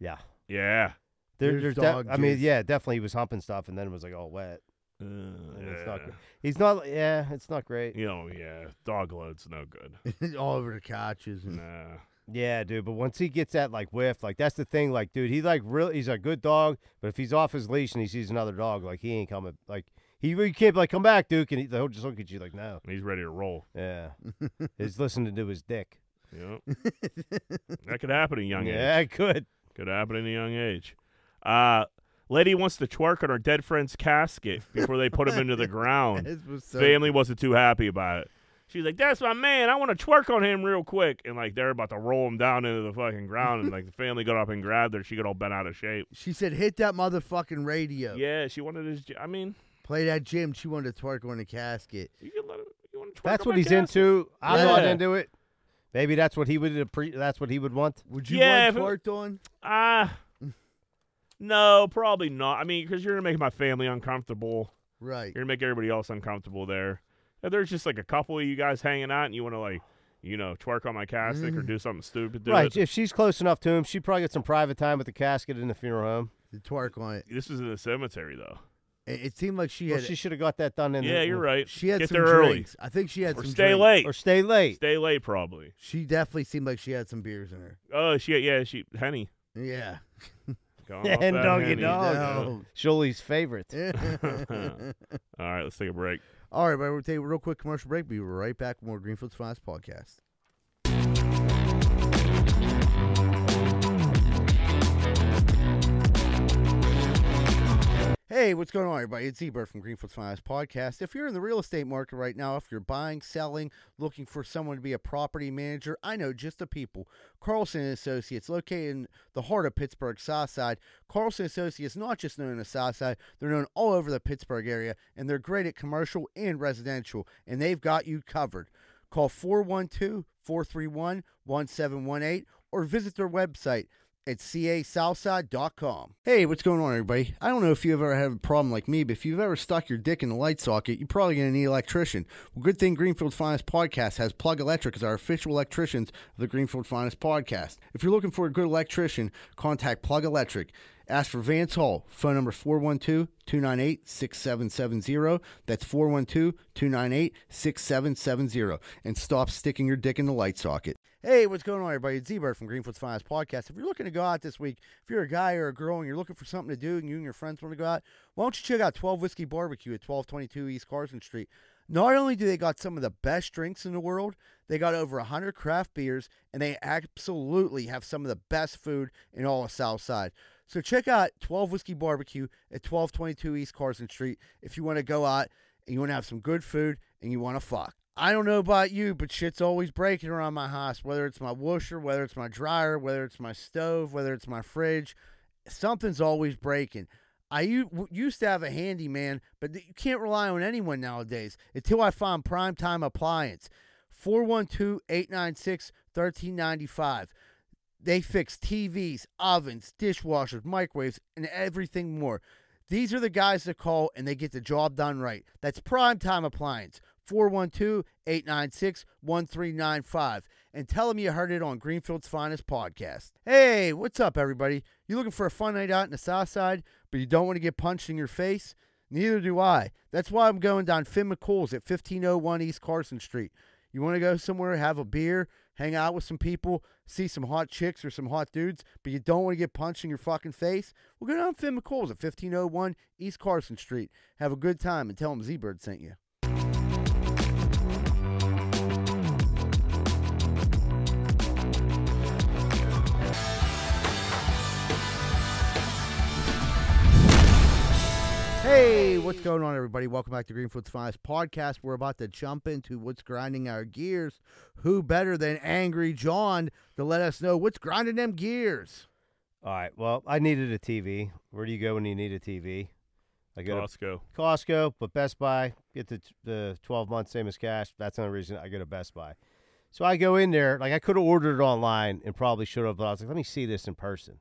[SPEAKER 2] yeah.
[SPEAKER 3] Yeah.
[SPEAKER 2] There,
[SPEAKER 1] There's
[SPEAKER 2] there's. def-
[SPEAKER 1] dog
[SPEAKER 2] I mean,
[SPEAKER 1] juice.
[SPEAKER 2] yeah, definitely. He was humping stuff, and then it was like all wet.
[SPEAKER 3] Uh,
[SPEAKER 2] And It's
[SPEAKER 3] yeah.
[SPEAKER 2] not. gr- He's not. Yeah, it's not great.
[SPEAKER 3] You know, yeah, dog load's no
[SPEAKER 2] (laughs)
[SPEAKER 1] (laughs)
[SPEAKER 3] good.
[SPEAKER 1] all over the couches
[SPEAKER 3] (laughs)
[SPEAKER 1] and (laughs)
[SPEAKER 3] Nah.
[SPEAKER 2] Yeah, dude. But once he gets that like whiff, like that's the thing. Like, dude, he like real. He's a good dog, but if he's off his leash and he sees another dog, like he ain't coming. Like he, you can't be like come back, Duke, and he, he'll just look at you like no.
[SPEAKER 3] He's ready to roll.
[SPEAKER 2] Yeah, (laughs) he's listening to his dick. (laughs)
[SPEAKER 3] Yep. that could happen at a young
[SPEAKER 2] yeah,
[SPEAKER 3] age.
[SPEAKER 2] (laughs) I could.
[SPEAKER 3] Could happen at a young age. Uh, lady wants to twerk on her dead friend's casket before they put him into the ground.
[SPEAKER 1] This was so-
[SPEAKER 3] Family wasn't too happy about it. She's like, "That's my man. I want to twerk on him real quick." And like they're about to roll him down into the fucking ground, and like the family got up and grabbed her. She got all bent out of shape.
[SPEAKER 1] She said, "Hit that motherfucking radio.
[SPEAKER 3] Yeah, she wanted his. j- I mean,
[SPEAKER 1] Play that gym." She wanted to twerk on the casket.
[SPEAKER 3] you can let him. You want to twerk?
[SPEAKER 2] That's
[SPEAKER 3] on
[SPEAKER 2] what
[SPEAKER 3] my
[SPEAKER 2] he's
[SPEAKER 3] casket?
[SPEAKER 2] into. I'm not
[SPEAKER 3] Yeah.
[SPEAKER 2] into it. Maybe that's what he would. appre- That's what he would want.
[SPEAKER 1] Would you
[SPEAKER 3] Yeah, if it-
[SPEAKER 1] want twerked on?
[SPEAKER 3] Ah, no, probably not. I mean, because you're gonna make my family uncomfortable.
[SPEAKER 1] Right.
[SPEAKER 3] You're gonna make everybody else uncomfortable there. If there's just like a couple of you guys hanging out and you want to like, you know, twerk on my casket or do something stupid, do
[SPEAKER 2] right.
[SPEAKER 3] it.
[SPEAKER 2] If she's close enough to him, she probably got some private time with the casket in the funeral home.
[SPEAKER 1] To twerk on it.
[SPEAKER 3] This is in the cemetery though.
[SPEAKER 1] It, it seemed like she
[SPEAKER 2] Well,
[SPEAKER 1] had.
[SPEAKER 2] she should have got that done in. the-
[SPEAKER 3] yeah, you're right.
[SPEAKER 1] she had
[SPEAKER 3] Get
[SPEAKER 1] some
[SPEAKER 3] there
[SPEAKER 1] drinks. I think she had
[SPEAKER 3] early or
[SPEAKER 1] some.
[SPEAKER 3] stay
[SPEAKER 1] drinks.
[SPEAKER 3] late.
[SPEAKER 2] Or stay late.
[SPEAKER 3] stay late probably.
[SPEAKER 1] She definitely seemed like she had some beers in her.
[SPEAKER 3] Oh, she yeah she Henny.
[SPEAKER 1] Yeah.
[SPEAKER 2] (laughs)
[SPEAKER 3] Gone off that
[SPEAKER 2] And doggy
[SPEAKER 3] Henny.
[SPEAKER 2] dog. Jolie's favorite.
[SPEAKER 1] No.
[SPEAKER 3] All right, let's take a break.
[SPEAKER 1] All right, but we'll take a real quick commercial break. Be right back with more Greenfield's Finest podcast. Hey, what's going on, everybody? It's Ebert from Greenfield's Finest Podcast. If you're in the real estate market right now, if you're buying, selling, looking for someone to be a property manager, I know just the people. Carlson and Associates, located in the heart of Pittsburgh Southside. Carlson Associates, not just known in the Southside, they're known all over the Pittsburgh area, and they're great at commercial and residential, and they've got you covered. Call 412 431 1718 or visit their website at casouthside.com. Hey, what's going on, everybody? I don't know if you've ever had a problem like me, but if you've ever stuck your dick in the light socket, you're probably going to need an electrician. Well, good thing Greenfield's Finest Podcast has Plug Electric as our official electricians of the Greenfield Finest Podcast. If you're looking for a good electrician, contact Plug Electric. Ask for Vance Hall, phone number 412 298 6770. That's 412 298 6770. And stop sticking your dick in the light socket. Hey, what's going on, everybody? It's Z-Bird from Greenfoot's Finest Podcast. If you're looking to go out this week, if you're a guy or a girl and you're looking for something to do and you and your friends want to go out, why don't you check out 12 Whiskey Barbecue at 1222 East Carson Street? Not only do they got some of the best drinks in the world, they got over 100 craft beers, and they absolutely have some of the best food in all of Southside. So check out 12 Whiskey Barbecue at 1222 East Carson Street if you want to go out and you want to have some good food and you want to fuck. I don't know about you, but shit's always breaking around my house, whether it's my washer, whether it's my dryer, whether it's my stove, whether it's my fridge. something's always breaking. I u- w- used to have a handyman, but th- you can't rely on anyone nowadays until I find Primetime Appliance. 412 896 1395. They fix TVs, ovens, dishwashers, microwaves, and everything more. These are the guys to call and they get the job done right. That's Primetime Appliance, 412 896 1395. And tell them you heard it on Greenfield's Finest podcast. Hey, what's up, everybody? You looking for a fun night out in the South Side, but you don't want to get punched in your face? Neither do I. That's why I'm going down Finn McCool's at 1501 East Carson Street. You want to go somewhere, have a beer, hang out with some people, see some hot chicks or some hot dudes, but you don't want to get punched in your fucking face? Well, go down to Finn McCool's at 1501 East Carson Street. Have a good time and tell them Z-Bird sent you. Hey, what's going on, everybody? Welcome back to Greenfield's Finest Podcast. We're about to jump into what's grinding our gears. Who better than Angry John to let us know what's grinding them gears?
[SPEAKER 2] All right. Well, I needed a TV. Where do you go when you need a TV? I go to
[SPEAKER 3] Costco.
[SPEAKER 2] Costco, but Best Buy get the the 12 month same as cash. That's another reason I go to Best Buy. So I go in there, like I could have ordered it online and probably should have, but I was like, let me see this in person.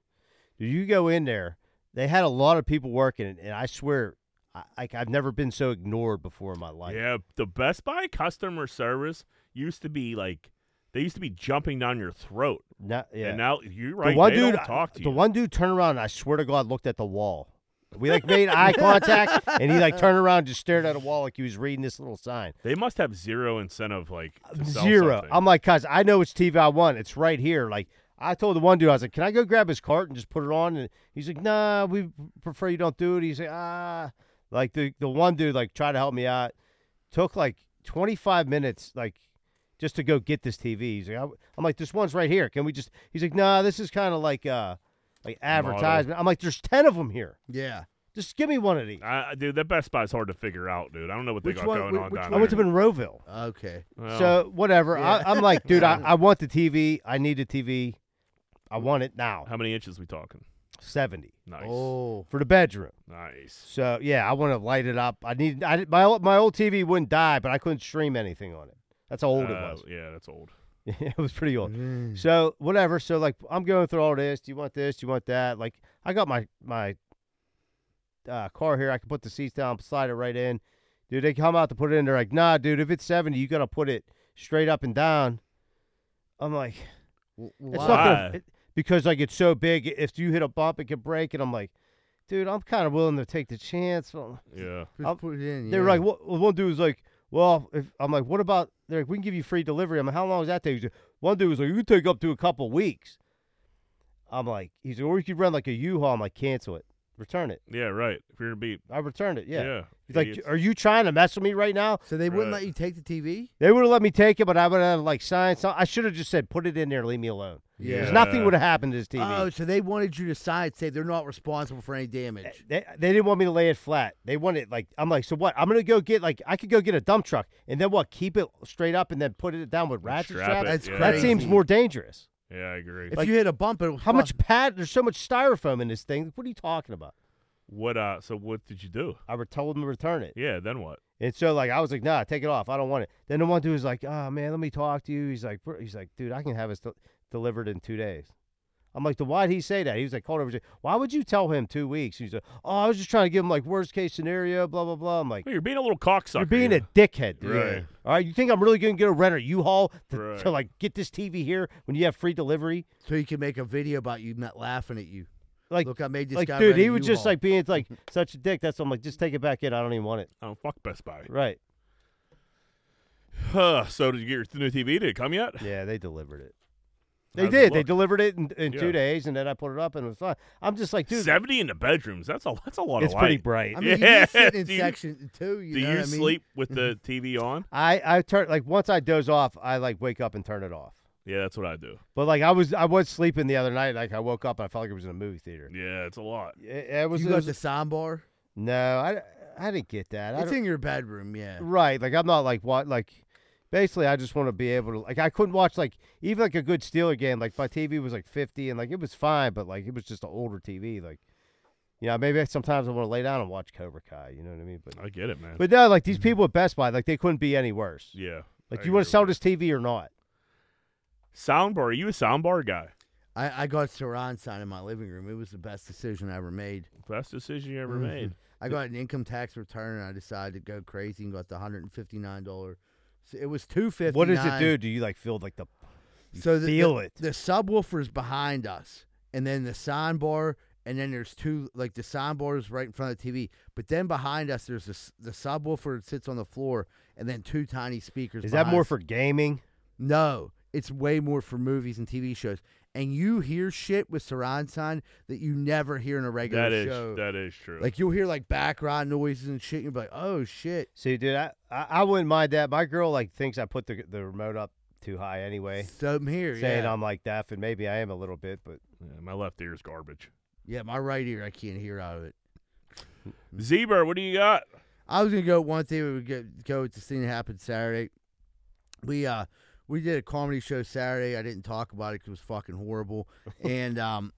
[SPEAKER 2] Do you go in there? They had a lot of people working, and- and I swear, I, like I've never been so ignored before in my life.
[SPEAKER 3] yeah, the Best Buy customer service used to be like they used to be jumping down your throat,
[SPEAKER 2] Not, yeah.
[SPEAKER 3] and now you're right.
[SPEAKER 2] the one
[SPEAKER 3] they
[SPEAKER 2] dude,
[SPEAKER 3] don't talk to
[SPEAKER 2] the
[SPEAKER 3] you.
[SPEAKER 2] one dude turned around. And I swear to God, looked at the wall. We like made eye contact, and he like turned around, and just stared at a wall like he was reading this little sign.
[SPEAKER 3] they must have zero incentive, like to sell
[SPEAKER 2] Zero.
[SPEAKER 3] something.
[SPEAKER 2] I'm like, guys, I know which TV I want. It's right here. Like I told the one dude, I was like, can I go grab his cart and just put it on? And he's like, nah, we prefer you don't do it. He's like, ah, like the the one dude like tried to help me out. Took like 25 minutes, like just to go get this TV. He's like, I- I'm like, this one's right here. Can we just? He's like, nah, this is kind of like uh like advertisement. I'm like, there's 10 of them here.
[SPEAKER 1] Yeah.
[SPEAKER 2] Just give me one of these.
[SPEAKER 3] I, dude, that Best Buy's hard to figure out, dude. I don't know what they
[SPEAKER 1] Which
[SPEAKER 3] got
[SPEAKER 1] one-
[SPEAKER 3] going
[SPEAKER 1] whi-
[SPEAKER 3] on
[SPEAKER 1] which
[SPEAKER 3] down
[SPEAKER 2] I
[SPEAKER 1] one-
[SPEAKER 3] there.
[SPEAKER 2] went to Monroeville.
[SPEAKER 1] Okay.
[SPEAKER 3] Well,
[SPEAKER 2] So whatever.
[SPEAKER 1] Yeah.
[SPEAKER 2] I, I'm like, dude, I, I want the TV. I need the TV. I want it now.
[SPEAKER 3] how many inches we talking?
[SPEAKER 2] Seventy
[SPEAKER 3] Nice,
[SPEAKER 1] Oh.
[SPEAKER 2] for the bedroom.
[SPEAKER 3] nice.
[SPEAKER 2] So yeah, I want to light it up. I need. I did- my old- my old TV wouldn't die, but I couldn't stream anything on it. That's how old it
[SPEAKER 3] Uh,
[SPEAKER 2] was.
[SPEAKER 3] Yeah, that's old.
[SPEAKER 2] (laughs) it was pretty old.
[SPEAKER 1] Mm.
[SPEAKER 2] So whatever. So like, I'm going through all this. Do you want this? Do you want that? Like, I got my my uh, car here. I can put the seats down, slide it right in. Dude, they come out to put it in. They're like, nah, dude. If it's seventy, you gotta put it straight up and down. I'm like,
[SPEAKER 1] W-
[SPEAKER 2] it's
[SPEAKER 1] why?
[SPEAKER 2] not gonna,
[SPEAKER 3] Why?
[SPEAKER 2] it- because like it's so big. If you hit a bump, it could break. And I'm like, dude, I'm kind of willing to take the chance. Well,
[SPEAKER 3] Yeah,
[SPEAKER 1] Just
[SPEAKER 2] I'll-
[SPEAKER 1] put it in,
[SPEAKER 2] They were
[SPEAKER 1] yeah.
[SPEAKER 2] like, what? well, One dude was like, well, if I'm like, what about? They're like, we can give you free delivery. I'm like, how long does that take? He's like, One dude was like, you can take up to a couple weeks. I'm like, he's like, or you could run like a U-Haul. I'm like, cancel it, return it.
[SPEAKER 3] yeah, right. If you're gonna be,
[SPEAKER 2] I returned it. Yeah.
[SPEAKER 3] yeah,
[SPEAKER 2] He's like,
[SPEAKER 3] idiots.
[SPEAKER 2] are you trying to mess with me right now?
[SPEAKER 1] So they wouldn't
[SPEAKER 3] Right.
[SPEAKER 1] let you take the TV?
[SPEAKER 2] They would have let me take it, but I would have like signed. So I should have just said, put it in there, leave me alone.
[SPEAKER 1] Yeah.
[SPEAKER 2] Because
[SPEAKER 3] Yeah.
[SPEAKER 2] nothing would have happened to this TV.
[SPEAKER 1] Oh, so they wanted you to sign say they're not responsible for any damage.
[SPEAKER 2] they, they didn't want me to lay it flat. They wanted like I'm like so what? I'm gonna go get like I could go get a dump truck and then what? Keep it straight up and then put it down with ratchet
[SPEAKER 3] strap
[SPEAKER 2] straps.
[SPEAKER 3] it,
[SPEAKER 1] That's
[SPEAKER 3] yeah.
[SPEAKER 2] That seems
[SPEAKER 1] crazy.
[SPEAKER 2] more dangerous.
[SPEAKER 3] Yeah, I agree.
[SPEAKER 1] If
[SPEAKER 2] like-
[SPEAKER 1] you hit a bump, it'll
[SPEAKER 2] How much pad? There's so much styrofoam in this thing. What are you talking about?
[SPEAKER 3] What? Uh, so what did you do?
[SPEAKER 2] I were told them to return it,
[SPEAKER 3] Yeah, then what?
[SPEAKER 2] and so like I was like, nah, take it off. I don't want it. Then the one dude was like, oh man, let me talk to you. He's like, "Bro," he's like, dude, I can have it del- delivered in two days. I'm like, then why'd he say that? He was like, called over. he's like, Why would you tell him two weeks? He's like, oh, I was just trying to give him like worst case scenario, blah blah blah. I'm like.
[SPEAKER 3] Well, you're being a little cocksucker.
[SPEAKER 2] You're being
[SPEAKER 3] you
[SPEAKER 2] a dickhead, dude.
[SPEAKER 3] Right.
[SPEAKER 2] All right, you think I'm really gonna get a renter U-Haul to,
[SPEAKER 3] Right.
[SPEAKER 2] to like get this TV here when you have free delivery?
[SPEAKER 1] so you can make a video about you not laughing at you.
[SPEAKER 2] Like,
[SPEAKER 1] Look, I made this
[SPEAKER 2] like,
[SPEAKER 1] guy
[SPEAKER 2] dude,
[SPEAKER 1] rent a
[SPEAKER 2] he was just
[SPEAKER 1] U-Haul.
[SPEAKER 2] like being
[SPEAKER 1] (laughs)
[SPEAKER 2] like such a dick. That's why I'm like, just take it back in. I don't even want it.
[SPEAKER 3] Oh fuck Best Buy.
[SPEAKER 1] (laughs)
[SPEAKER 2] Right?
[SPEAKER 3] Huh, so did you get your new TV? Did it come yet?
[SPEAKER 2] Yeah, they delivered it. They
[SPEAKER 3] How's it
[SPEAKER 2] did. They
[SPEAKER 3] look?
[SPEAKER 2] delivered it in, in
[SPEAKER 3] Yeah.
[SPEAKER 2] two days, and then I put it up, and it was fine. I'm just like, dude,
[SPEAKER 3] Seventy in the bedrooms. That's a that's a lot
[SPEAKER 2] it's
[SPEAKER 3] of
[SPEAKER 2] pretty
[SPEAKER 3] light.
[SPEAKER 2] bright.
[SPEAKER 1] I mean,
[SPEAKER 3] Yeah,
[SPEAKER 1] you're sitting
[SPEAKER 2] (laughs)
[SPEAKER 1] in
[SPEAKER 3] do you-
[SPEAKER 1] section two. You
[SPEAKER 3] Do
[SPEAKER 1] know
[SPEAKER 3] you
[SPEAKER 1] what I mean?
[SPEAKER 3] sleep with the
[SPEAKER 2] Mm-hmm.
[SPEAKER 3] TV on?
[SPEAKER 2] I I turn like once I doze off, I like wake up and turn it off.
[SPEAKER 3] Yeah, that's what I do.
[SPEAKER 2] But like I was I was sleeping the other night. Like I woke up, and I felt like it was in a movie theater.
[SPEAKER 3] Yeah, it's a lot.
[SPEAKER 2] It, it was,
[SPEAKER 1] You
[SPEAKER 2] it
[SPEAKER 1] got
[SPEAKER 2] was-
[SPEAKER 1] the soundbar.
[SPEAKER 2] no, I I didn't get that. I
[SPEAKER 1] It's
[SPEAKER 2] don't-
[SPEAKER 1] in your bedroom, yeah.
[SPEAKER 2] Right. Like I'm not like what like basically I just want to be able to like I couldn't watch like even like a good Steeler game like my TV was like 50 and like it was fine but like it was just an older TV like you know maybe sometimes I want to lay down and watch Cobra Kai you know what I mean but
[SPEAKER 3] I get it, man.
[SPEAKER 2] but no like these people at Best Buy like they couldn't be any worse
[SPEAKER 3] Mm-hmm. yeah.
[SPEAKER 2] like
[SPEAKER 3] I
[SPEAKER 2] you want
[SPEAKER 3] agree
[SPEAKER 2] to sell this
[SPEAKER 3] with
[SPEAKER 2] TV or not
[SPEAKER 3] that. soundbar? Are you a soundbar guy?
[SPEAKER 1] I, I got Saran sign in my living room. It was the best decision I ever made.
[SPEAKER 3] Best decision you ever
[SPEAKER 2] Mm-hmm.
[SPEAKER 1] Mhm.
[SPEAKER 3] made.
[SPEAKER 1] I got an income tax return and I decided to go crazy and got the hundred and fifty nine dollar. It was two fifty.
[SPEAKER 2] what does it do do you like feel like the you
[SPEAKER 1] So the,
[SPEAKER 2] feel
[SPEAKER 1] the,
[SPEAKER 2] it
[SPEAKER 1] the subwoofer's behind us, and then the sign bar, and then there's two like the sign bar is right in front of the TV. But then behind us, there's this, the subwoofer that sits on the floor, and then two tiny speakers.
[SPEAKER 2] is that
[SPEAKER 1] behind
[SPEAKER 2] more
[SPEAKER 1] us.
[SPEAKER 2] for gaming
[SPEAKER 1] No, it's way more for movies and TV shows. And you hear shit with surround sound that you never hear in a regular
[SPEAKER 3] That is
[SPEAKER 1] show.
[SPEAKER 3] that is true.
[SPEAKER 1] like you'll hear like background noises and shit. And you'll be like, oh shit.
[SPEAKER 2] see dude I, I I wouldn't mind that my girl like thinks I put the the remote up too high anyway
[SPEAKER 1] So I'm here.
[SPEAKER 2] saying
[SPEAKER 1] yeah.
[SPEAKER 2] I'm like deaf and maybe I am a little bit but
[SPEAKER 3] Yeah, my left ear's garbage.
[SPEAKER 1] yeah, my right ear, I can't hear out of it.
[SPEAKER 2] Mm-hmm.
[SPEAKER 3] Zebra, what do you got?
[SPEAKER 1] I was gonna go one thing. We would go, go with this thing that happened Saturday. We uh we did a comedy show Saturday. I didn't talk about it because it was fucking horrible. and um,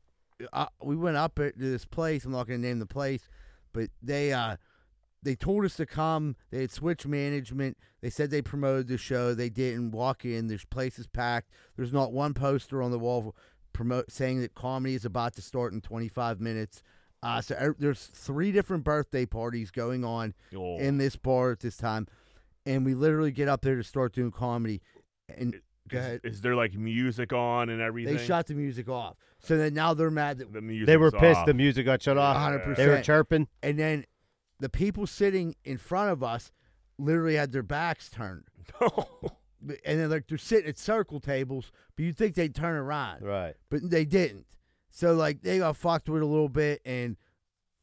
[SPEAKER 1] I, we went up at, to this place. I'm not gonna name the place, but they uh they told us to come. They had switched management. They said they promoted the show. They didn't walk in. This place is packed. There's not one poster on the wall promote saying that comedy is about to start in 25 minutes. Uh, so er, there's three different birthday parties going on
[SPEAKER 3] Oh,
[SPEAKER 1] in this bar at this time, and we literally get up there to start doing comedy, and go
[SPEAKER 3] is,
[SPEAKER 1] ahead.
[SPEAKER 3] is there like music on and everything?
[SPEAKER 1] They shut the music off, so then now they're mad that,
[SPEAKER 3] the music.
[SPEAKER 2] they were pissed
[SPEAKER 3] Off.
[SPEAKER 2] the music got shut off
[SPEAKER 1] hundred
[SPEAKER 2] they were
[SPEAKER 1] percent.
[SPEAKER 2] chirping
[SPEAKER 1] and then the people sitting in front of us literally had their backs turned, But- and then like they're sitting at circle tables, but you would think they'd turn around,
[SPEAKER 2] right
[SPEAKER 1] but they didn't. So like they got fucked with a little bit, and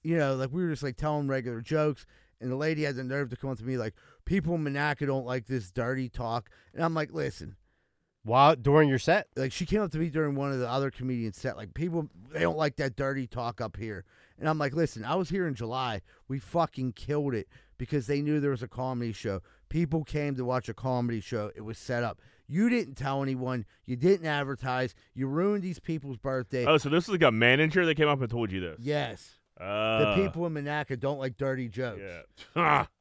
[SPEAKER 1] you know, like we were just like telling regular jokes, and the lady had the nerve to come up to me like, "People in Monaco don't like this dirty talk," and I'm like, "Listen."
[SPEAKER 2] While during your set,
[SPEAKER 1] like she came up to me during one of the other comedians set like people they don't like that dirty talk up here and i'm like listen i was here in july we fucking killed it because they knew there was a comedy show people came to watch a comedy show it was set up you didn't tell anyone you didn't advertise you ruined these people's birthday
[SPEAKER 3] (laughs) Oh, so this is like a manager that came up and told you this.
[SPEAKER 1] yes
[SPEAKER 3] Uh,
[SPEAKER 1] the people in Monaco don't like dirty jokes
[SPEAKER 3] Yeah. (laughs)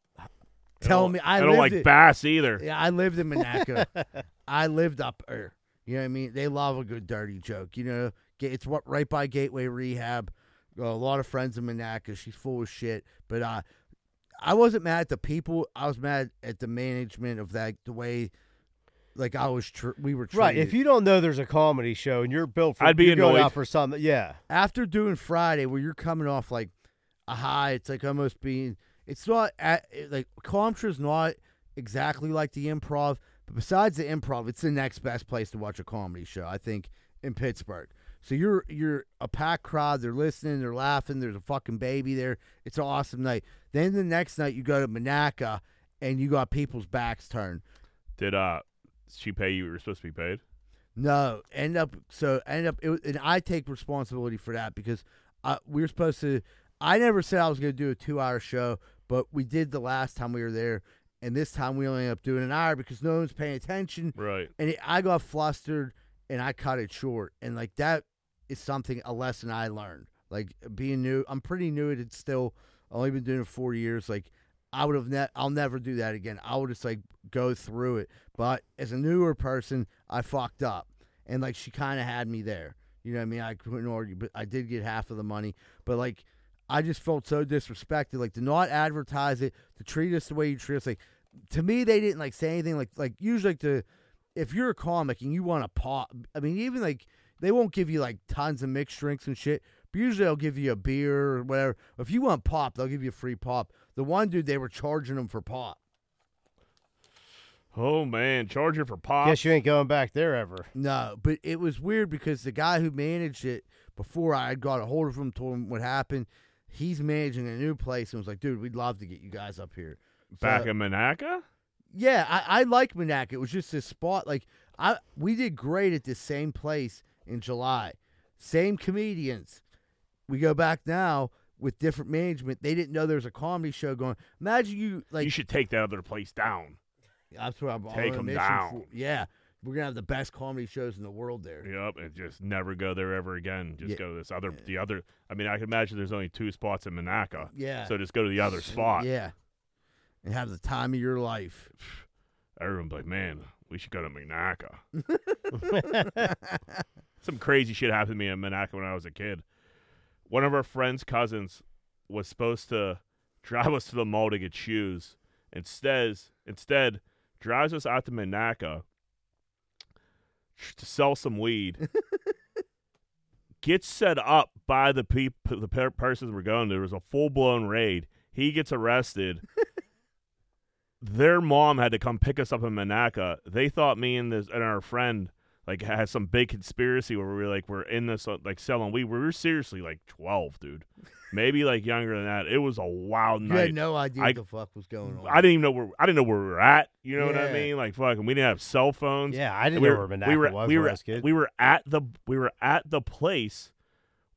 [SPEAKER 1] Tell
[SPEAKER 3] don't-
[SPEAKER 1] me- I
[SPEAKER 3] they don't
[SPEAKER 1] lived
[SPEAKER 3] like
[SPEAKER 1] it.
[SPEAKER 3] bass either.
[SPEAKER 1] yeah i lived in
[SPEAKER 2] (laughs)
[SPEAKER 1] Monaco. i lived up there you know what i mean they love a good dirty joke you know Ga- it's what right by gateway rehab Got a lot of friends in Monaco. She's full of shit. But uh, I wasn't mad at the people. I was mad at the management of that the way, like I was. Tr- we were treated.
[SPEAKER 2] right? If you don't know there's a comedy show and you're built for,
[SPEAKER 3] I'd be
[SPEAKER 2] you're going
[SPEAKER 3] annoyed.
[SPEAKER 2] out for something. Yeah,
[SPEAKER 1] after doing Friday, where you're coming off like a high, it's like almost being. It's not at, it- like Comtra's not exactly like the improv, but besides the improv, it's the next best place to watch a comedy show. I think in Pittsburgh. So you're you're a packed crowd. They're listening. They're laughing. There's a fucking baby there. It's an awesome night. Then the next night you go to Manaca, and you got people's backs turned.
[SPEAKER 3] Did uh, she pay you? You were supposed to be paid.
[SPEAKER 1] No, end up so end up it, was- and I take responsibility for that because uh, we were supposed to. I never said I was going to do a two-hour show, but we did the last time we were there, and this time we only ended up doing an hour because no one's paying attention,
[SPEAKER 3] Right.
[SPEAKER 1] and it, I got flustered and I cut it short, and like that is something a lesson I learned. Like being new, I'm pretty new at it still. I've only been doing it four years. Like I would have, ne- I'll never do that again. I would just like go through it. But as a newer person, I fucked up, and like she kind of had me there. You know what I mean? I couldn't argue, but I did get half of the money. But like, I just felt so disrespected. Like to not advertise it, to treat us the way you treat us. Like to me, they didn't like say anything. Like like usually like the if you're a comic and you want to pop, I mean, even like they won't give you like tons of mixed drinks and shit. But usually they'll give you a beer or whatever. If you want pop, they'll give you free pop. The one dude they were charging him for pop.
[SPEAKER 3] Oh man, charger for pop.
[SPEAKER 2] guess you ain't going back there ever. (laughs)
[SPEAKER 1] No, but it was weird because the guy who managed it before I had got a hold of him, told him what happened. He's managing a new place and was like, dude, we'd love to get you guys up here.
[SPEAKER 3] back
[SPEAKER 1] So-
[SPEAKER 3] in Manaca.
[SPEAKER 1] Yeah, I, I like Manac. It was just this spot. Like I, we did great at this same place in July. Same comedians. We go back now with different management. They didn't know there was a comedy show going. Imagine you like
[SPEAKER 3] you should take that other place down.
[SPEAKER 1] That's what I'm on
[SPEAKER 3] Take 'em
[SPEAKER 1] a mission
[SPEAKER 3] down.
[SPEAKER 1] for. Yeah, we're gonna have the best comedy shows in the world there.
[SPEAKER 3] Yep, and just never go there ever again. Just
[SPEAKER 1] Yeah.
[SPEAKER 3] go to this other, the other. I mean, I can imagine there's only two spots in Manaca,
[SPEAKER 1] Yeah,
[SPEAKER 3] so just go to the other spot.
[SPEAKER 1] yeah, and have the time of your life.
[SPEAKER 3] Everyone's like, man, we should go to Manaca. Some crazy shit happened to me in Manaca when I was a kid. One of our friend's cousins was supposed to (laughs) drive us to the mall to get shoes. Instead, instead drives us out to Manaca tr- to sell
[SPEAKER 1] (laughs)
[SPEAKER 3] some weed. gets set up by the peop- the per- persons we're going to. There was a full blown raid. He
[SPEAKER 1] (laughs)
[SPEAKER 3] gets arrested. Their mom had to come pick us up in Manaca. They thought me and this and our friend like had some big conspiracy where we were like we're in this uh, like selling weed. We were seriously like twelve, dude, maybe like younger than that. It was a wild
[SPEAKER 1] You
[SPEAKER 3] night.
[SPEAKER 1] had no idea
[SPEAKER 3] I-
[SPEAKER 1] what the fuck was going on.
[SPEAKER 3] I didn't even know where I didn't know where we were at. You know what I
[SPEAKER 1] Yeah.
[SPEAKER 3] mean? Like fucking, we didn't have cell phones.
[SPEAKER 2] Yeah, I didn't
[SPEAKER 3] we
[SPEAKER 2] know
[SPEAKER 3] were-
[SPEAKER 2] where Manaca
[SPEAKER 3] we were
[SPEAKER 2] was
[SPEAKER 3] we
[SPEAKER 2] when
[SPEAKER 3] were
[SPEAKER 2] I was a kid.
[SPEAKER 3] we were at the we were at the place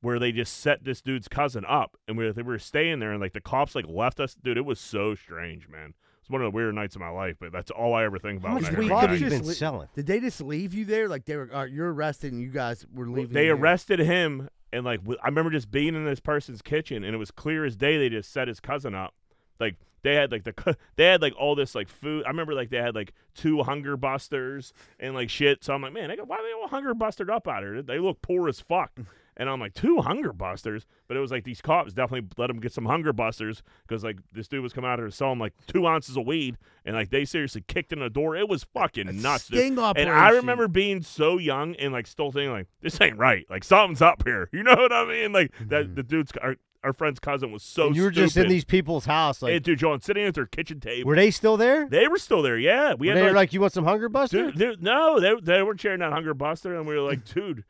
[SPEAKER 3] where they just set this dude's cousin up, and we were, they were staying there, and like the cops like left us. Dude, it was so strange, man. It's one of the weird nights of my life, but that's all I ever think
[SPEAKER 2] How
[SPEAKER 3] about.
[SPEAKER 2] much
[SPEAKER 3] when I
[SPEAKER 2] weed
[SPEAKER 3] hear
[SPEAKER 1] could
[SPEAKER 2] have
[SPEAKER 3] about
[SPEAKER 2] you
[SPEAKER 1] just
[SPEAKER 3] it.
[SPEAKER 2] been
[SPEAKER 1] li-
[SPEAKER 2] selling?
[SPEAKER 1] Did they just leave you there? Like they were, all right, you're arrested, and you guys were leaving.
[SPEAKER 3] They
[SPEAKER 1] there.
[SPEAKER 3] arrested him, and like w- I remember just being in this person's kitchen, and it was clear as day they just set his cousin up. Like they had like the cu- they had like all this like food. I remember like they had like two hunger busters and like shit. So I'm like, man, they got, why are they all hunger bustered up out here? They look poor as fuck.
[SPEAKER 1] Mm.
[SPEAKER 3] And I'm like, two hunger busters, but it was like these cops definitely let him get some hunger busters because like this dude was coming out here to sell him like two ounces of weed, and like they seriously kicked in the door. It was fucking nuts, dude.
[SPEAKER 1] Sting operation.
[SPEAKER 3] And I remember being so young and like still thinking like this ain't right. Like something's up here. (laughs) You know what I mean? Like that the dude's our, our friend's cousin was so.
[SPEAKER 2] Mm-hmm. and you were just in
[SPEAKER 3] stupid.
[SPEAKER 2] these people's house.
[SPEAKER 3] And,
[SPEAKER 2] Like,
[SPEAKER 3] dude, John sitting at their kitchen table.
[SPEAKER 2] were they still there?
[SPEAKER 3] they were still there. Yeah, we
[SPEAKER 2] were
[SPEAKER 3] had
[SPEAKER 2] they
[SPEAKER 3] like,
[SPEAKER 2] like, you want some hunger buster?
[SPEAKER 3] dude, dude, no, they they weren't sharing that hunger buster, and we
[SPEAKER 1] (laughs)
[SPEAKER 3] were like, dude,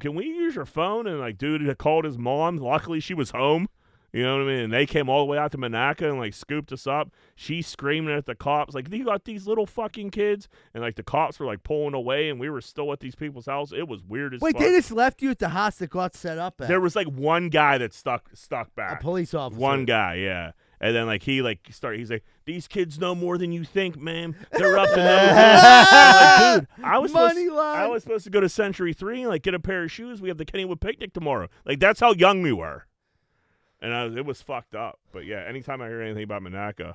[SPEAKER 3] can we use your phone? And like, dude had called his mom. Luckily, she was home. You know what I mean? And they came all the way out to Manaca and like scooped us up. She screaming at the cops, like, you got these little fucking kids. And like the cops were like pulling away and we were still at these people's house. It was weird as
[SPEAKER 1] Wait,
[SPEAKER 3] fuck.
[SPEAKER 1] they just left you at the house that got set up at.
[SPEAKER 3] there was like one guy that stuck stuck
[SPEAKER 1] a
[SPEAKER 3] back.
[SPEAKER 1] police officer. (laughs)
[SPEAKER 3] One guy, yeah. And then like he like started he's like, These kids know more than you think, ma'am. They're up to no good."
[SPEAKER 1] (laughs) Ah!
[SPEAKER 3] Like, dude, I was supposed-
[SPEAKER 1] money line.
[SPEAKER 3] I was supposed to go to Century Three and like get a pair of shoes. We have the Kennywood picnic tomorrow. Like that's how young we were, and I, it was fucked up. But yeah, anytime I hear anything about Manaca,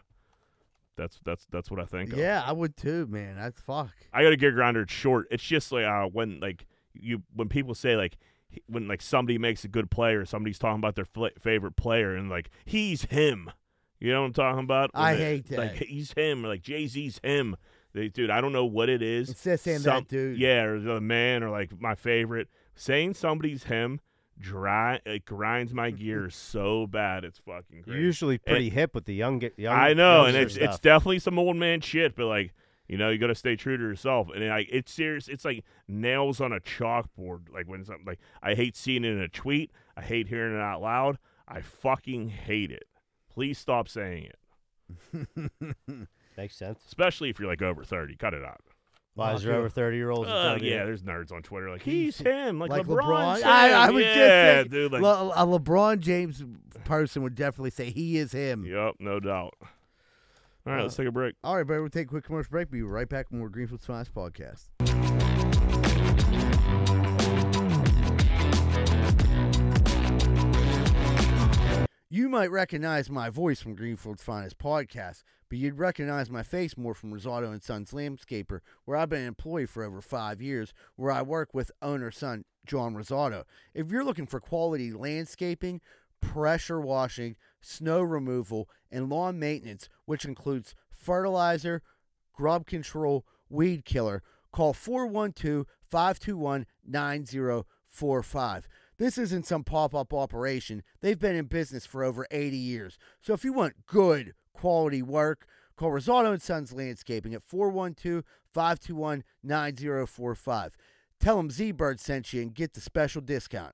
[SPEAKER 3] that's that's that's what I think. of.
[SPEAKER 1] yeah, I would too, man. That's fuck. (laughs)
[SPEAKER 3] I got a gear grinder. It's short. It's just like uh, when like you when people say like he- when like somebody makes a good play or somebody's talking about their fl- favorite player and like he's him. You know what I'm talking about? When
[SPEAKER 1] I
[SPEAKER 3] they-
[SPEAKER 1] hate that.
[SPEAKER 3] Like he's him. Or like Jay Z's him. They, dude, I don't know what it is.
[SPEAKER 1] Instead of saying
[SPEAKER 3] Some-
[SPEAKER 1] that dude.
[SPEAKER 3] Yeah, or the man, or like my favorite. Saying somebody's him dry it
[SPEAKER 1] (laughs)
[SPEAKER 3] grinds my gears so bad it's fucking
[SPEAKER 2] You're
[SPEAKER 3] crazy.
[SPEAKER 2] usually pretty hip with the young. ge- young
[SPEAKER 3] I know, and
[SPEAKER 2] youngster
[SPEAKER 3] it's it's
[SPEAKER 2] stuff.
[SPEAKER 3] definitely some old man shit, but like you know, you got to stay true to yourself. And like it's serious. It's like nails on a chalkboard. Like when something like I hate seeing it in a tweet. I hate hearing it out loud. I fucking hate it. Please stop saying it,
[SPEAKER 2] makes sense.
[SPEAKER 3] especially if you're like over thirty. Cut it out.
[SPEAKER 2] Why is there
[SPEAKER 1] Fuck.
[SPEAKER 2] over thirty year olds?
[SPEAKER 3] Oh yeah, there's nerds on Twitter like he's him, like,
[SPEAKER 1] Like
[SPEAKER 3] LeBron.
[SPEAKER 1] LeBron. I- I was just
[SPEAKER 3] yeah,
[SPEAKER 1] thinking,
[SPEAKER 3] dude. Like,
[SPEAKER 1] Le- a LeBron James person would definitely say he is him.
[SPEAKER 3] Yep, no doubt. All right, let's
[SPEAKER 1] uh,
[SPEAKER 3] take a break.
[SPEAKER 1] All right, but we'll take a quick commercial break. Be right back with more Greenfield's Finest podcast. You might recognize my voice from Greenfield's Finest podcast, but you'd recognize my face more from Rosato and Sons Landscaper, where I've been an employee for over five years, where I work with owner son John Rosato. If you're looking for quality landscaping, pressure washing, snow removal, and lawn maintenance, which includes fertilizer, grub control, weed killer, call 412 521 9045. This isn't some pop up operation. They've been in business for over 80 years. So if you want good quality work, call Rosato and Sons Landscaping at 412 521 9045. Tell them Z Bird sent you and get the special discount.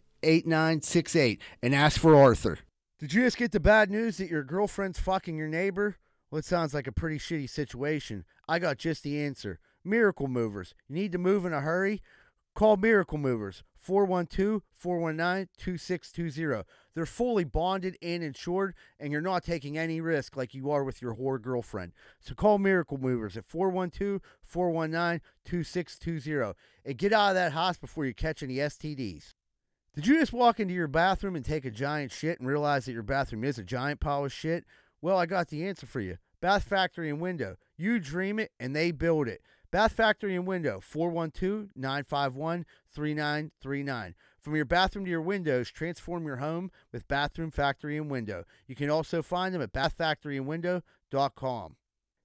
[SPEAKER 6] 8968 and ask for Arthur.
[SPEAKER 1] Did you just get the bad news that your girlfriend's fucking your neighbor? Well, it sounds like a pretty shitty situation. I got just the answer Miracle Movers. You need to move in a hurry? Call Miracle Movers 412 419 2620. They're fully bonded and insured, and you're not taking any risk like you are with your whore girlfriend. So call Miracle Movers at 412 419 2620 and get out of that house before you catch any STDs. Did you just walk into your bathroom and take a giant shit and realize that your bathroom is a giant pile of shit? Well, I got the answer for you. Bath Factory and Window. You dream it and they build it. Bath Factory and Window, 412 951 3939. From your bathroom to your windows, transform your home with Bathroom Factory and Window. You can also find them at bathfactoryandwindow.com.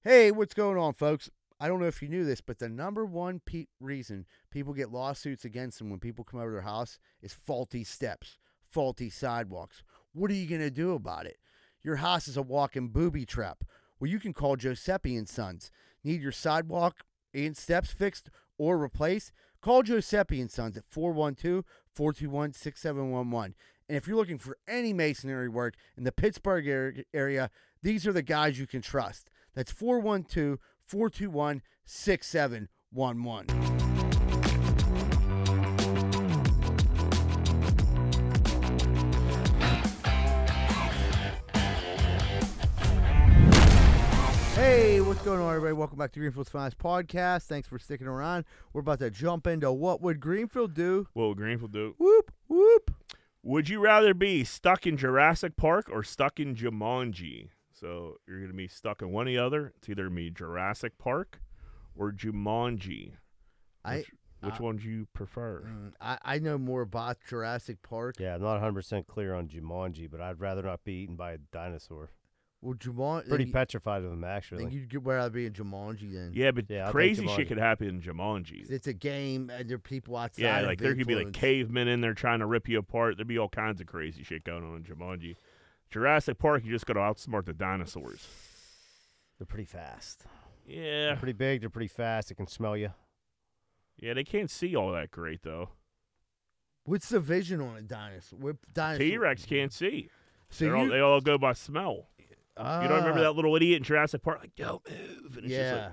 [SPEAKER 1] Hey, what's going on, folks? I don't know if you knew this, but the number one pe- reason people get lawsuits against them when people come over their house is faulty steps, faulty sidewalks. What are you going to do about it? Your house is a walking booby trap. Well, you can call Giuseppe and Sons. Need your sidewalk and steps fixed or replaced? Call Giuseppe and Sons at 412 421 6711. And if you're looking for any masonry work in the Pittsburgh ar- area, these are the guys you can trust. That's 412 421 6711. Hey, what's going on, everybody? Welcome back to Greenfield's Finest Podcast. Thanks for sticking around. We're about to jump into what would Greenfield do?
[SPEAKER 3] Well, Greenfield do.
[SPEAKER 1] Whoop, whoop.
[SPEAKER 3] Would you rather be stuck in Jurassic Park or stuck in Jumanji? So you're going to be stuck in one or the other. It's either me Jurassic Park or Jumanji.
[SPEAKER 1] I-
[SPEAKER 3] Which, which one do you prefer?
[SPEAKER 1] Mm, I, I know more about Jurassic Park.
[SPEAKER 2] Yeah, I'm not 100% clear on Jumanji, but I'd rather not be eaten by a dinosaur.
[SPEAKER 1] Well, Jumanji.
[SPEAKER 2] Pretty
[SPEAKER 1] then,
[SPEAKER 2] petrified of them,
[SPEAKER 1] you- then
[SPEAKER 2] actually.
[SPEAKER 1] you'd get where I'd be in Jumanji then.
[SPEAKER 3] Yeah, but
[SPEAKER 2] Yeah, I'll take
[SPEAKER 3] crazy
[SPEAKER 2] Jumanji.
[SPEAKER 3] shit could happen in Jumanji.
[SPEAKER 1] It's a game, and there are people outside.
[SPEAKER 3] Yeah,
[SPEAKER 1] of
[SPEAKER 3] like there could be like
[SPEAKER 1] influence.
[SPEAKER 3] cavemen in there trying to rip you apart. There'd be all kinds of crazy shit going on in Jumanji. Jurassic Park, you just got to outsmart the dinosaurs.
[SPEAKER 2] They're pretty fast. They're
[SPEAKER 3] Yeah,
[SPEAKER 2] pretty big. They're pretty fast. It can smell you.
[SPEAKER 3] yeah, they can't see all that great though.
[SPEAKER 1] What's the vision on a dinosaur? What dinosaur?
[SPEAKER 3] T Rex can't see.
[SPEAKER 1] So
[SPEAKER 3] They're all,
[SPEAKER 1] you-
[SPEAKER 3] they all go by smell. you don't remember
[SPEAKER 1] Ah,
[SPEAKER 3] that little idiot in Jurassic Park, like don't move, and it's just like,
[SPEAKER 1] Yeah.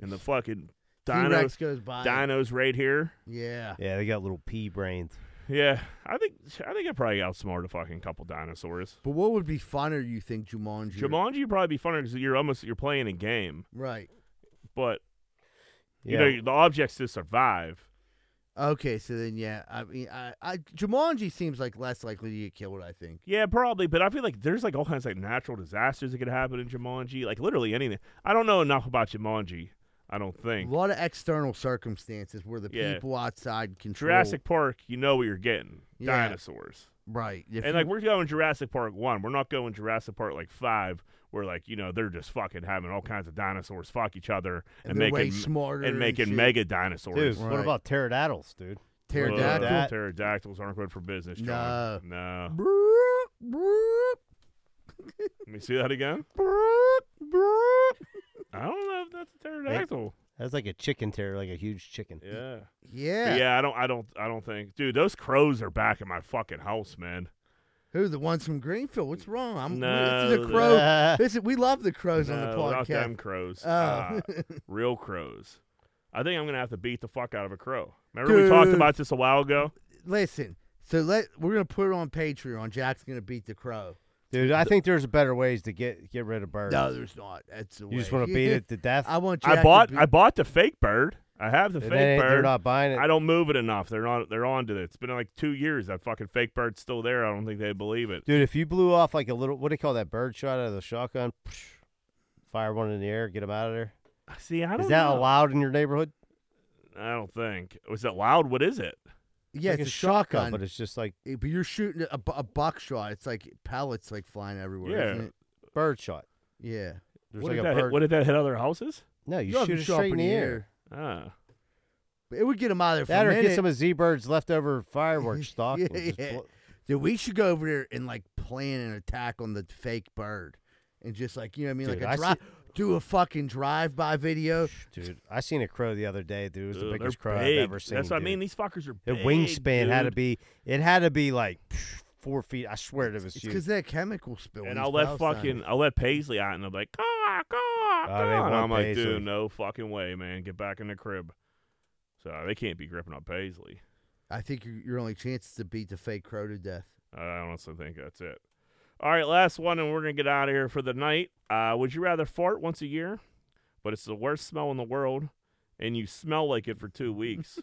[SPEAKER 3] and the fucking
[SPEAKER 1] T-Rex
[SPEAKER 3] dinos,
[SPEAKER 1] goes by.
[SPEAKER 3] dinos right here.
[SPEAKER 1] Yeah.
[SPEAKER 2] Yeah, they got little pea brains.
[SPEAKER 3] Yeah, I think I think I probably outsmart a fucking couple dinosaurs.
[SPEAKER 1] But what would be funner, you think, Jumanji? or-
[SPEAKER 3] Jumanji would probably be funner because you're almost you're playing a game,
[SPEAKER 1] Right.
[SPEAKER 3] but
[SPEAKER 2] Yeah.
[SPEAKER 3] you know the objects to survive.
[SPEAKER 1] Okay, so then, yeah. I mean, I, I, Jumanji seems like less likely to get killed, I think.
[SPEAKER 3] Yeah, probably, but I feel like there's like all kinds of like natural disasters that could happen in Jumanji, like literally anything. I don't know enough about Jumanji. I don't
[SPEAKER 1] A
[SPEAKER 3] think
[SPEAKER 1] lot of external circumstances where the
[SPEAKER 3] Yeah.
[SPEAKER 1] people outside control.
[SPEAKER 3] Jurassic Park. You know what you're getting:
[SPEAKER 1] Yeah.
[SPEAKER 3] dinosaurs.
[SPEAKER 1] Right. If
[SPEAKER 3] and
[SPEAKER 1] you-
[SPEAKER 3] like we're going Jurassic Park one. We're not going Jurassic Park like five, where like you know they're just fucking having all kinds of dinosaurs fuck each other and,
[SPEAKER 1] they're
[SPEAKER 3] making
[SPEAKER 1] way smarter
[SPEAKER 3] and making
[SPEAKER 1] shit.
[SPEAKER 3] mega
[SPEAKER 2] Dude,
[SPEAKER 3] dinosaurs.
[SPEAKER 1] Right.
[SPEAKER 2] what about pterodactyls, dude?
[SPEAKER 3] Whoa,
[SPEAKER 1] Pterodactyl.
[SPEAKER 2] That-
[SPEAKER 3] pterodactyls aren't good for business. John. No, no.
[SPEAKER 1] Broop, broop,
[SPEAKER 3] Let me see that
[SPEAKER 1] (laughs)
[SPEAKER 3] again.
[SPEAKER 1] broop, broop.
[SPEAKER 3] I don't know if that's a pterodactyl.
[SPEAKER 2] That's like a chicken terror, like a huge chicken.
[SPEAKER 3] Yeah.
[SPEAKER 1] Yeah.
[SPEAKER 3] yeah, I don't, I don't, I don't think, dude. Those crows are back in my fucking house, man.
[SPEAKER 1] Who the ones from Greenfield? What's wrong? I'm
[SPEAKER 3] No,
[SPEAKER 1] this is a
[SPEAKER 2] (laughs)
[SPEAKER 3] the-
[SPEAKER 1] crow. (laughs) This is, we love the crows on the
[SPEAKER 3] No, not them
[SPEAKER 1] podcast.
[SPEAKER 3] crows.
[SPEAKER 1] Oh.
[SPEAKER 2] (laughs)
[SPEAKER 3] Uh, real crows. I think I'm gonna have to beat the fuck out of a crow. Remember we talked
[SPEAKER 1] Dude.
[SPEAKER 3] about this a while ago.
[SPEAKER 1] Listen, so let we're gonna put it on Patreon. Jack's gonna beat the crow.
[SPEAKER 2] Dude, I think there's better ways to get get rid of birds.
[SPEAKER 1] No, there's not. That's the
[SPEAKER 2] you just
[SPEAKER 1] way.
[SPEAKER 2] want
[SPEAKER 1] (laughs)
[SPEAKER 2] to beat it to death.
[SPEAKER 1] I want. Jack
[SPEAKER 3] I bought
[SPEAKER 1] To beat,
[SPEAKER 3] I bought the fake bird. I have the
[SPEAKER 2] They
[SPEAKER 3] fake
[SPEAKER 2] ain't- They're
[SPEAKER 3] bird.
[SPEAKER 2] not buying it.
[SPEAKER 3] I don't move it enough. They're on they're on to it. It's been like two years. That fucking fake bird's still there. I don't think they believe it.
[SPEAKER 2] Dude, if you blew off like a little, what do you call that bird shot out of the shotgun? Fire one in the air, get them out of there.
[SPEAKER 3] See, I don't
[SPEAKER 2] Is that
[SPEAKER 3] know.
[SPEAKER 2] allowed in your neighborhood?
[SPEAKER 3] I don't think. Was it loud? What is it?
[SPEAKER 1] (laughs) Yeah,
[SPEAKER 2] like
[SPEAKER 1] it's a shotgun,
[SPEAKER 2] but it's just like
[SPEAKER 1] Eh, but you're shooting a, bu- a buckshot. It's like pellets like flying everywhere.
[SPEAKER 3] Yeah.
[SPEAKER 1] isn't it?
[SPEAKER 2] bird shot.
[SPEAKER 1] yeah.
[SPEAKER 2] There's
[SPEAKER 3] What
[SPEAKER 2] like
[SPEAKER 3] did,
[SPEAKER 2] a
[SPEAKER 3] that hit,
[SPEAKER 2] bird.
[SPEAKER 3] what did that hit other houses?
[SPEAKER 2] no, you,
[SPEAKER 1] You have
[SPEAKER 2] shoot
[SPEAKER 1] to
[SPEAKER 2] it
[SPEAKER 1] shoot up
[SPEAKER 2] straight in the air.
[SPEAKER 3] Ah.
[SPEAKER 1] But it would get them out of there.
[SPEAKER 2] That
[SPEAKER 1] for
[SPEAKER 2] or
[SPEAKER 1] a
[SPEAKER 2] get
[SPEAKER 1] minute.
[SPEAKER 2] some of Z Bird's leftover (laughs) fireworks stock. and just
[SPEAKER 1] Yeah.
[SPEAKER 2] blow- (sniffs)
[SPEAKER 1] Dude, we should go over there and like plan an attack on the fake bird, and just like you know what I mean,
[SPEAKER 2] Dude,
[SPEAKER 1] like
[SPEAKER 2] I
[SPEAKER 1] a
[SPEAKER 2] see-
[SPEAKER 1] drive, do a fucking drive-by video.
[SPEAKER 2] Dude, I seen a crow the other day, dude. It was
[SPEAKER 3] Ugh,
[SPEAKER 2] the
[SPEAKER 3] they're
[SPEAKER 2] biggest crow
[SPEAKER 3] big.
[SPEAKER 2] I've ever seen.
[SPEAKER 3] That's what
[SPEAKER 2] dude.
[SPEAKER 3] I mean. These fuckers are
[SPEAKER 2] The
[SPEAKER 3] big.
[SPEAKER 2] wingspan had to
[SPEAKER 3] dude.
[SPEAKER 2] be it had to be like (sniffs) four feet. I swear it was
[SPEAKER 1] It's
[SPEAKER 2] huge.
[SPEAKER 1] because that chemical spill. in
[SPEAKER 3] And
[SPEAKER 1] East
[SPEAKER 3] I'll let
[SPEAKER 1] Palestine.
[SPEAKER 3] fucking I'll let Paisley out, and I'm like, caw, caw,
[SPEAKER 2] Oh, they
[SPEAKER 3] caw. And
[SPEAKER 2] want
[SPEAKER 3] I'm like,
[SPEAKER 2] Paisley.
[SPEAKER 3] dude, no fucking way, man. Get back in the crib. So they can't be gripping on Paisley.
[SPEAKER 1] I think your, your only chance is to beat the fake crow to death.
[SPEAKER 3] I honestly think that's it. All right, last one, and we're gonna get out of here for the night. Uh, would you rather fart once a year, but it's the worst smell in the world, and you smell like it for
[SPEAKER 2] (laughs)
[SPEAKER 3] two weeks,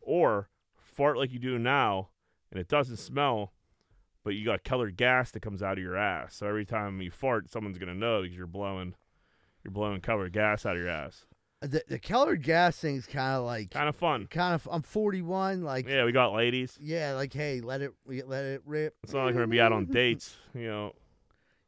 [SPEAKER 3] or fart like you do now, and it doesn't smell, but you got colored gas that comes out of your ass. So every time you fart, someone's gonna know because you're blowing, you're blowing colored gas out of your ass.
[SPEAKER 1] Uh, The the colored gas thing's kind of like
[SPEAKER 3] Kind of fun.
[SPEAKER 1] kind of. I'm 41. Like yeah.
[SPEAKER 3] Yeah, we got ladies.
[SPEAKER 1] like hey, let it let it rip.
[SPEAKER 3] It's not like we're gonna be out on dates, you know.
[SPEAKER 1] (laughs)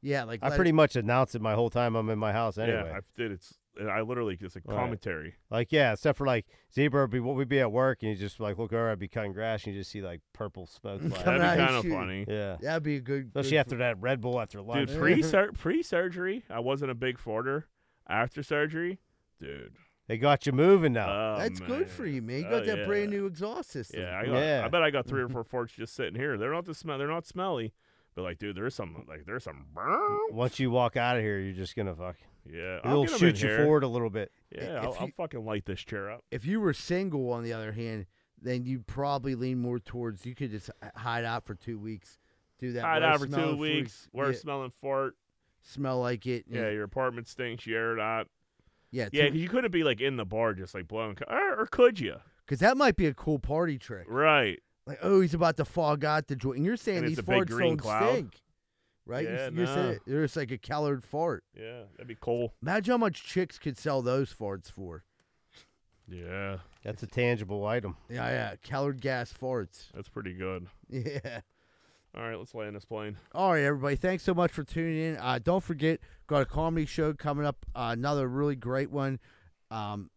[SPEAKER 1] Yeah, like
[SPEAKER 2] I
[SPEAKER 1] let it-
[SPEAKER 2] pretty much announced it my whole time I'm in my house (laughs) anyway.
[SPEAKER 3] Yeah, I did. It's I literally just a
[SPEAKER 2] Right.
[SPEAKER 3] commentary.
[SPEAKER 2] like yeah, except for like zebra would be what we'd be at work and you just like look over, I'd be cutting grass and you just see like purple
[SPEAKER 3] (laughs)
[SPEAKER 2] smoke
[SPEAKER 1] Coming out.
[SPEAKER 2] flying.
[SPEAKER 3] That'd be
[SPEAKER 1] Right,
[SPEAKER 3] kind of
[SPEAKER 1] shoot.
[SPEAKER 3] funny.
[SPEAKER 2] (laughs) yeah.
[SPEAKER 1] That'd be a good.
[SPEAKER 2] Especially
[SPEAKER 1] good
[SPEAKER 2] after that Red Bull after lunch.
[SPEAKER 3] Dude, pre
[SPEAKER 1] (laughs)
[SPEAKER 3] pre surgery, I wasn't a big farter. After surgery, dude,
[SPEAKER 2] They got you moving now.
[SPEAKER 3] oh,
[SPEAKER 1] That's good for
[SPEAKER 3] man.
[SPEAKER 1] you, man. You
[SPEAKER 3] Oh,
[SPEAKER 1] got that
[SPEAKER 3] yeah.
[SPEAKER 1] brand new exhaust system.
[SPEAKER 3] Yeah, I got.
[SPEAKER 2] Yeah.
[SPEAKER 3] I bet I
[SPEAKER 1] (laughs)
[SPEAKER 3] got three or four forks just sitting here. They're not the smell. They're not smelly. But like, dude, there's some like there's some. (laughs)
[SPEAKER 2] Once you walk out of here, you're just gonna fuck.
[SPEAKER 3] Yeah,
[SPEAKER 2] It'll
[SPEAKER 3] I'll get 'em in
[SPEAKER 2] shoot you
[SPEAKER 3] here.
[SPEAKER 2] forward a little bit.
[SPEAKER 3] Yeah,
[SPEAKER 1] If
[SPEAKER 3] I'll, I'll
[SPEAKER 1] you-
[SPEAKER 3] fucking light this chair up.
[SPEAKER 1] if you were single, on the other hand, then you'd probably lean more towards you could just h- hide out for two weeks, do that.
[SPEAKER 3] Hide out for two
[SPEAKER 1] worst-smelling
[SPEAKER 3] weeks.
[SPEAKER 1] freak-
[SPEAKER 3] Worst
[SPEAKER 1] yeah,
[SPEAKER 3] smelling fart.
[SPEAKER 1] smell like it.
[SPEAKER 3] Yeah,
[SPEAKER 1] Yeah,
[SPEAKER 3] your apartment stinks. You air it out.
[SPEAKER 1] yeah,
[SPEAKER 3] Yeah, 'cause you couldn't be like in the bar just like blowing. co- Or, or could you?
[SPEAKER 1] because that might be a cool party trick.
[SPEAKER 3] Right.
[SPEAKER 1] Like, oh, he's about to fog out the joint. And you're saying
[SPEAKER 3] And it's
[SPEAKER 1] these
[SPEAKER 3] a big
[SPEAKER 1] farts
[SPEAKER 3] green
[SPEAKER 1] don't
[SPEAKER 3] cloud.
[SPEAKER 1] stink, right?
[SPEAKER 3] Yeah,
[SPEAKER 1] you're,
[SPEAKER 3] nah.
[SPEAKER 1] saying there's like a colored fart.
[SPEAKER 3] Yeah, that'd be cool.
[SPEAKER 1] Imagine how much chicks could sell those farts for.
[SPEAKER 3] Yeah,
[SPEAKER 2] That's a tangible item.
[SPEAKER 1] Yeah, yeah, colored gas farts. (laughs)
[SPEAKER 3] that's pretty good.
[SPEAKER 1] Yeah.
[SPEAKER 3] All right, let's land this plane.
[SPEAKER 1] All right, everybody. Thanks so much for tuning in. Uh, don't forget, got a comedy show coming up. Uh, another really great one. Um,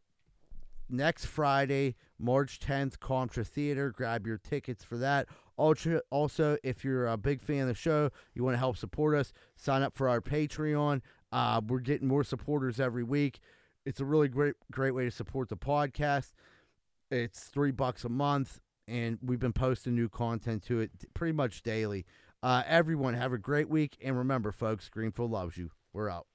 [SPEAKER 1] next Friday, March 10th, Contra Theater. Grab your tickets for that. Ultra, also, if you're a big fan of the show, you want to help support us, sign up for our Patreon. Uh, we're getting more supporters every week. It's a really great, great way to support the podcast. It's three bucks a month, and we've been posting new content to it t- pretty much daily. Uh, everyone, have a great week, and remember, folks, Greenfield loves you. We're out.